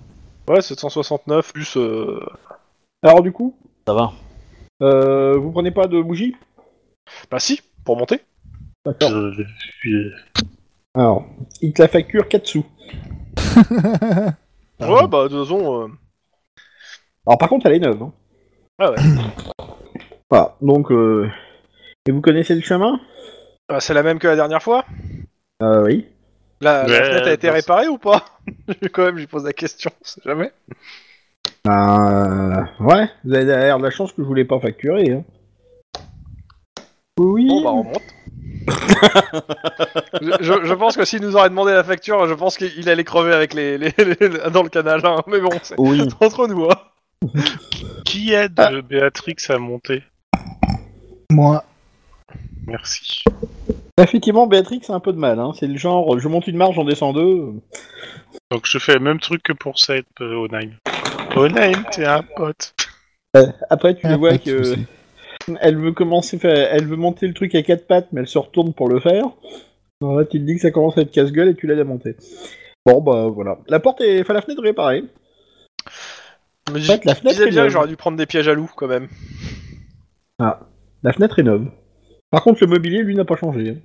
D: Ouais, 769 plus. euh,
B: Alors, du coup,
A: Ça va.
B: euh, vous prenez pas de bougie
D: Bah, si, pour monter.
B: D'accord. Alors, il te la facture 4 sous.
E: Pardon.
D: Ouais, bah, de toute façon. euh,
B: Alors, par contre, elle est neuve. Hein.
D: Ah ouais.
B: Voilà, donc, euh, et vous connaissez le chemin
D: bah, c'est la même que la dernière fois.
B: euh, Oui.
D: La, la
C: Ouais,
D: fenêtre a été
C: dans-
D: réparée ou pas Quand même, je lui pose la question, on sait jamais.
B: Euh, ouais, vous avez d'ailleurs de la chance que je voulais pas facturer. Hein. Oui.
D: Bon, bah, on monte. je, je- je pense que s'il nous aurait demandé la facture, je pense qu'il allait crever avec les, les- les- dans le canal. hein. Mais bon, c'est
A: Oui.
D: entre nous. Hein.
C: Qui aide euh, Béatrix à monter
E: Moi,
C: Merci.
B: Effectivement, Béatrix a un peu de mal. Hein. C'est le genre, je monte une marge, j'en descends deux.
C: Donc je fais le même truc que pour Seb euh, Onaim. Onaim, t'es un pote.
B: Après, tu
E: ah,
B: vois
E: pas de
B: que
E: soucis.
B: elle veut commencer, enfin, elle veut monter le truc à quatre pattes, mais elle se retourne pour le faire. Alors là, tu te dis que ça commence à être casse-gueule et tu l'aides à monter. Bon, bah voilà. La porte est, enfin, la fenêtre est réparée.
D: Mais
B: fait, la
D: je
B: fenêtre
D: disais
B: est
D: bien que
B: neuve.
D: j'aurais dû prendre des pièges à loups quand même.
B: La fenêtre est neuve. Par contre, le mobilier, lui, n'a pas changé. hein.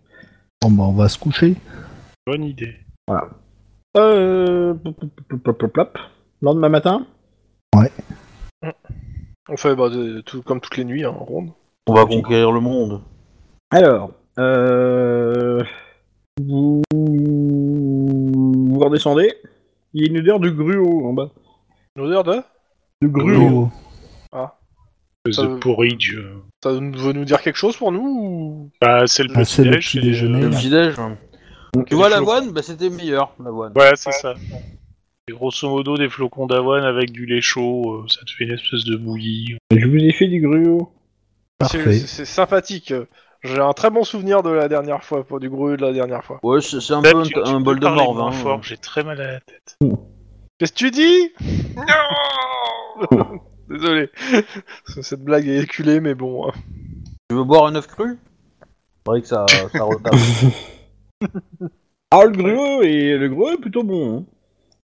E: Bon, bah, on va se coucher.
C: Bonne idée.
B: Euh, plop, plop, plop, plop, plop. Lendemain matin.
D: On fait bah, de- tout, comme toutes les nuits, hein, en ronde.
A: On va conquérir le monde.
B: Alors, euh, vous... vous redescendez. Il y a une odeur de gruau en bas.
D: Une odeur de
B: De gruau.
E: Oh.
D: Euh,
C: The pourri Dieu.
D: Ça nous- veut nous dire quelque chose pour nous ou...
C: Bah, c'est le
E: Ah,
C: petit
E: c'est le
C: déj,
E: petit
C: c'est-
E: déjeuner,
C: euh,
E: là.
A: petit-déj. Tu vois
C: des
A: l'avoine Bah, c'était meilleur, l'avoine.
C: Ouais, c'est ça. Et grosso modo, des flocons d'avoine avec du lait chaud, euh, ça te fait une espèce de bouillie.
B: Je vous ai fait du gruau.
E: Parfait.
D: C'est c'est sympathique. J'ai un très bon souvenir de la dernière fois, pour du gruau de la dernière fois.
A: Ouais, c'est c'est un
C: Seb,
A: peu
C: tu-
A: un,
C: tu
A: un
C: peux
A: bol de
C: parler
A: morve.
C: moins
A: hein.
C: fort, j'ai très mal à la tête.
D: Qu'est-ce que tu dis Non Désolé. Cette blague est éculée, mais bon. hein.
A: Tu veux boire un œuf cru C'est vrai que ça, ça retape.
B: Ah, le gruau et le gruau est plutôt bon. hein.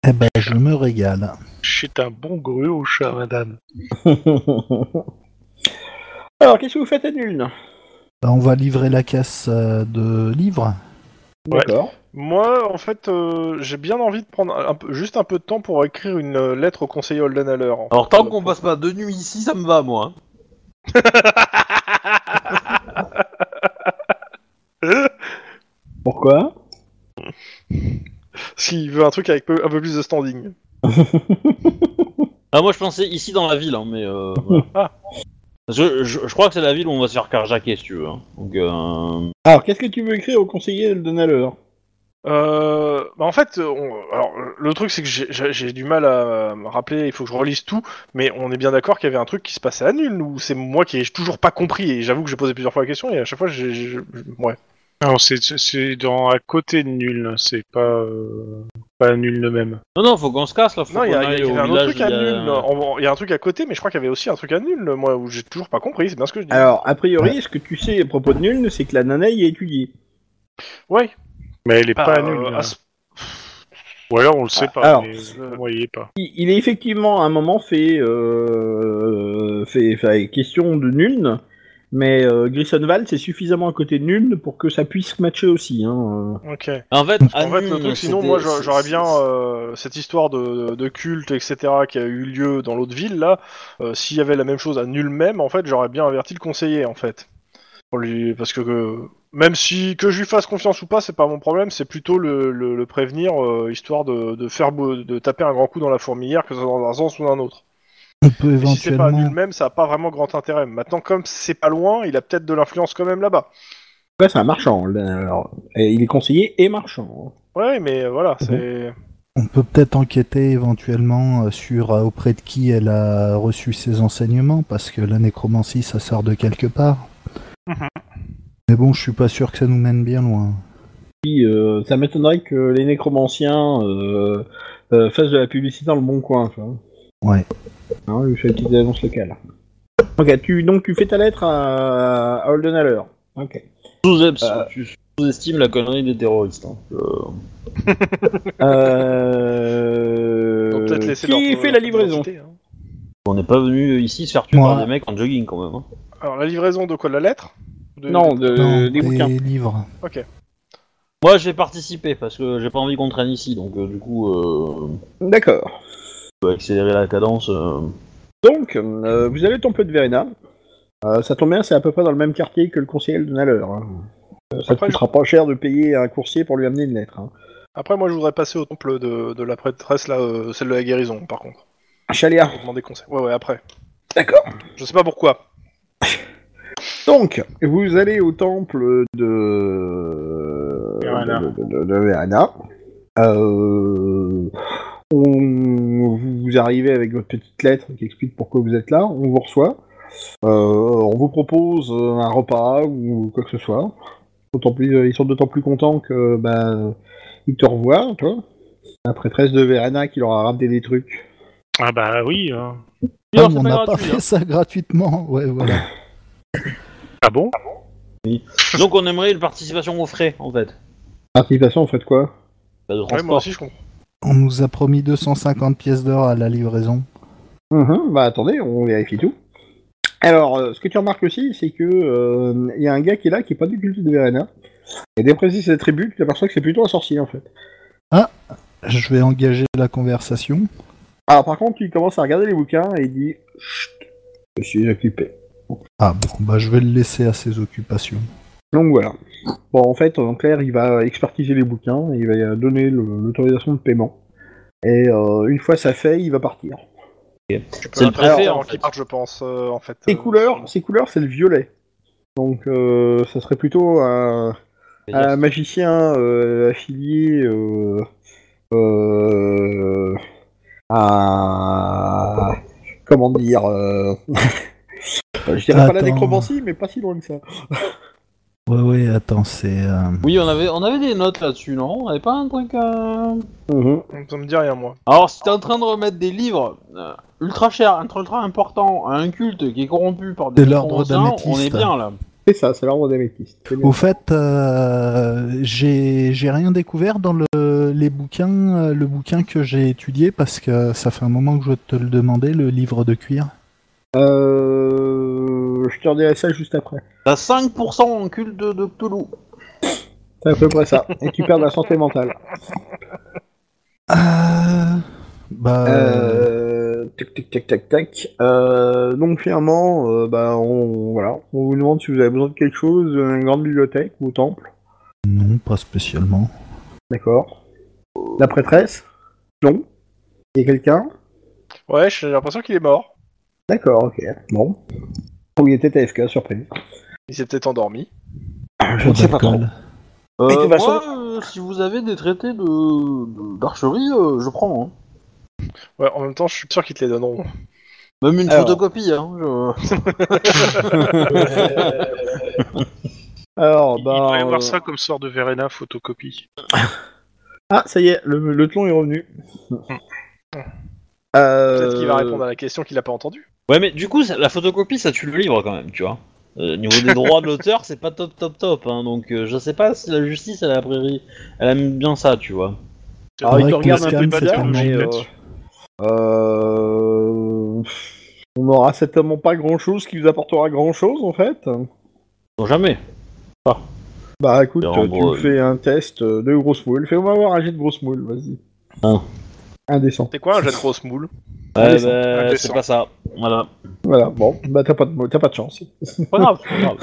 E: Eh ben, je me régale.
C: C'est un bon grue au chat, madame.
B: hein. Alors, qu'est-ce que vous faites à Nuln
E: Bah, Ben, on va livrer la caisse euh, de livres.
C: Ouais.
B: D'accord.
D: Moi, en fait, euh, j'ai bien envie de prendre un peu, juste un peu de temps pour écrire une euh, lettre au conseiller Holden à l'heure.
A: Alors tant qu'on passe pas deux nuits ici, ça me va moi. hein.
D: hein.
B: Pourquoi
D: S'il veut un truc avec peu- un peu plus de standing.
A: Ah moi je pensais ici dans la ville, hein, mais euh, voilà.
D: Ah.
A: Parce que je, je crois que c'est la ville où on va se faire carjacker si tu veux. hein. Donc, euh,
B: Alors, qu'est-ce que tu veux écrire au conseiller Holden à l'heure
D: Euh, bah en fait, on- alors, le truc c'est que j'ai- j'ai j'ai du mal à me rappeler, il faut que je relise tout, mais on est bien d'accord qu'il y avait un truc qui se passait à nul, ou c'est moi qui ai toujours pas compris, et j'avoue que j'ai posé plusieurs fois la question, et à chaque fois, j'ai... j'ai- Ouais.
C: Non, c'est- c'est dans à côté de nul, c'est pas euh, pas nul de même.
A: Non non faut qu'on se casse là. Faut
D: Non, il y,
A: qu'on
D: a- il y a-
A: aille
D: il y
A: au
D: avait un autre
A: village,
D: truc à
A: il y a-
D: nul, on- il y a un truc à côté, mais je crois qu'il y avait aussi un truc à nul, moi, où j'ai toujours pas compris, c'est bien ce que je dis.
B: Alors, a priori, ce que tu sais à propos de Nuln, c'est que la nana y est étudiée.
D: Ouais,
C: Mais elle est
D: bah,
C: pas
D: euh,
C: nulle. hein.
D: à ce-
C: Ou alors on le sait
B: Ah,
C: pas.
B: alors,
C: mais,
D: euh,
C: moi, il y est pas.
B: Il, il est effectivement à un moment fait, euh, fait, fait question de Nuln, mais euh, Grisonval, c'est suffisamment à côté de Nuln pour que ça puisse matcher aussi. Hein.
D: Ok.
A: En fait,
D: En fait, le
A: Anune,
D: truc, sinon,
A: c'était-
D: moi, j'a- j'aurais
A: c'est-
D: bien
A: c'est-
D: euh, cette histoire de, de culte, etc., qui a eu lieu dans l'autre ville, là. euh, S'il y avait la même chose à nul même, en fait, j'aurais bien averti le conseiller, en fait. Pour lui, parce que, que- même si que je lui fasse confiance ou pas, c'est pas mon problème. C'est plutôt le, le- le prévenir, euh, histoire de, de faire beau- de taper un grand coup dans la fourmilière, que ce soit dans un sens ou dans un autre.
E: On peut
D: Et si c'est pas à
E: éventuellement.
D: nul même, ça a pas vraiment grand intérêt. Maintenant, comme c'est pas loin, il a peut-être de l'influence quand même là-bas.
B: Après, c'est un marchand. Holden, Alors, Et il est conseiller et marchand.
D: Ouais, mais euh, voilà,
A: Mhm.
D: c'est.
E: On peut peut-être enquêter éventuellement euh, sur euh, auprès de qui elle a reçu ses enseignements, parce que la nécromancie, ça sort de quelque part.
C: Mhm.
E: Mais bon, je suis pas sûr que ça nous mène bien loin.
B: Puis, euh, ça m'étonnerait que les nécromanciens euh, euh, fassent de la publicité dans le bon coin. tu vois.
E: Ouais.
B: Hein, je lui fais une petite annonce locale. Ok, tu, donc tu fais ta lettre à, à Holden à l'heure. Ok.
A: sous-
D: bah,
A: tu sous-estimes la connerie des terroristes. hein. Euh,
B: Euh...
D: Faut peut-être laisser
B: Qui
D: leur-
B: fait la
D: leur
B: livraison
D: identité, hein.
A: On n'est pas venu ici se faire tuer
E: Moi.
A: par des mecs en jogging quand même. hein.
D: Alors, la livraison de quoi La lettre De-
B: Non, de,
A: Euh,
E: non,
B: des bouquins.
E: livres.
A: Moi j'ai participé parce que j'ai pas envie qu'on traîne ici, donc euh, du coup, euh,
B: D'accord.
A: on peut accélérer la cadence. euh.
B: Donc, euh, vous avez ton peu de Verena. Euh, ça tombe bien, c'est à peu près dans le même quartier que le conseiller donne à l'heure. hein. Euh, ça ne
D: Après,
B: coûtera pas cher de payer un coursier pour lui amener une lettre. hein.
D: Après, moi, je voudrais passer au temple de, de la prêtresse, là, euh, celle de la guérison, par contre.
B: Chaléa.
D: Pour demander conseil. Ouais, ouais, après.
B: D'accord.
D: Je sais pas pourquoi.
B: Donc, vous allez au temple de
C: Verena.
B: de, de- de- de Verena. Euh, on- vous arrivez avec votre petite lettre qui explique pourquoi vous êtes là. On vous reçoit. Euh, on vous propose un repas ou quoi que ce soit. D'autant plus, ils sont d'autant plus contents que ben, ils te revoient, toi. La prêtresse de Verena qui leur a ramené des trucs.
C: Ah bah oui. hein.
A: Non,
E: Ah, mais
A: c'est
E: on
A: pas
E: n'a pas
A: gratuit, hein.
E: fait ça gratuitement. Ouais, voilà.
C: Ah bon
A: hein. Donc on aimerait une participation aux frais en fait.
B: Participation, vous faites quoi
A: Pas de
D: Ouais,
A: transport.
D: moi aussi, je comprends.
E: on nous a promis 250 pièces d'or à la livraison.
B: Mhm, bah attendez, on vérifie tout. Alors, euh, ce que tu remarques aussi, c'est que euh, il y a un gars qui est là, qui est pas du culte de Verena. Et d'après ses attributs, tu t'aperçois que c'est plutôt un sorcier en fait.
E: Je vais engager la conversation.
B: Alors par contre, il commence à regarder les bouquins et il dit Chut, je suis occupé.
E: Ah bon, bah je vais le laisser à ses occupations.
B: Donc voilà. Bon, en fait, en clair, il va expertiser les bouquins, il va donner le- l'autorisation de paiement. Et euh, une fois ça fait, il va partir.
D: Tu peux
A: C'est le
D: l'interrompre
A: préfet,
D: avant
A: en fait.
D: qu'il parte, je pense, euh, en fait.
B: Ses
D: euh,
B: couleurs, ses couleurs, c'est le violet. Donc euh, ça serait plutôt un,
A: C'est-à-dire-
B: un magicien euh, affilié euh, euh, à comment dire euh, je dirais pas la
E: Attends.
B: nécromancie mais pas si loin que ça
E: Ouais, ouais, attends, c'est. euh,
A: Oui, on avait, on avait des notes là-dessus, non On avait pas un truc. euh,
D: Ça me dit rien, moi.
A: Alors, si t'es en train de remettre des livres euh, ultra chers, un truc ultra important à un culte qui est corrompu par des
E: De l'ordre
A: nécromanciens, on est
E: d'améthyste.
A: bien là.
B: c'est ça c'est l'ordre des métis
E: Au fait, euh, j'ai j'ai rien découvert dans le, les bouquins, euh, le bouquin que j'ai étudié parce que ça fait un moment que je te le demandais, le livre de cuir.
B: euh, je te redirai ça juste après
A: T'as 5% en culte de, de Cthulhu.
B: C'est à peu près ça. Et tu perds de la santé mentale.
E: Euh, Bah,
B: Euh, tac tac tac tac tac. Euh, donc finalement, euh, bah, on, voilà, on vous demande si vous avez besoin de quelque chose, une grande bibliothèque ou temple.
E: non, pas spécialement.
B: D'accord. La prêtresse Non. Il y a quelqu'un
D: Ouais, j'ai l'impression qu'il est mort.
B: D'accord, ok. Bon. Où il était TFK, surprise.
D: Il s'est peut-être endormi.
E: Je
B: sais pas
A: Euh,
B: Mais de toute façon-
A: moi, euh, si vous avez des traités de de- d'archerie, euh, je prends. hein.
D: Ouais, en même temps, je suis sûr qu'ils te les donneront.
A: Même une
B: Alors.
A: photocopie. Hein, je-
B: Alors,
C: Il
B: bah.
C: doit y avoir
B: euh,
C: ça comme sort de Verena photocopie.
B: Ah, ça y est, le, le tlon est revenu. Euh,
D: Peut-être qu'il va répondre à la question qu'il a pas entendue.
A: Ouais, mais du coup, ça- la photocopie, ça tue le livre quand même, tu vois. Euh, niveau des droits de l'auteur, c'est pas top, top, top. hein, donc, euh, je sais pas si la justice, elle, a priori, elle aime bien ça, tu vois.
E: Ah,
B: Alors, il te
E: avec
B: regarde
E: le
B: un peu
E: scan, c'est
B: bizarre,
E: un
B: mais.
E: jeu
B: euh, euh, On aura certainement pas grand chose qui vous apportera grand chose en fait.
A: Non, jamais.
B: Bah écoute,
A: Et en
B: tu
A: gros,
B: me fais un test euh, de grosse moule. Fais-moi voir un jet de grosse moule, vas-y.
A: Un.
B: Indécent.
D: C'est quoi un jet de grosse moule
A: Ouais,
B: Indécent.
A: bah, c'est
C: Indécent.
A: pas ça. Voilà.
B: Voilà, bon, bah t'as pas, de mo- t'as pas de chance.
A: Pas grave, pas grave.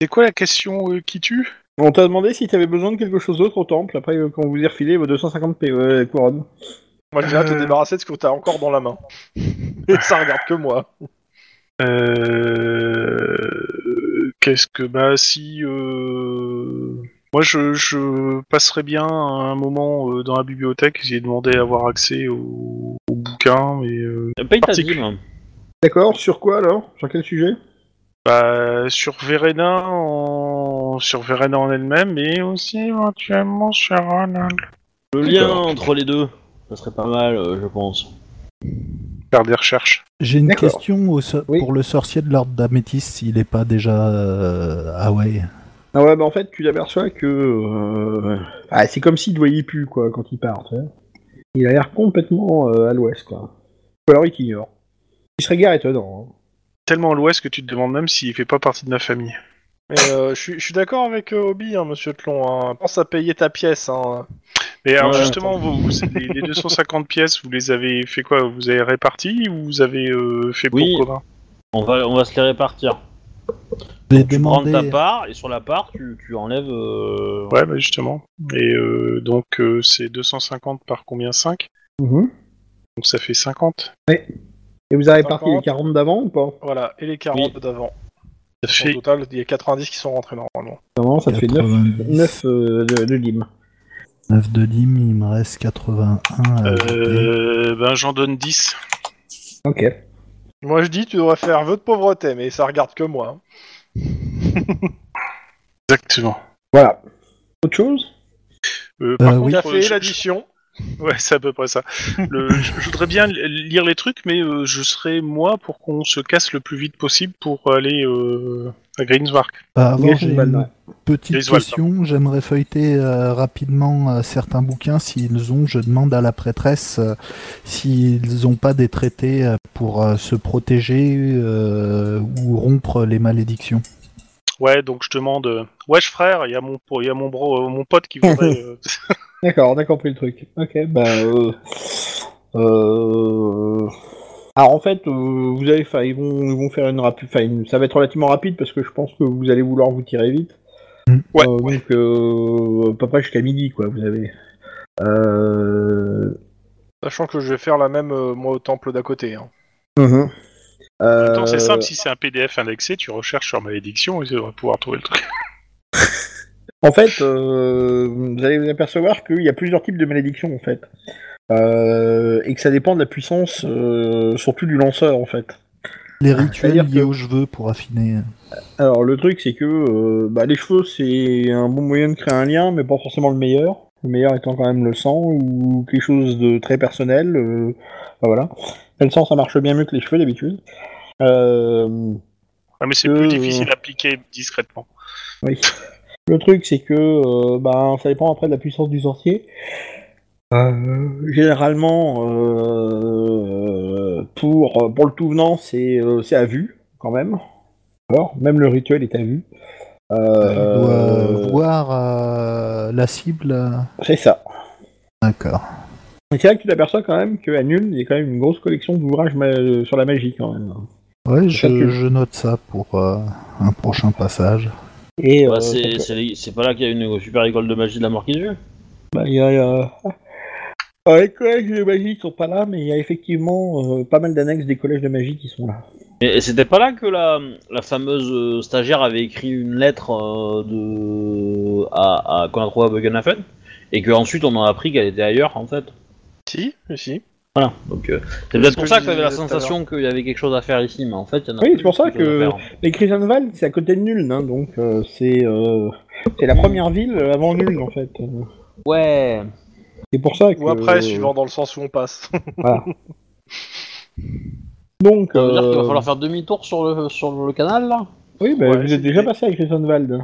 C: C'est quoi la question euh, qui tue
B: On t'a demandé si t'avais besoin de quelque chose d'autre au temple, après euh, quand vous y refilez vos 250 P euh, couronnes.
D: Moi, je viens de te
C: Euh.
D: débarrasser de ce que t'as encore dans la main. Et ça regarde que moi.
C: Euh, Qu'est-ce que bah si euh, moi je, je passerais bien un moment euh, dans la bibliothèque, j'ai demandé à avoir accès aux, aux bouquins et euh,
A: Paye ta
C: Particulier.
A: dîme.
B: D'accord, sur quoi alors Sur quel sujet
C: bah, sur Verena en sur Verena en elle-même et aussi éventuellement sur euh, Ronald.
A: Le lien entre les deux, ça serait pas mal, euh, je pense.
C: Faire des recherches.
E: J'ai une
B: D'accord.
E: question au so-
B: Oui.
E: pour le sorcier de l'ordre d'Amétis, s'il n'est pas déjà euh, ah ouais.
B: Ah ouais, bah en fait, tu t'aperçois que. euh, ah, c'est comme s'il ne voyait plus, quoi, quand il part, tu vois. Il a l'air complètement euh, à l'ouest, quoi. Ou alors il t'ignore. Il serait guère étonnant.
C: Tellement à l'ouest que tu te demandes même s'il fait pas partie de ma famille.
D: Mais euh, je suis- je suis d'accord avec euh, Obi, hein, monsieur Tlon. hein. Pense à payer ta pièce. Hein.
C: Mais alors
A: Ouais,
C: justement, vous, vous- les, les 250 pièces, vous les avez fait quoi Vous avez réparti ou vous avez euh, fait pour
A: Oui.
C: commun
A: On va, on va se les répartir.
E: J'ai
A: Tu prends
E: demandé.
A: ta part et sur la part, tu, tu enlèves. euh,
C: Ouais, bah justement. Et euh, donc euh, c'est 250 par combien 5
B: Hein.
C: Donc ça fait 50.
B: Et vous avez réparti
D: 50.
B: les 40 d'avant ou pas
D: Voilà, et les 40 d'avant.
C: Ça
D: Au
C: fait
D: total, il y a 90 qui sont rentrés normalement.
B: Non, ça te fait 9,
E: 90,
B: 9 euh, de, de dîmes.
E: 9 de dîme, il me reste 81. à ajouter.
C: euh, ben j'en donne 10.
B: Ok.
D: Moi, je dis, tu devrais faire vœu de pauvreté, mais ça regarde que moi. hein.
C: Exactement.
B: Voilà. Autre chose
C: Euh, par
E: Euh,
C: contre,
E: oui.
D: Café,
C: euh, je-
D: l'addition.
C: Ouais, c'est à peu près ça. Le- je, je voudrais bien li- lire les trucs, mais euh, je serai moi pour qu'on se casse le plus vite possible pour aller euh, à Greenswark.
E: Bah, avant,
B: Gage
E: j'ai
B: une balle,
E: une
B: ouais.
E: petite
C: Les Walters.
E: question. J'aimerais feuilleter euh, rapidement euh, certains bouquins s'ils ont. Je demande à la prêtresse euh, s'ils n'ont pas des traités euh, pour euh, se protéger euh, ou rompre les malédictions.
C: Ouais, donc je te demande. euh, Wesh frère, il y a mon il y a mon bro, euh, mon pote qui voudrait. euh,
B: D'accord, on a compris le truc. Ok, bah. Euh... euh, Alors en fait, euh, vous allez faire, ils vont, ils vont faire une rapide. Enfin, une- ça va être relativement rapide parce que je pense que vous allez vouloir vous tirer vite.
E: Mm.
C: Ouais,
B: Euh, Donc euh, à peu près jusqu'à midi, quoi. Vous avez. Euh...
D: Sachant que je vais faire la même, euh, moi, au temple d'à côté. hein.
C: en même temps,
B: Euh,
C: Mm-hmm. c'est simple, si c'est un PDF indexé, tu recherches sur malédiction et tu devrais pouvoir trouver le truc.
B: En fait, euh, vous allez vous apercevoir qu'il y a plusieurs types de malédictions en fait, Euh, et que ça dépend de la puissance, euh, surtout du lanceur en fait.
E: Les rituels
B: Ah, C'est-à-dire
E: liés
B: que-
E: aux cheveux pour affiner.
B: Alors le truc c'est que euh, bah, les cheveux c'est un bon moyen de créer un lien mais pas forcément le meilleur. Le meilleur étant quand même le sang ou quelque chose de très personnel. euh, enfin, voilà. Le sang ça marche bien mieux que les cheveux d'habitude. Euh,
C: Ouais, Ah, mais c'est
B: Euh,
C: plus
B: euh.
C: difficile à appliquer discrètement.
B: Oui. Le truc, c'est que euh, ben, ça dépend après de la puissance du sorcier. Euh, généralement, euh, pour, pour le tout venant, c'est euh, c'est à vue, quand même. Alors, même le rituel est à vue.
E: Il doit
B: Euh,
E: voir euh, la cible. euh.
B: C'est ça.
E: D'accord.
B: Et c'est là que tu t'aperçois quand même qu'à Nul, il y a quand même une grosse collection d'ouvrages ma- euh, sur la magie quand même.
E: Ouais,
B: Ça,
E: je,
B: tu-
E: je note ça pour euh, un prochain passage.
B: Et
A: Bah,
B: euh,
A: c'est-
B: donc,
A: c'est les- c'est pas là qu'il y a une super école de magie de la marquise
B: bah, il y a, euh, Alors, les collèges de magie sont pas là, mais il y a effectivement euh, pas mal d'annexes des collèges de magie qui sont là.
A: Et, et c'était pas là que la, la fameuse euh, stagiaire avait écrit une lettre euh, de à, à- qu'on a trouvé à Buggenhafen et que ensuite on a appris qu'elle était ailleurs en fait.
C: Si, si.
A: Voilà. Donc euh, c'est
C: C'est
A: peut-être
C: ce
A: pour
C: que
A: ça
C: je
A: que t'avais la
C: disais tout à
A: sensation qu'il y avait quelque chose à faire ici, mais en fait il y en a.
B: Oui,
A: plus
B: c'est pour ça
A: quelque chose à
B: que-
A: faire.
B: Mais Krisenval, c'est à côté de Nuln, hein, donc euh, c'est euh, c'est la première ville avant Nuln en fait. Euh,
A: Ouais.
B: C'est pour ça que.
D: Ou après, suivant dans le sens où on passe.
B: Donc.
A: Ça veut dire qu'il va
B: euh,
A: falloir faire demi-tour sur le sur le canal là.
B: Oui, bah,
D: Ouais,
B: vous
D: c'est-
B: êtes déjà passé à Krisenwald.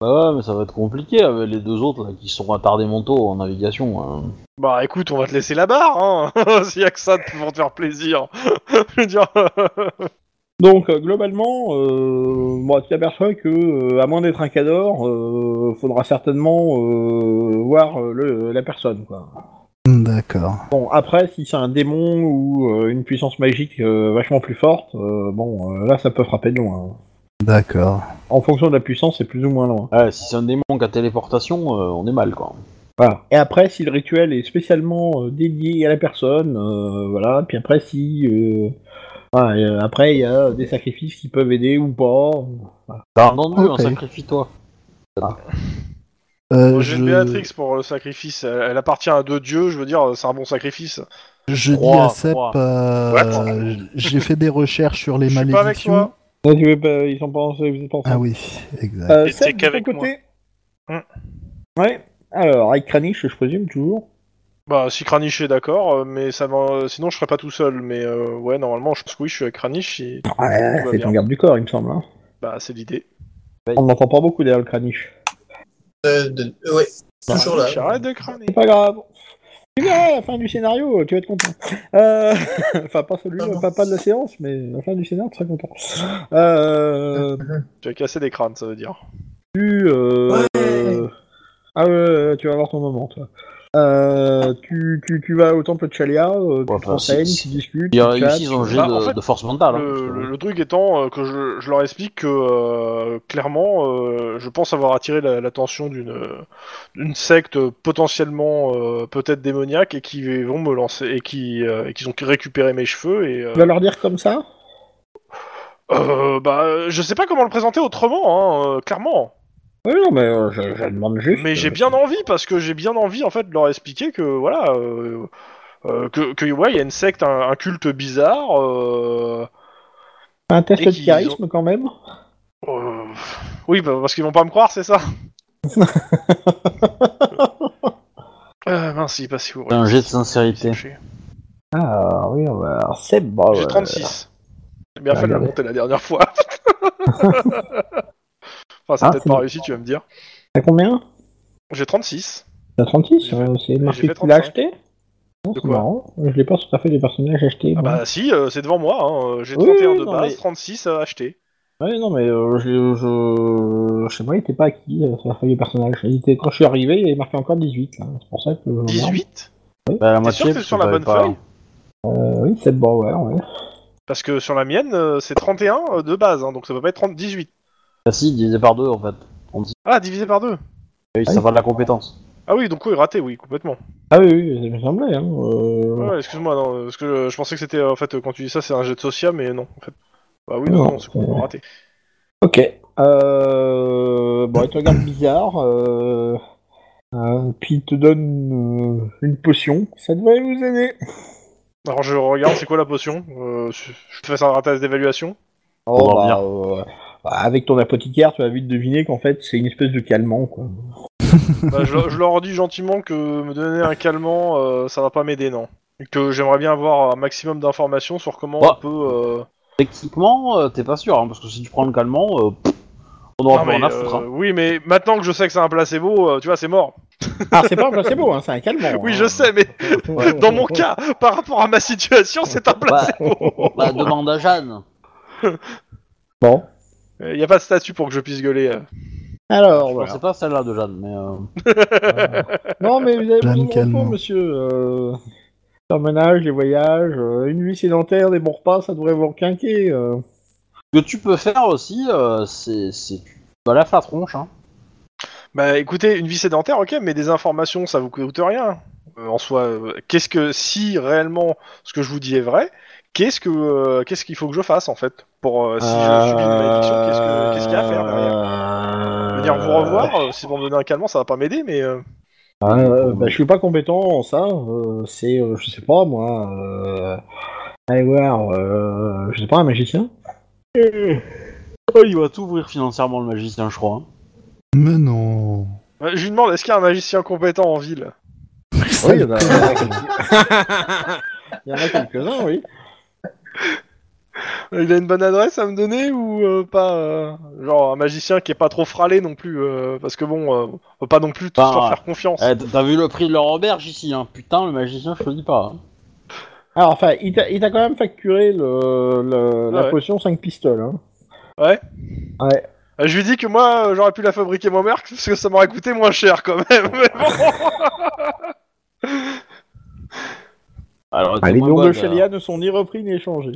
A: Bah ouais, mais ça va être compliqué avec les deux autres là qui sont attardés mentaux en navigation. hein.
D: bah écoute, on va te laisser la barre, hein S'il y a que ça pour te faire plaisir. Je veux dire...
B: Donc euh, globalement, euh, bon, tu t'aperçois que euh, à moins d'être un cador, euh, faudra certainement euh, voir euh, le- la personne. Quoi.
E: D'accord.
B: Bon après, si c'est un démon ou euh, une puissance magique euh, vachement plus forte, euh, bon euh, là ça peut frapper de loin.
E: D'accord.
B: En fonction de la puissance, c'est plus ou moins loin.
A: Ouais, si c'est un démon qui a téléportation, euh, on est mal quoi.
B: Voilà. Et après, si le rituel est spécialement euh, dédié à la personne, euh, voilà. Puis après, si euh, voilà, et, euh, après il y a des sacrifices qui peuvent aider ou pas.
A: T'as entendu,
E: Ok.
A: hein, sacrifie-toi.
E: Euh,
D: Bon, J'ai une
E: je,
D: Béatrix pour le sacrifice. Elle, elle appartient à deux dieux, je veux dire, euh, c'est un bon sacrifice.
E: je dis
A: Trois,
E: à Sep,
A: trois.
E: euh,
D: What
E: j'ai fait des recherches sur les
D: Je suis pas avec
E: malédictions.
D: toi.
B: Là, tu veux pas, ils sont pas, vous êtes pas ensemble.
E: Ah oui, exact.
B: Euh,
C: Et
B: Seb,
C: c'est
B: de
C: qu'avec
B: ton côté
D: Mmh.
B: Ouais. Alors, avec Kranich, je présume, toujours.
D: Bah, si Kranich est d'accord, euh, mais ça va... sinon je serais pas tout seul. Mais euh, ouais, normalement, je pense que oui, je suis avec Kranich. Et...
B: Ouais,
D: va
B: c'est
D: bien.
B: ton garde du corps, il me semble. hein.
D: Bah, c'est l'idée.
B: On n'entend pas beaucoup derrière le Kranich.
F: Euh, de- euh, ouais, toujours là.
D: Kranich, Arrête de crâner.
B: C'est pas grave. Tu verras à la fin du scénario, tu vas être content. Euh, Enfin, pas celui,
F: Ah bon.
B: pas, pas de la séance, mais à la fin du scénario, tu seras content. Euh,
D: Tu as cassé des crânes, ça veut dire.
B: tu. euh, Ah ouais, tu vas avoir ton moment, toi. Euh, tu, tu, tu vas au temple de Chalia, euh, tu
A: Ouais,
B: te
A: bah,
B: renseignes,
A: si-
B: tu discutes.
A: Il
B: tu
A: réussi
B: tchatches,
A: son jet
D: Bah,
A: de,
D: en fait,
A: de force mentale. hein, parce
D: Le,
A: que-
D: le- le truc étant euh, que je, je leur explique que euh, clairement, euh, je pense avoir attiré la- l'attention d'une euh, d'une secte potentiellement euh, peut-être démoniaque et qui vont me lancer et qui euh, et qu'ils ont récupéré mes cheveux et euh,
B: Tu vas leur dire comme ça
D: euh, bah je sais pas comment le présenter autrement hein, euh, clairement.
B: Oui, non, mais euh, je, je demande juste.
D: Mais j'ai
B: euh,
D: bien envie parce que j'ai bien envie en fait de leur expliquer que voilà euh, euh, que que ouais il y a une secte un, un culte bizarre. euh,
B: Un test
D: Et
B: de
D: qu'ils
B: charisme quand même
D: euh, Oui bah, parce qu'ils vont pas me croire c'est ça. Euh, mince, il est passé où
A: C'est un jet de sincérité.
D: J'ai
B: Ah oui, alors c'est bon.
D: j'ai 36. J'ai bien
B: Oh, Ah,
D: fait de la
B: regardez.
D: monter la dernière fois. enfin, c'est
B: Ah,
D: peut-être
B: c'est
D: pas
B: bon.
D: réussi, tu vas me dire.
B: T'as combien
D: J'ai 36.
B: T'as 36
D: J'ai
B: euh, C'est marqué
D: j'ai
B: que
D: fait
B: tu l'as
D: 35.
B: acheté Non,
D: De
B: c'est
D: quoi
B: marrant. Je l'ai pas tout à fait des personnages achetés.
D: Ah
B: moi.
D: bah si, euh, c'est devant moi. hein. J'ai
B: Oui,
D: 31 de
B: non,
D: base,
B: mais-
D: 36 à acheter.
B: Ouais, non, mais euh, je, je... chez moi, il était pas acquis euh, sur la feuille de personnage. Il était... Quand je suis arrivé, il est marqué encore 18. là. C'est pour ça que. je-
D: 18
A: Bah, la
D: T'es
A: moitié,
D: sûr que
A: parce
D: c'est sur
A: que
D: la bonne
A: t'avais pas-
D: feuille
B: Euh, oui, c'est bon, ouais. ouais.
D: Parce que sur la mienne, euh, c'est 31 euh, de base, hein, donc ça peut pas être 30, 18.
A: Ah si, divisé par deux en fait. On dit,
D: Ah, divisé par deux.
A: oui, ça va de la compétence.
D: Ah oui, donc oui, raté, oui, complètement.
B: Ah oui, oui, ça me semblait. Hein. euh,
D: Ouais, excuse-moi, non, euh, parce que euh, je pensais que c'était, euh, en fait, euh, quand tu dis ça, c'est un jet de social, mais non, en fait. Bah oui, non,
B: Non,
D: non, c'est complètement
B: euh,
D: raté.
B: Ok. Euh... Bon, il te regarde bizarre. Euh... euh, puis il te donne euh, une potion. Ça devrait vous aider.
D: Alors je regarde, c'est quoi la potion Euh, Je je fais un ratage d'évaluation.
B: Oh,
A: va
B: bah, euh, bah, avec ton apothicaire, tu vas vite deviner qu'en fait, c'est une espèce de calmant, quoi.
D: Bah, je, je leur dis gentiment que me donner un calmant, euh, ça va pas m'aider, non. Et que j'aimerais bien avoir un maximum d'informations sur comment
A: Bah.
D: on peut... euh,
A: Techniquement, euh, t'es pas sûr, hein, parce que si tu prends le calmant, euh, pff, on aura plus
D: Non, mais,
A: rien à foutre.
D: euh, oui, mais maintenant que je sais que c'est un placebo, euh, tu vois, c'est mort.
B: Alors, c'est pas un placebo, hein, c'est un calmant.
D: Oui,
B: hein.
D: je sais, mais dans mon cas, par rapport à ma situation, c'est un placebo.
A: Bah, bah, demande à Jeanne.
B: Bon.
D: Il n'y Euh, a pas de statut pour que je puisse gueuler. euh.
B: Alors,
A: Je
B: voilà.
A: pensais pas à celle-là de Jeanne, mais. euh,
B: Non, mais vous avez
E: Jeanne
B: besoin de
E: calme.
B: repos, monsieur. Euh... L'emménage, les voyages, euh, une vie sédentaire, des bons repas, ça devrait vous requinquer. euh.
A: Ce que tu peux faire aussi, euh, c'est. c'est- Tu vas la faire tronche, hein.
D: Bah écoutez, une vie sédentaire, ok, mais des informations, ça vous coûte rien. Euh, en soi, euh, qu'est-ce que si réellement ce que je vous dis est vrai, qu'est-ce que euh, qu'est-ce qu'il faut que je fasse en fait pour euh, si je subis une malédiction, qu'est-ce que- qu'est-ce qu'il y a à faire derrière Je veux dire vous revoir, euh, si vous me donner un calmant, ça va pas m'aider, mais euh,
B: Euh, bah, je suis pas compétent en ça. euh, c'est, euh, je sais pas moi. Euh... Allez voir, euh... je sais pas, un magicien.
A: Oh, il va t'ouvrir financièrement le magicien, je crois. hein.
E: Mais non.
D: bah, je lui demande est-ce qu'il y a un magicien compétent en ville
B: Oui, il y en a, il y en a quelques- il y en a quelques-uns, oui.
D: Euh, Il a une bonne adresse à me donner ou euh, pas euh, Genre un magicien qui est pas trop fralé non plus, euh, parce que bon, euh, on peut pas non plus tous
A: Bah,
D: leur faire confiance.
A: Eh, T'as vu le prix de leur auberge ici, hein. Putain, le magicien, je te dis pas. hein.
B: Alors, enfin, il t'a il t'a quand même facturé le, le- la
D: Ouais.
B: potion 5 pistoles. Hein.
D: Euh, Je lui dis que moi, euh, j'aurais pu la fabriquer moi-même, parce que ça m'aurait coûté moins cher quand même. Mais bon.
A: Alors,
B: Ah,
A: t'es
B: les
A: moins
B: noms de
A: bonne, hein.
B: Shelia ne sont ni repris ni échangés.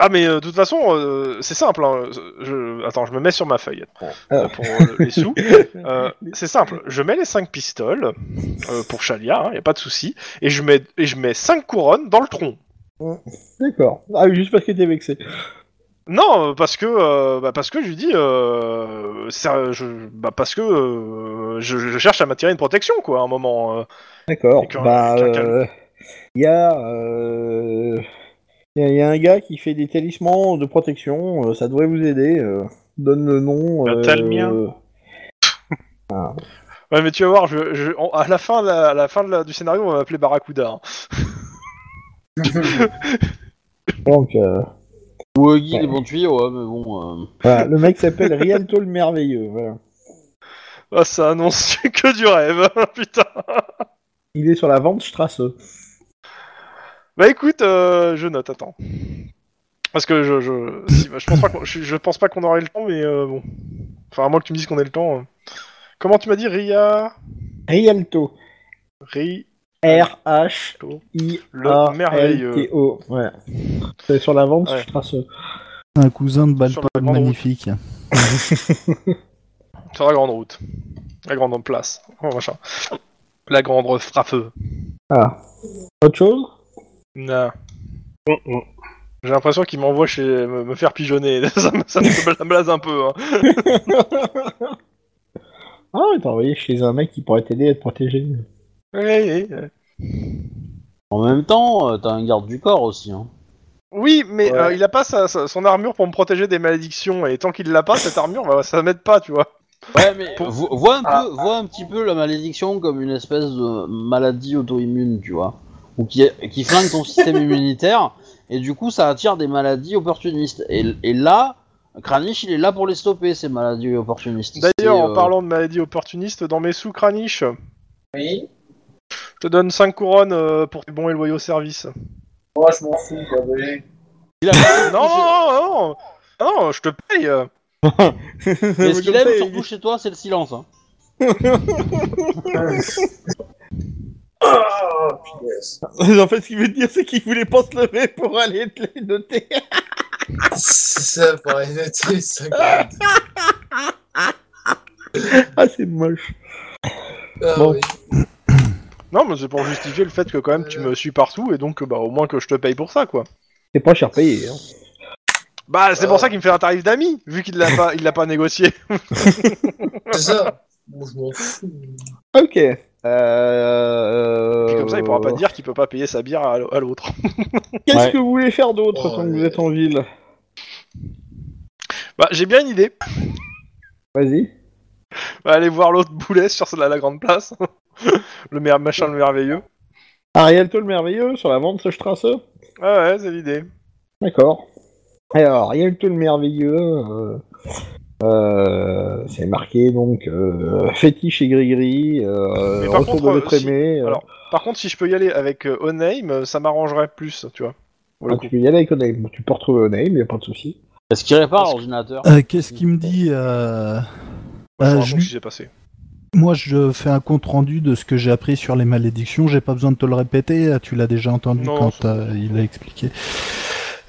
D: ah, mais euh, de toute façon, euh, c'est simple. hein, Je... Attends, je me mets sur ma feuille pour,
B: Ah.
D: pour, euh, les sous. Euh, c'est simple. Je mets les 5 pistoles euh, pour Chalia, il a pas de souci. Et je mets et je mets 5 couronnes dans le tronc.
B: D'accord. Ah, oui, juste parce que t'es vexé.
D: Non, euh, parce que euh, bah, parce que je lui dis euh, ça, je, bah, parce que euh, je, je cherche à m'attirer une protection quoi à un moment. euh.
B: D'accord.
D: Et qu'un-
B: Bah,
D: qu'un
B: il
D: calme.
B: y a, euh, y, a- y a un gars qui fait des talismans de protection. euh, ça devrait vous aider. euh. donne le nom.
C: Le
B: euh,
C: Talmien.
B: euh,
D: Ouais mais tu vas voir, je, je- on- à la fin de la, à la fin de la- du scénario on va m'appeler Barracuda. hein.
B: donc, euh,
A: Ou Huggy, les bons tuyaux, ouais, mais bon. euh,
B: voilà, le mec s'appelle Rialto le merveilleux. Voilà.
D: Ah, ça annonce que du rêve, hein, putain.
B: Il est sur la vente Strasse.
D: Bah écoute, euh, je note, attends. Parce que je je, si, bah, je pense pas qu'on, je, je pense pas qu'on aurait le temps, mais euh, bon. Enfin à moins que tu me dises qu'on ait le temps. euh. Comment tu m'as dit Ria,
B: Rialto.
D: Ri,
B: R H I A
D: Le
B: Ah, L T E. O. Ouais. C'est sur la vente
D: Ouais.
B: Strasse.
E: Un cousin de balle
D: Sur la grande route.
E: magnifique.
D: sur la grande route, la grande place, oh, machin, la grande frappeux.
B: Ah. Autre chose
D: Non. J'ai l'impression qu'il m'envoie chez me, me faire pigeonner. ça, me, ça me blase un peu. hein.
B: Ah, ouais, t'as envoyé chez un mec qui pourrait t'aider à te protéger.
D: Ouais, ouais, ouais.
A: En même temps, euh, t'as un garde du corps aussi. Hein.
D: Oui, mais
B: Ouais.
D: euh, il a pas sa, sa- son armure pour me protéger des malédictions, et tant qu'il l'a pas, cette armure, bah, ça m'aide pas, tu vois.
A: Ouais, mais vo- vois un,
D: Ah.
A: peu, vois un petit peu la malédiction comme une espèce de maladie auto-immune, tu vois. Ou qui, qui flingue ton système immunitaire, et du coup, ça attire des maladies opportunistes. Et, et là, Kranich, il est là pour les stopper, ces maladies opportunistes.
D: D'ailleurs,
A: C'est,
D: en
A: euh,
D: parlant de maladies opportunistes, dans mes sous craniches, je
F: Oui.
D: te donne 5 couronnes euh, pour tes bons et loyaux services.
F: Moi, je m'en fous, quoi, désolé.
A: il a-
D: non, non, non, non, non, non, je te paye. euh.
A: Mais ce qu'il aime surtout chez toi, c'est le silence. Hein.
F: Ah, punaise.
B: En fait, ce qu'il veut dire, c'est qu'il voulait pas se lever pour aller te les noter.
F: C'est ça, pour les noter, 50.
B: Ah, c'est moche.
F: Ah,
B: Bon.
F: oui.
D: Non, mais c'est pour justifier le fait que quand même tu me suis partout, et donc euh, bah, au moins que je te paye pour ça, quoi.
B: C'est pas cher payé. Hein.
D: Bah, c'est
F: Euh.
D: pour ça qu'il me fait un tarif d'ami, vu qu'il l'a pas, il l'a pas négocié.
F: C'est ça. Bon, je m'en fous.
B: Ok. Euh...
D: Puis comme ça, il pourra pas dire qu'il peut pas payer sa bière à l- à l'autre.
B: Qu'est-ce
A: Ouais.
B: que vous voulez faire d'autre
F: Oh,
B: quand vous
F: ouais.
B: êtes en ville
D: Bah, j'ai bien une idée.
B: Vas-y.
D: Bah, allez voir l'autre boulet sur la, la grande place. le mer- machin le merveilleux.
B: Arielto le merveilleux sur la vente Strasse.
D: Ah ouais, c'est l'idée.
B: D'accord. Alors, Arielto le merveilleux. euh, euh, c'est marqué donc euh, fétiche et gris-gris. Euh,
D: Mais par
B: retour
D: contre,
B: de l'être
D: euh, si-
B: aimé. euh,
D: alors, Par contre, si je peux y aller avec euh, Oneim, euh, ça m'arrangerait plus, tu vois. pour le
B: ah,
D: coup.
B: tu peux y aller avec Onaim. Tu peux retrouver Onaim, y a pas de souci.
A: Est-ce qu'il répare l'ordinateur
E: Euh, Qu'est-ce qu'il me dit euh,
D: Moi, je
E: euh,
D: raconte
E: je
D: ce
E: lui-
D: qui s'est passé.
E: Moi, je fais un compte rendu de ce que j'ai appris sur les malédictions. J'ai pas besoin de te le répéter. hein. Tu l'as déjà entendu
D: Non,
E: quand
D: ça-
E: euh, il a expliqué.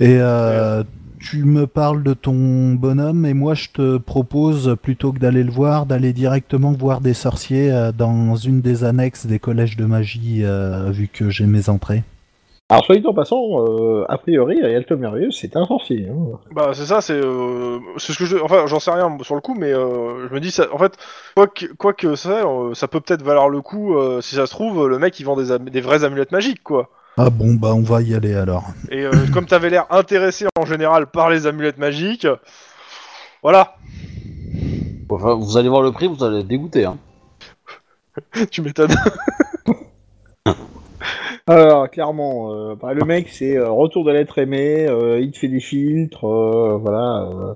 E: Et euh, tu me parles de ton bonhomme, et moi, je te propose plutôt que d'aller le voir, d'aller directement voir des sorciers euh, dans une des annexes des collèges de magie, euh, vu que j'ai mes entrées.
B: Alors, soit dit en passant, euh, a priori, Ariel Merveilleux, c'est un sorcier. hein.
D: Bah c'est ça, c'est euh, c'est ce que je enfin j'en sais rien sur le coup, mais euh, je me dis ça. En fait, quoi que quoi que ça, euh, ça peut peut-être valoir le coup euh, si ça se trouve le mec il vend des, am- des vraies amulettes magiques quoi.
E: Ah bon, bah on va y aller alors.
D: Et euh, comme t'avais l'air intéressé en général par les amulettes magiques, voilà,
A: Enfin, Vous allez voir le prix, vous allez être dégoûté. Hein.
D: tu m'étonnes.
B: Alors, clairement, euh, bah, le mec, c'est euh, retour de l'être aimé, euh, il te fait des filtres, euh, voilà, euh,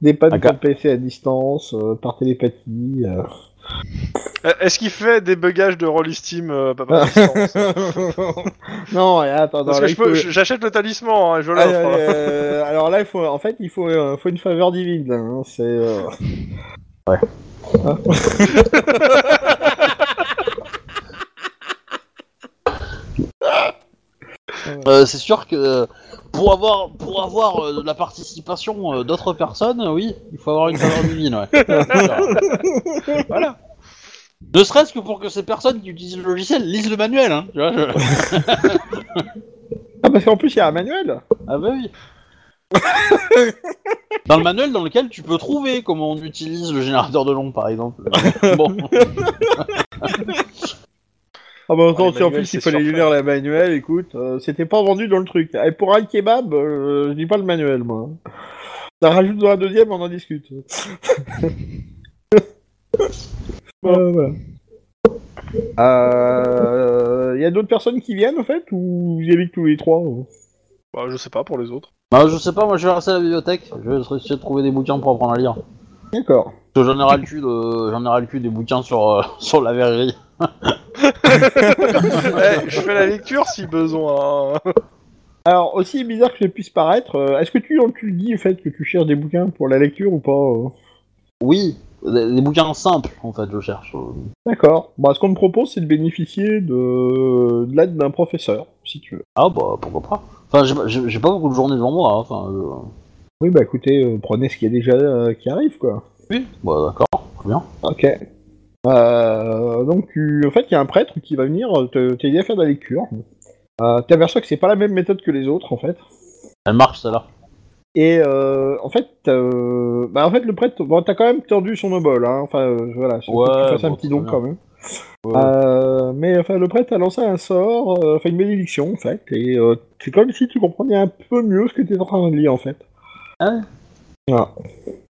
B: des pannes
A: D'accord.
B: de PC à distance, euh, par télépathie. euh.
D: Euh, Est-ce qu'il fait des bugages de Roll Steam euh, papa Assistance
B: non, et attends, attends,
D: Parce que
B: là,
D: je
B: il
D: peux-
B: faut-
D: je- j'achète le talisman, hein, je
B: Ah,
D: l'offre.
B: euh, alors là, il faut, en fait, il faut, euh, faut une faveur divine. là, hein, c'est. euh,
A: Ouais.
B: Ah.
A: Euh, c'est sûr que euh, pour avoir pour avoir euh, la participation euh, d'autres personnes, euh, oui, il faut avoir une faveur divine. Ouais. voilà. Ne serait-ce que pour que ces personnes qui utilisent le logiciel lisent le manuel. Hein, tu vois, je-
B: Ah, parce qu'en plus, il y a un manuel.
A: Ah bah oui. Dans le manuel dans lequel tu peux trouver comment on utilise le générateur de long par exemple. bon.
B: Ah bah
D: Ah,
B: attends,
D: les
B: si en
D: manuels,
B: plus il
D: c'est
B: fallait
D: surfait.
B: lire la manuel, écoute, euh, c'était pas vendu dans le truc. Et pour un kebab, euh, je dis pas le manuel, moi. Ça rajoute dans un deuxième, on en discute. Euh, voilà. Euh, y a d'autres personnes qui viennent, en fait, ou vous y habitez tous les trois euh
D: Bah, je sais pas pour les autres.
A: Bah, je sais pas, moi je vais rester à la bibliothèque. Je vais essayer de trouver des bouquins pour apprendre à lire.
B: D'accord.
A: Parce que j'en ai ras le cul, de- j'en ai ras le cul des bouquins sur, euh, sur la verrerie.
D: Eh, je fais la lecture si besoin. hein.
B: Alors, aussi bizarre que ça puisse paraître, euh, est-ce que tu, tu le dis, en fait, que tu cherches des bouquins pour la lecture ou pas euh
A: Oui, des, des bouquins simples en fait, je cherche. euh.
B: D'accord. Bon, ce qu'on me propose, c'est de bénéficier de, de l'aide d'un professeur, si tu veux.
A: Ah bah pourquoi pas. Enfin, j'ai pas- j'ai j'ai pas beaucoup de journées devant moi. hein, Enfin, je-
B: Oui, bah écoutez, euh, prenez ce qu'il y a déjà euh, qui arrive, quoi.
A: bah d'accord, très bien.
B: Ok. Euh, donc, tu- en fait, il y a un prêtre qui va venir euh, te- t'aider à faire de la lecture. Euh, T'aperçois que c'est pas la même méthode que les autres, en fait.
A: Elle marche celle-là.
B: Et euh, en fait, euh, bah en fait, le prêtre, bon, t'as quand même tendu son obol, hein. Enfin, euh, voilà, c'est
A: Ouais,
B: que tu fasses un
A: bon,
B: petit
A: très
B: don
A: bien.
B: quand même.
A: Ouais.
B: Euh, mais enfin, le prêtre a lancé un sort, euh, enfin une bénédiction en fait, et euh, c'est comme si tu comprenais un peu mieux ce que t'es en train de lire en fait.
A: Ah.
B: Voilà.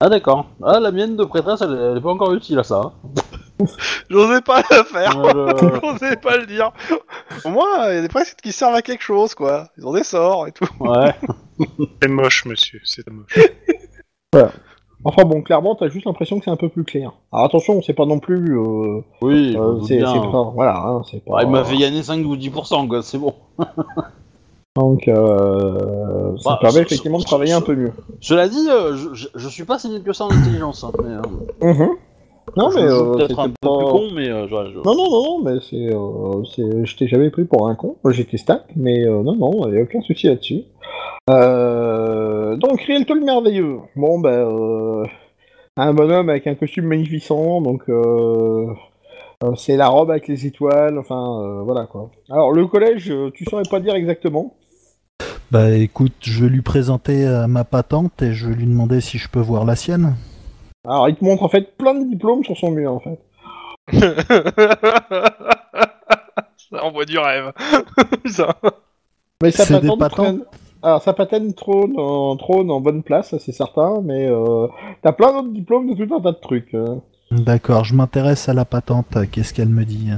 A: Ah d'accord. Ah la mienne de prêtresse, elle, elle est pas encore utile à ça. hein.
D: J'osais pas la faire.
A: Euh,
D: J'osais pas le dire. Au moins, il y a des prêtres qui servent à quelque chose, quoi. Ils ont des sorts et tout.
A: ouais.
C: C'est moche, monsieur, c'est moche.
B: Enfin bon, clairement, t'as juste l'impression que c'est un peu plus clair. Alors attention, c'est pas non plus, euh,
A: Oui. je me
B: euh,
A: doute
B: c'est
A: bien.
B: c'est pas, voilà, hein, c'est pas.
A: Ouais, il m'a fait gagner 5 ou 10%, quoi, c'est bon.
B: Donc, euh, ça
A: Bah,
B: permet
A: ce-
B: effectivement
A: ce-
B: de travailler un
A: ce-
B: peu mieux.
A: Cela dit, euh, je, je, je suis pas si nul que ça en intelligence. hein, mais, euh,
B: Mhm. Non
A: je
B: mais
A: joue
B: euh,
A: peut-être
B: c'était
A: un peu
B: pas-
A: plus con, mais euh, je- je-
B: Non, non, non, non, mais c'est, euh, c'est- je t'ai jamais pris pour un con. Moi, J'étais stack, mais euh, non, non, il n'y a aucun souci là-dessus. Euh, donc, Rielto le merveilleux. Bon, bah, euh, un bonhomme avec un costume magnificent, donc euh, euh, c'est la robe avec les étoiles, enfin, euh, voilà quoi. Alors, le collège, euh, tu saurais pas dire exactement.
E: Bah écoute, je vais lui présenter euh, ma patente et je vais lui demander si je peux voir la sienne.
B: Alors, il te montre en fait plein de diplômes sur son mur, en fait.
D: Ça envoie du rêve. Ça.
B: Mais sa
E: C'est des
B: patente
E: patentes.
B: trône... Alors, sa patente trône en, trône en bonne place, ça, c'est certain, mais euh, t'as plein d'autres diplômes de tout un tas de trucs. hein.
E: D'accord, je m'intéresse à la patente, euh, qu'est-ce qu'elle me dit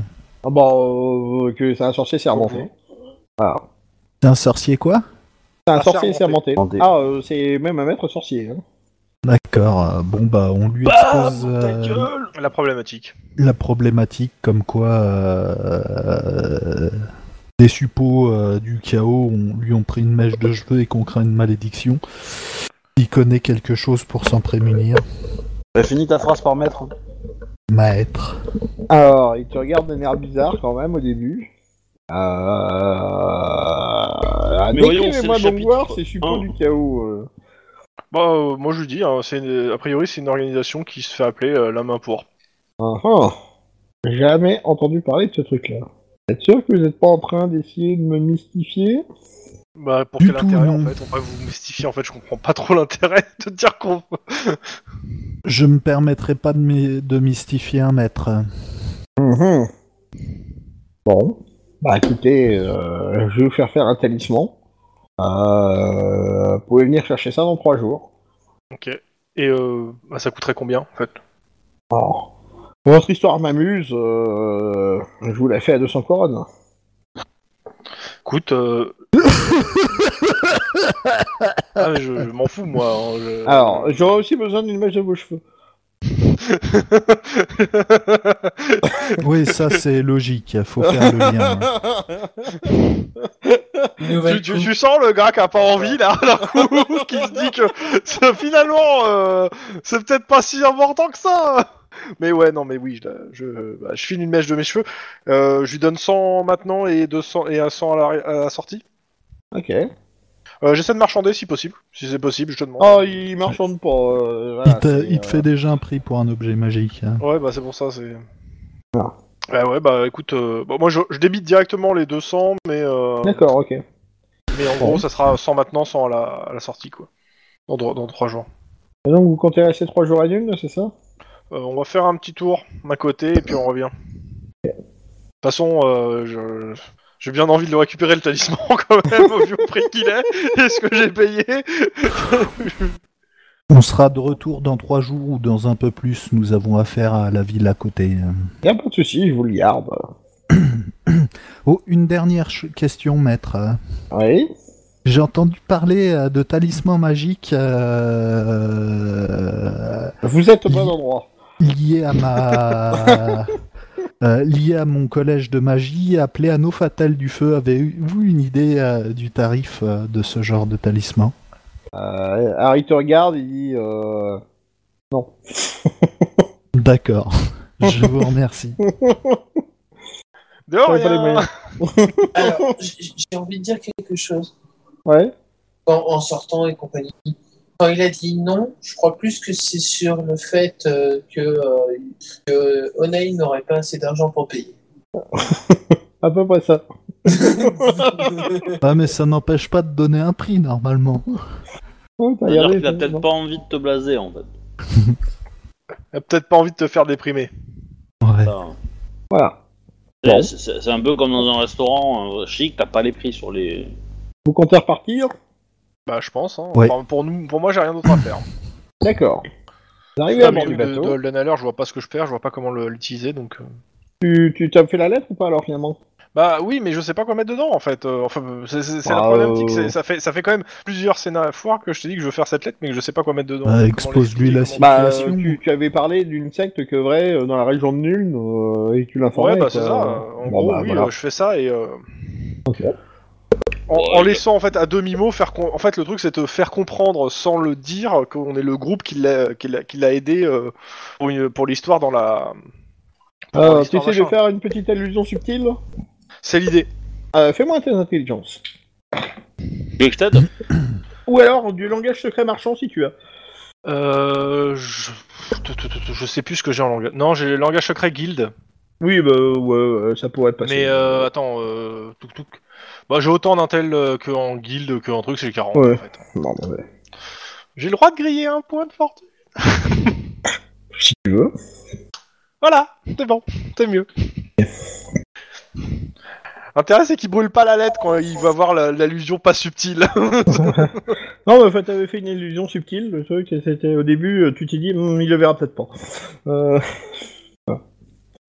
B: Ah bah, euh, que c'est un sorcier sermenté. Ah.
E: C'est un sorcier quoi
B: C'est un
D: Ah,
B: sorcier
D: sermenté.
B: sermenté.
A: Sermenté.
B: Ah, euh, c'est même un maître sorcier. hein.
E: D'accord, euh, bon bah on lui expose euh,
D: La problématique.
E: la problématique comme quoi euh, euh, des suppôts euh, du chaos ont- lui ont pris une mèche de cheveux et qu'on craint une malédiction. Il connaît quelque chose pour s'en prémunir.
A: Bah, finis ta phrase par maître.
E: Maître.
B: Alors, il te regarde d'un air bizarre quand même au début. Euh...
A: Mais voyons,
B: Décrivez-moi
A: c'est le
B: donc
A: chapitre,
B: voir
A: quoi.
B: ces suppôts
A: Hein.
B: du chaos. euh.
D: Bah, euh, moi je dis, hein, c'est une- a priori c'est une organisation qui se fait appeler euh, la main pour.
B: Ah, ah. Jamais entendu parler de ce truc-là. Vous êtes sûr que vous n'êtes pas en train d'essayer de me mystifier
D: Bah, pour
E: Du
D: quel
E: tout,
D: intérêt
E: non.
D: en fait On va vous mystifier en fait, je comprends pas trop l'intérêt de dire qu'on.
E: Je me permettrai pas de, my- de mystifier un maître.
B: Bon. Bah écoutez, euh, je vais vous faire faire un talisman. Euh, vous pouvez venir chercher ça dans trois jours.
D: Ok. Et euh, bah, ça coûterait combien en fait
B: Oh. Votre histoire m'amuse, euh, je vous la fais à 200 couronnes.
D: Écoute. euh, ah, mais je, je m'en fous moi. hein, je-
B: Alors, j'aurais aussi besoin d'une mèche de vos cheveux.
E: Oui, ça c'est logique, faut faire le lien. hein.
F: Une nouvelle
D: Tu, tu-
F: coupe.
D: tu sens le gars qui a pas envie là, d'un coup, qui se dit que ça, finalement euh, c'est peut-être pas si important que ça. Mais ouais, non, mais oui, je, je, bah, je file une mèche de mes cheveux. Euh, je lui donne 100 maintenant et 200 et un 100 à la, à la sortie.
B: Ok.
D: Euh, J'essaie de marchander si possible, si c'est possible, je te demande.
B: Oh, il marchande pas. euh, voilà,
E: il, te,
B: c'est,
E: il te
B: euh,
E: fait déjà un prix pour un objet magique. hein.
D: Ouais, bah c'est pour ça, c'est.
B: Ah.
D: Ouais, ouais, bah écoute, euh, bon, moi je, je débite directement les 200, mais, euh,
B: D'accord, ok.
D: mais en gros ça sera 100 maintenant, 100 à la, à la sortie quoi. Dans, dro- dans 3 jours.
B: Et donc vous comptez rester trois jours à Lune, c'est ça
D: Euh, on va faire un petit tour d'un côté et puis on revient. De toute façon, euh, je- j'ai bien envie de le récupérer le talisman quand même, au vu au prix qu'il est et ce que j'ai payé.
E: On sera de retour dans trois jours ou dans un peu plus. Nous avons affaire à la ville à côté.
B: Y a pas de souci, je vous le garde.
E: Oh, une dernière ch- question, maître.
B: Oui.
E: J'ai entendu parler euh, de talismans magiques euh,
B: Vous êtes au bon endroit.
E: liés à ma euh, liés à mon collège de magie appelé Anneau fatal du feu. Avez-vous une idée euh, du tarif euh, de ce genre de talisman
B: Euh, alors il te regarde, il dit euh... non.
E: D'accord. Je vous remercie.
D: De
B: J'aurais pas les
D: rien.
B: moyens.
F: Alors, j'ai j'ai envie de dire quelque chose
B: Ouais.
F: en, en sortant et compagnie. Quand il a dit non, je crois plus que c'est sur le fait euh, que, euh, que Onaï n'aurait pas assez d'argent pour payer.
B: À peu près ça.
E: Ah mais ça n'empêche pas de donner un prix normalement.
B: Ouais, Oh, t'as
A: C'est-à-dire
B: regardé,
A: qu'il a
B: t'as-
A: peut-être pas envie de te blaser en fait.
D: T'as peut-être pas envie de te faire déprimer.
E: Ouais.
A: Ça.
B: Voilà.
A: C'est- C'est c'est un peu comme dans un restaurant euh, chic, t'as pas les prix sur les.
B: Vous comptez repartir
D: Bah je pense. Hein.
E: Ouais.
D: Enfin, pour nous, pour moi j'ai rien d'autre à faire.
B: D'accord. Vous
D: Je
B: arrivez
D: suis
B: à
D: à
B: bord du
D: milieu de,
B: bateau.
D: de Holden Haller, je vois pas ce que je perds, je vois pas comment le- l'utiliser donc. euh.
B: Tu, tu t'as fait la lettre ou pas alors finalement
D: Bah oui, mais je sais pas quoi mettre dedans en fait. Euh, Enfin, euh, c'est c'est- c'est la
B: Bah,
D: problématique.
B: euh,
D: c'est- Ça fait, ça fait quand même plusieurs scénarios fois que je te dis que je veux faire cette lettre, mais que je sais pas quoi mettre dedans.
E: Bah,
D: Comment
E: expose-lui la
D: l'expliquer,
B: Bah, euh,
E: Circulation.
B: tu, tu avais parlé d'une secte que vrai euh, dans la région de Nuln euh, et tu
D: Ouais,
B: l'informais.
D: bah c'est
B: quoi.
D: ça. En
B: Bon,
D: gros,
B: bah,
D: oui,
B: voilà.
D: euh, je fais ça et. euh,
B: Ok.
D: En,
A: Ouais,
D: en
A: je-
D: laissant en fait à demi mot faire com- en fait le truc c'est te faire comprendre sans le dire qu'on est le groupe qui l'a qui l'a- qui l'a aidé euh, pour, une- pour l'histoire dans la pour
B: Euh, tu
D: l'histoire
B: essaies de
D: machin.
B: faire une petite allusion subtile
D: c'est l'idée
B: Euh, Fais-moi un test d'intelligence.
A: Tu veux que je t'aide
B: Ou alors du langage secret marchand si tu as.
D: euh, je... je sais plus ce que j'ai en langage non j'ai le langage secret guild
B: Oui, bah ouais, euh, ça pourrait passer.
D: mais euh, attends euh, touc, touc. bah j'ai autant d'intel euh, que en guild que en truc c'est 40
B: Ouais.
D: en fait.
B: Non, mais bah, ouais.
D: j'ai le droit de griller un point de fortune
B: Si tu veux.
D: Voilà, c'est bon, c'est mieux. L'intérêt, c'est qu'il brûle pas la lettre quand il va voir la- l'allusion pas subtile.
B: Non, mais en fait, t'avais fait une illusion subtile, le truc, et c'était au début, euh, tu t'es dit, Hum, il le verra peut-être pas. Euh,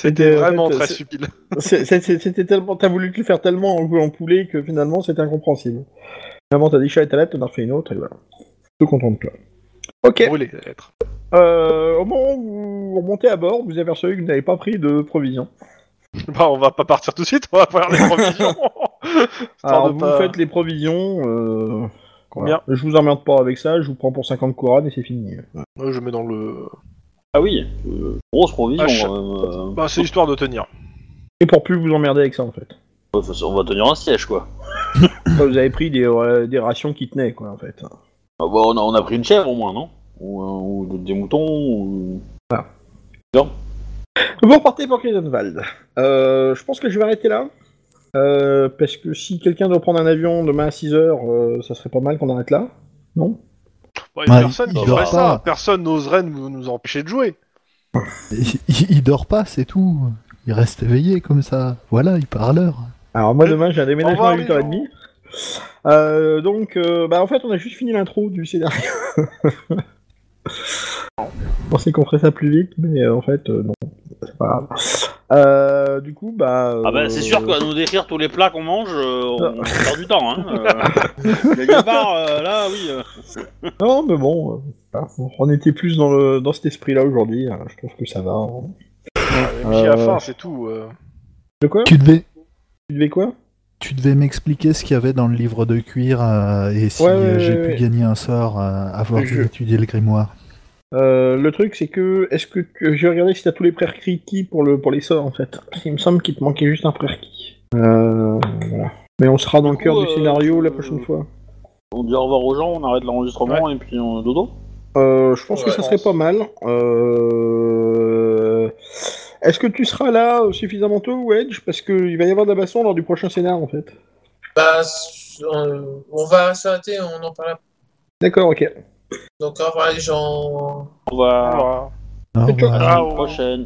D: C'était
B: en fait,
D: vraiment
B: euh,
D: très
B: c'est-
D: subtil.
B: c'est- c'est- c'était tellement, t'as voulu te le faire tellement en voulant poulet que finalement, c'était incompréhensible. Finalement, t'as dit chat et ta lettre, t'en as refait une autre, et voilà. Je suis content de toi. Ok.
D: Brûler la lettre.
B: Euh, au moment où vous remontez à bord, vous apercevez que vous n'avez pas pris de provisions.
D: Bah, on va pas partir tout de suite, on va faire les provisions. Histoire
B: Alors,
D: de
B: vous
D: pas-
B: faites les provisions, euh, Voilà. Je vous emmerde pas avec ça, je vous prends pour 50 couronnes et c'est fini. Voilà.
D: Moi, je mets dans le.
A: Ah oui, euh, grosse provision.
D: Ah, je-
A: euh,
D: Bah, c'est histoire de tenir.
B: Et pour plus vous emmerder avec ça en fait.
A: euh, faut- on va tenir un siège, quoi.
B: Enfin, vous avez pris des, euh, des rations qui tenaient quoi en fait.
A: Ah bah, on, a, on a pris une chèvre au moins, non ou, euh, ou de- des moutons ou...
B: Vous repartez pour Cleveland. Euh, je pense que je vais arrêter là. Euh, parce que si quelqu'un doit prendre un avion demain à 6h, ça serait pas mal qu'on arrête là. Non
D: Bah, et
E: Ouais,
D: personne
E: il
D: ne
E: dort
D: ferait ça.
E: pas.
D: Personne n'oserait nous, nous empêcher de jouer.
E: Il, il dort pas, c'est tout. Il reste éveillé comme ça. Voilà, il part à l'heure.
B: Alors moi demain j'ai un déménagement
D: Au revoir,
B: à
D: les
B: 8h30. Euh, donc euh, bah en fait on a juste fini l'intro du scénario. Je pensais qu'on ferait ça plus vite, mais euh, en fait euh, non, c'est pas grave. Euh, du coup bah...
A: Ah bah,
B: euh,
A: c'est sûr qu'à nous décrire tous les plats qu'on mange, euh, on perd du temps, hein. euh. Quelque part, euh, là, oui. euh.
B: Non, mais bon, euh, voilà. on était plus dans, le, dans cet esprit-là aujourd'hui. hein. Je trouve que ça va. hein.
D: Et puis Ah, à la
B: Euh.
D: fin, c'est tout. euh.
B: De quoi
E: Tu devais,
B: Tu devais quoi
E: tu devais m'expliquer ce qu'il y avait dans le livre de cuir euh, et si
B: Ouais,
E: euh,
B: ouais,
E: j'ai
B: ouais,
E: pu
B: ouais.
E: gagner un sort, euh, avoir
B: Je-
E: étudié le grimoire.
B: Euh, le truc, c'est que. Est-ce que, que- je vais regarder si t'as tous les prérequis pour, le, pour les sorts en fait Il me semble qu'il te manquait juste un prérequis. Euh, voilà. Mais on sera dans le
A: coup,
B: cœur du
A: euh,
B: scénario la
A: euh,
B: prochaine fois.
A: On dit au revoir aux gens, on arrête l'enregistrement et puis on dodo.
B: Euh, je pense que
F: ouais,
B: ça serait
F: je pense.
B: pas mal. Euh... Est-ce que tu seras là euh, suffisamment tôt, Wedge Parce qu'il va y avoir de la baston lors du prochain scénar en fait.
F: Bah, s- euh, on va s'arrêter, on en parle. après.
B: D'accord, ok.
F: Donc, au revoir les gens.
A: On va
D: Voilà.
E: Au
B: Et toi,
E: revoir.
A: à la
D: Ah, ouais.
A: prochaine.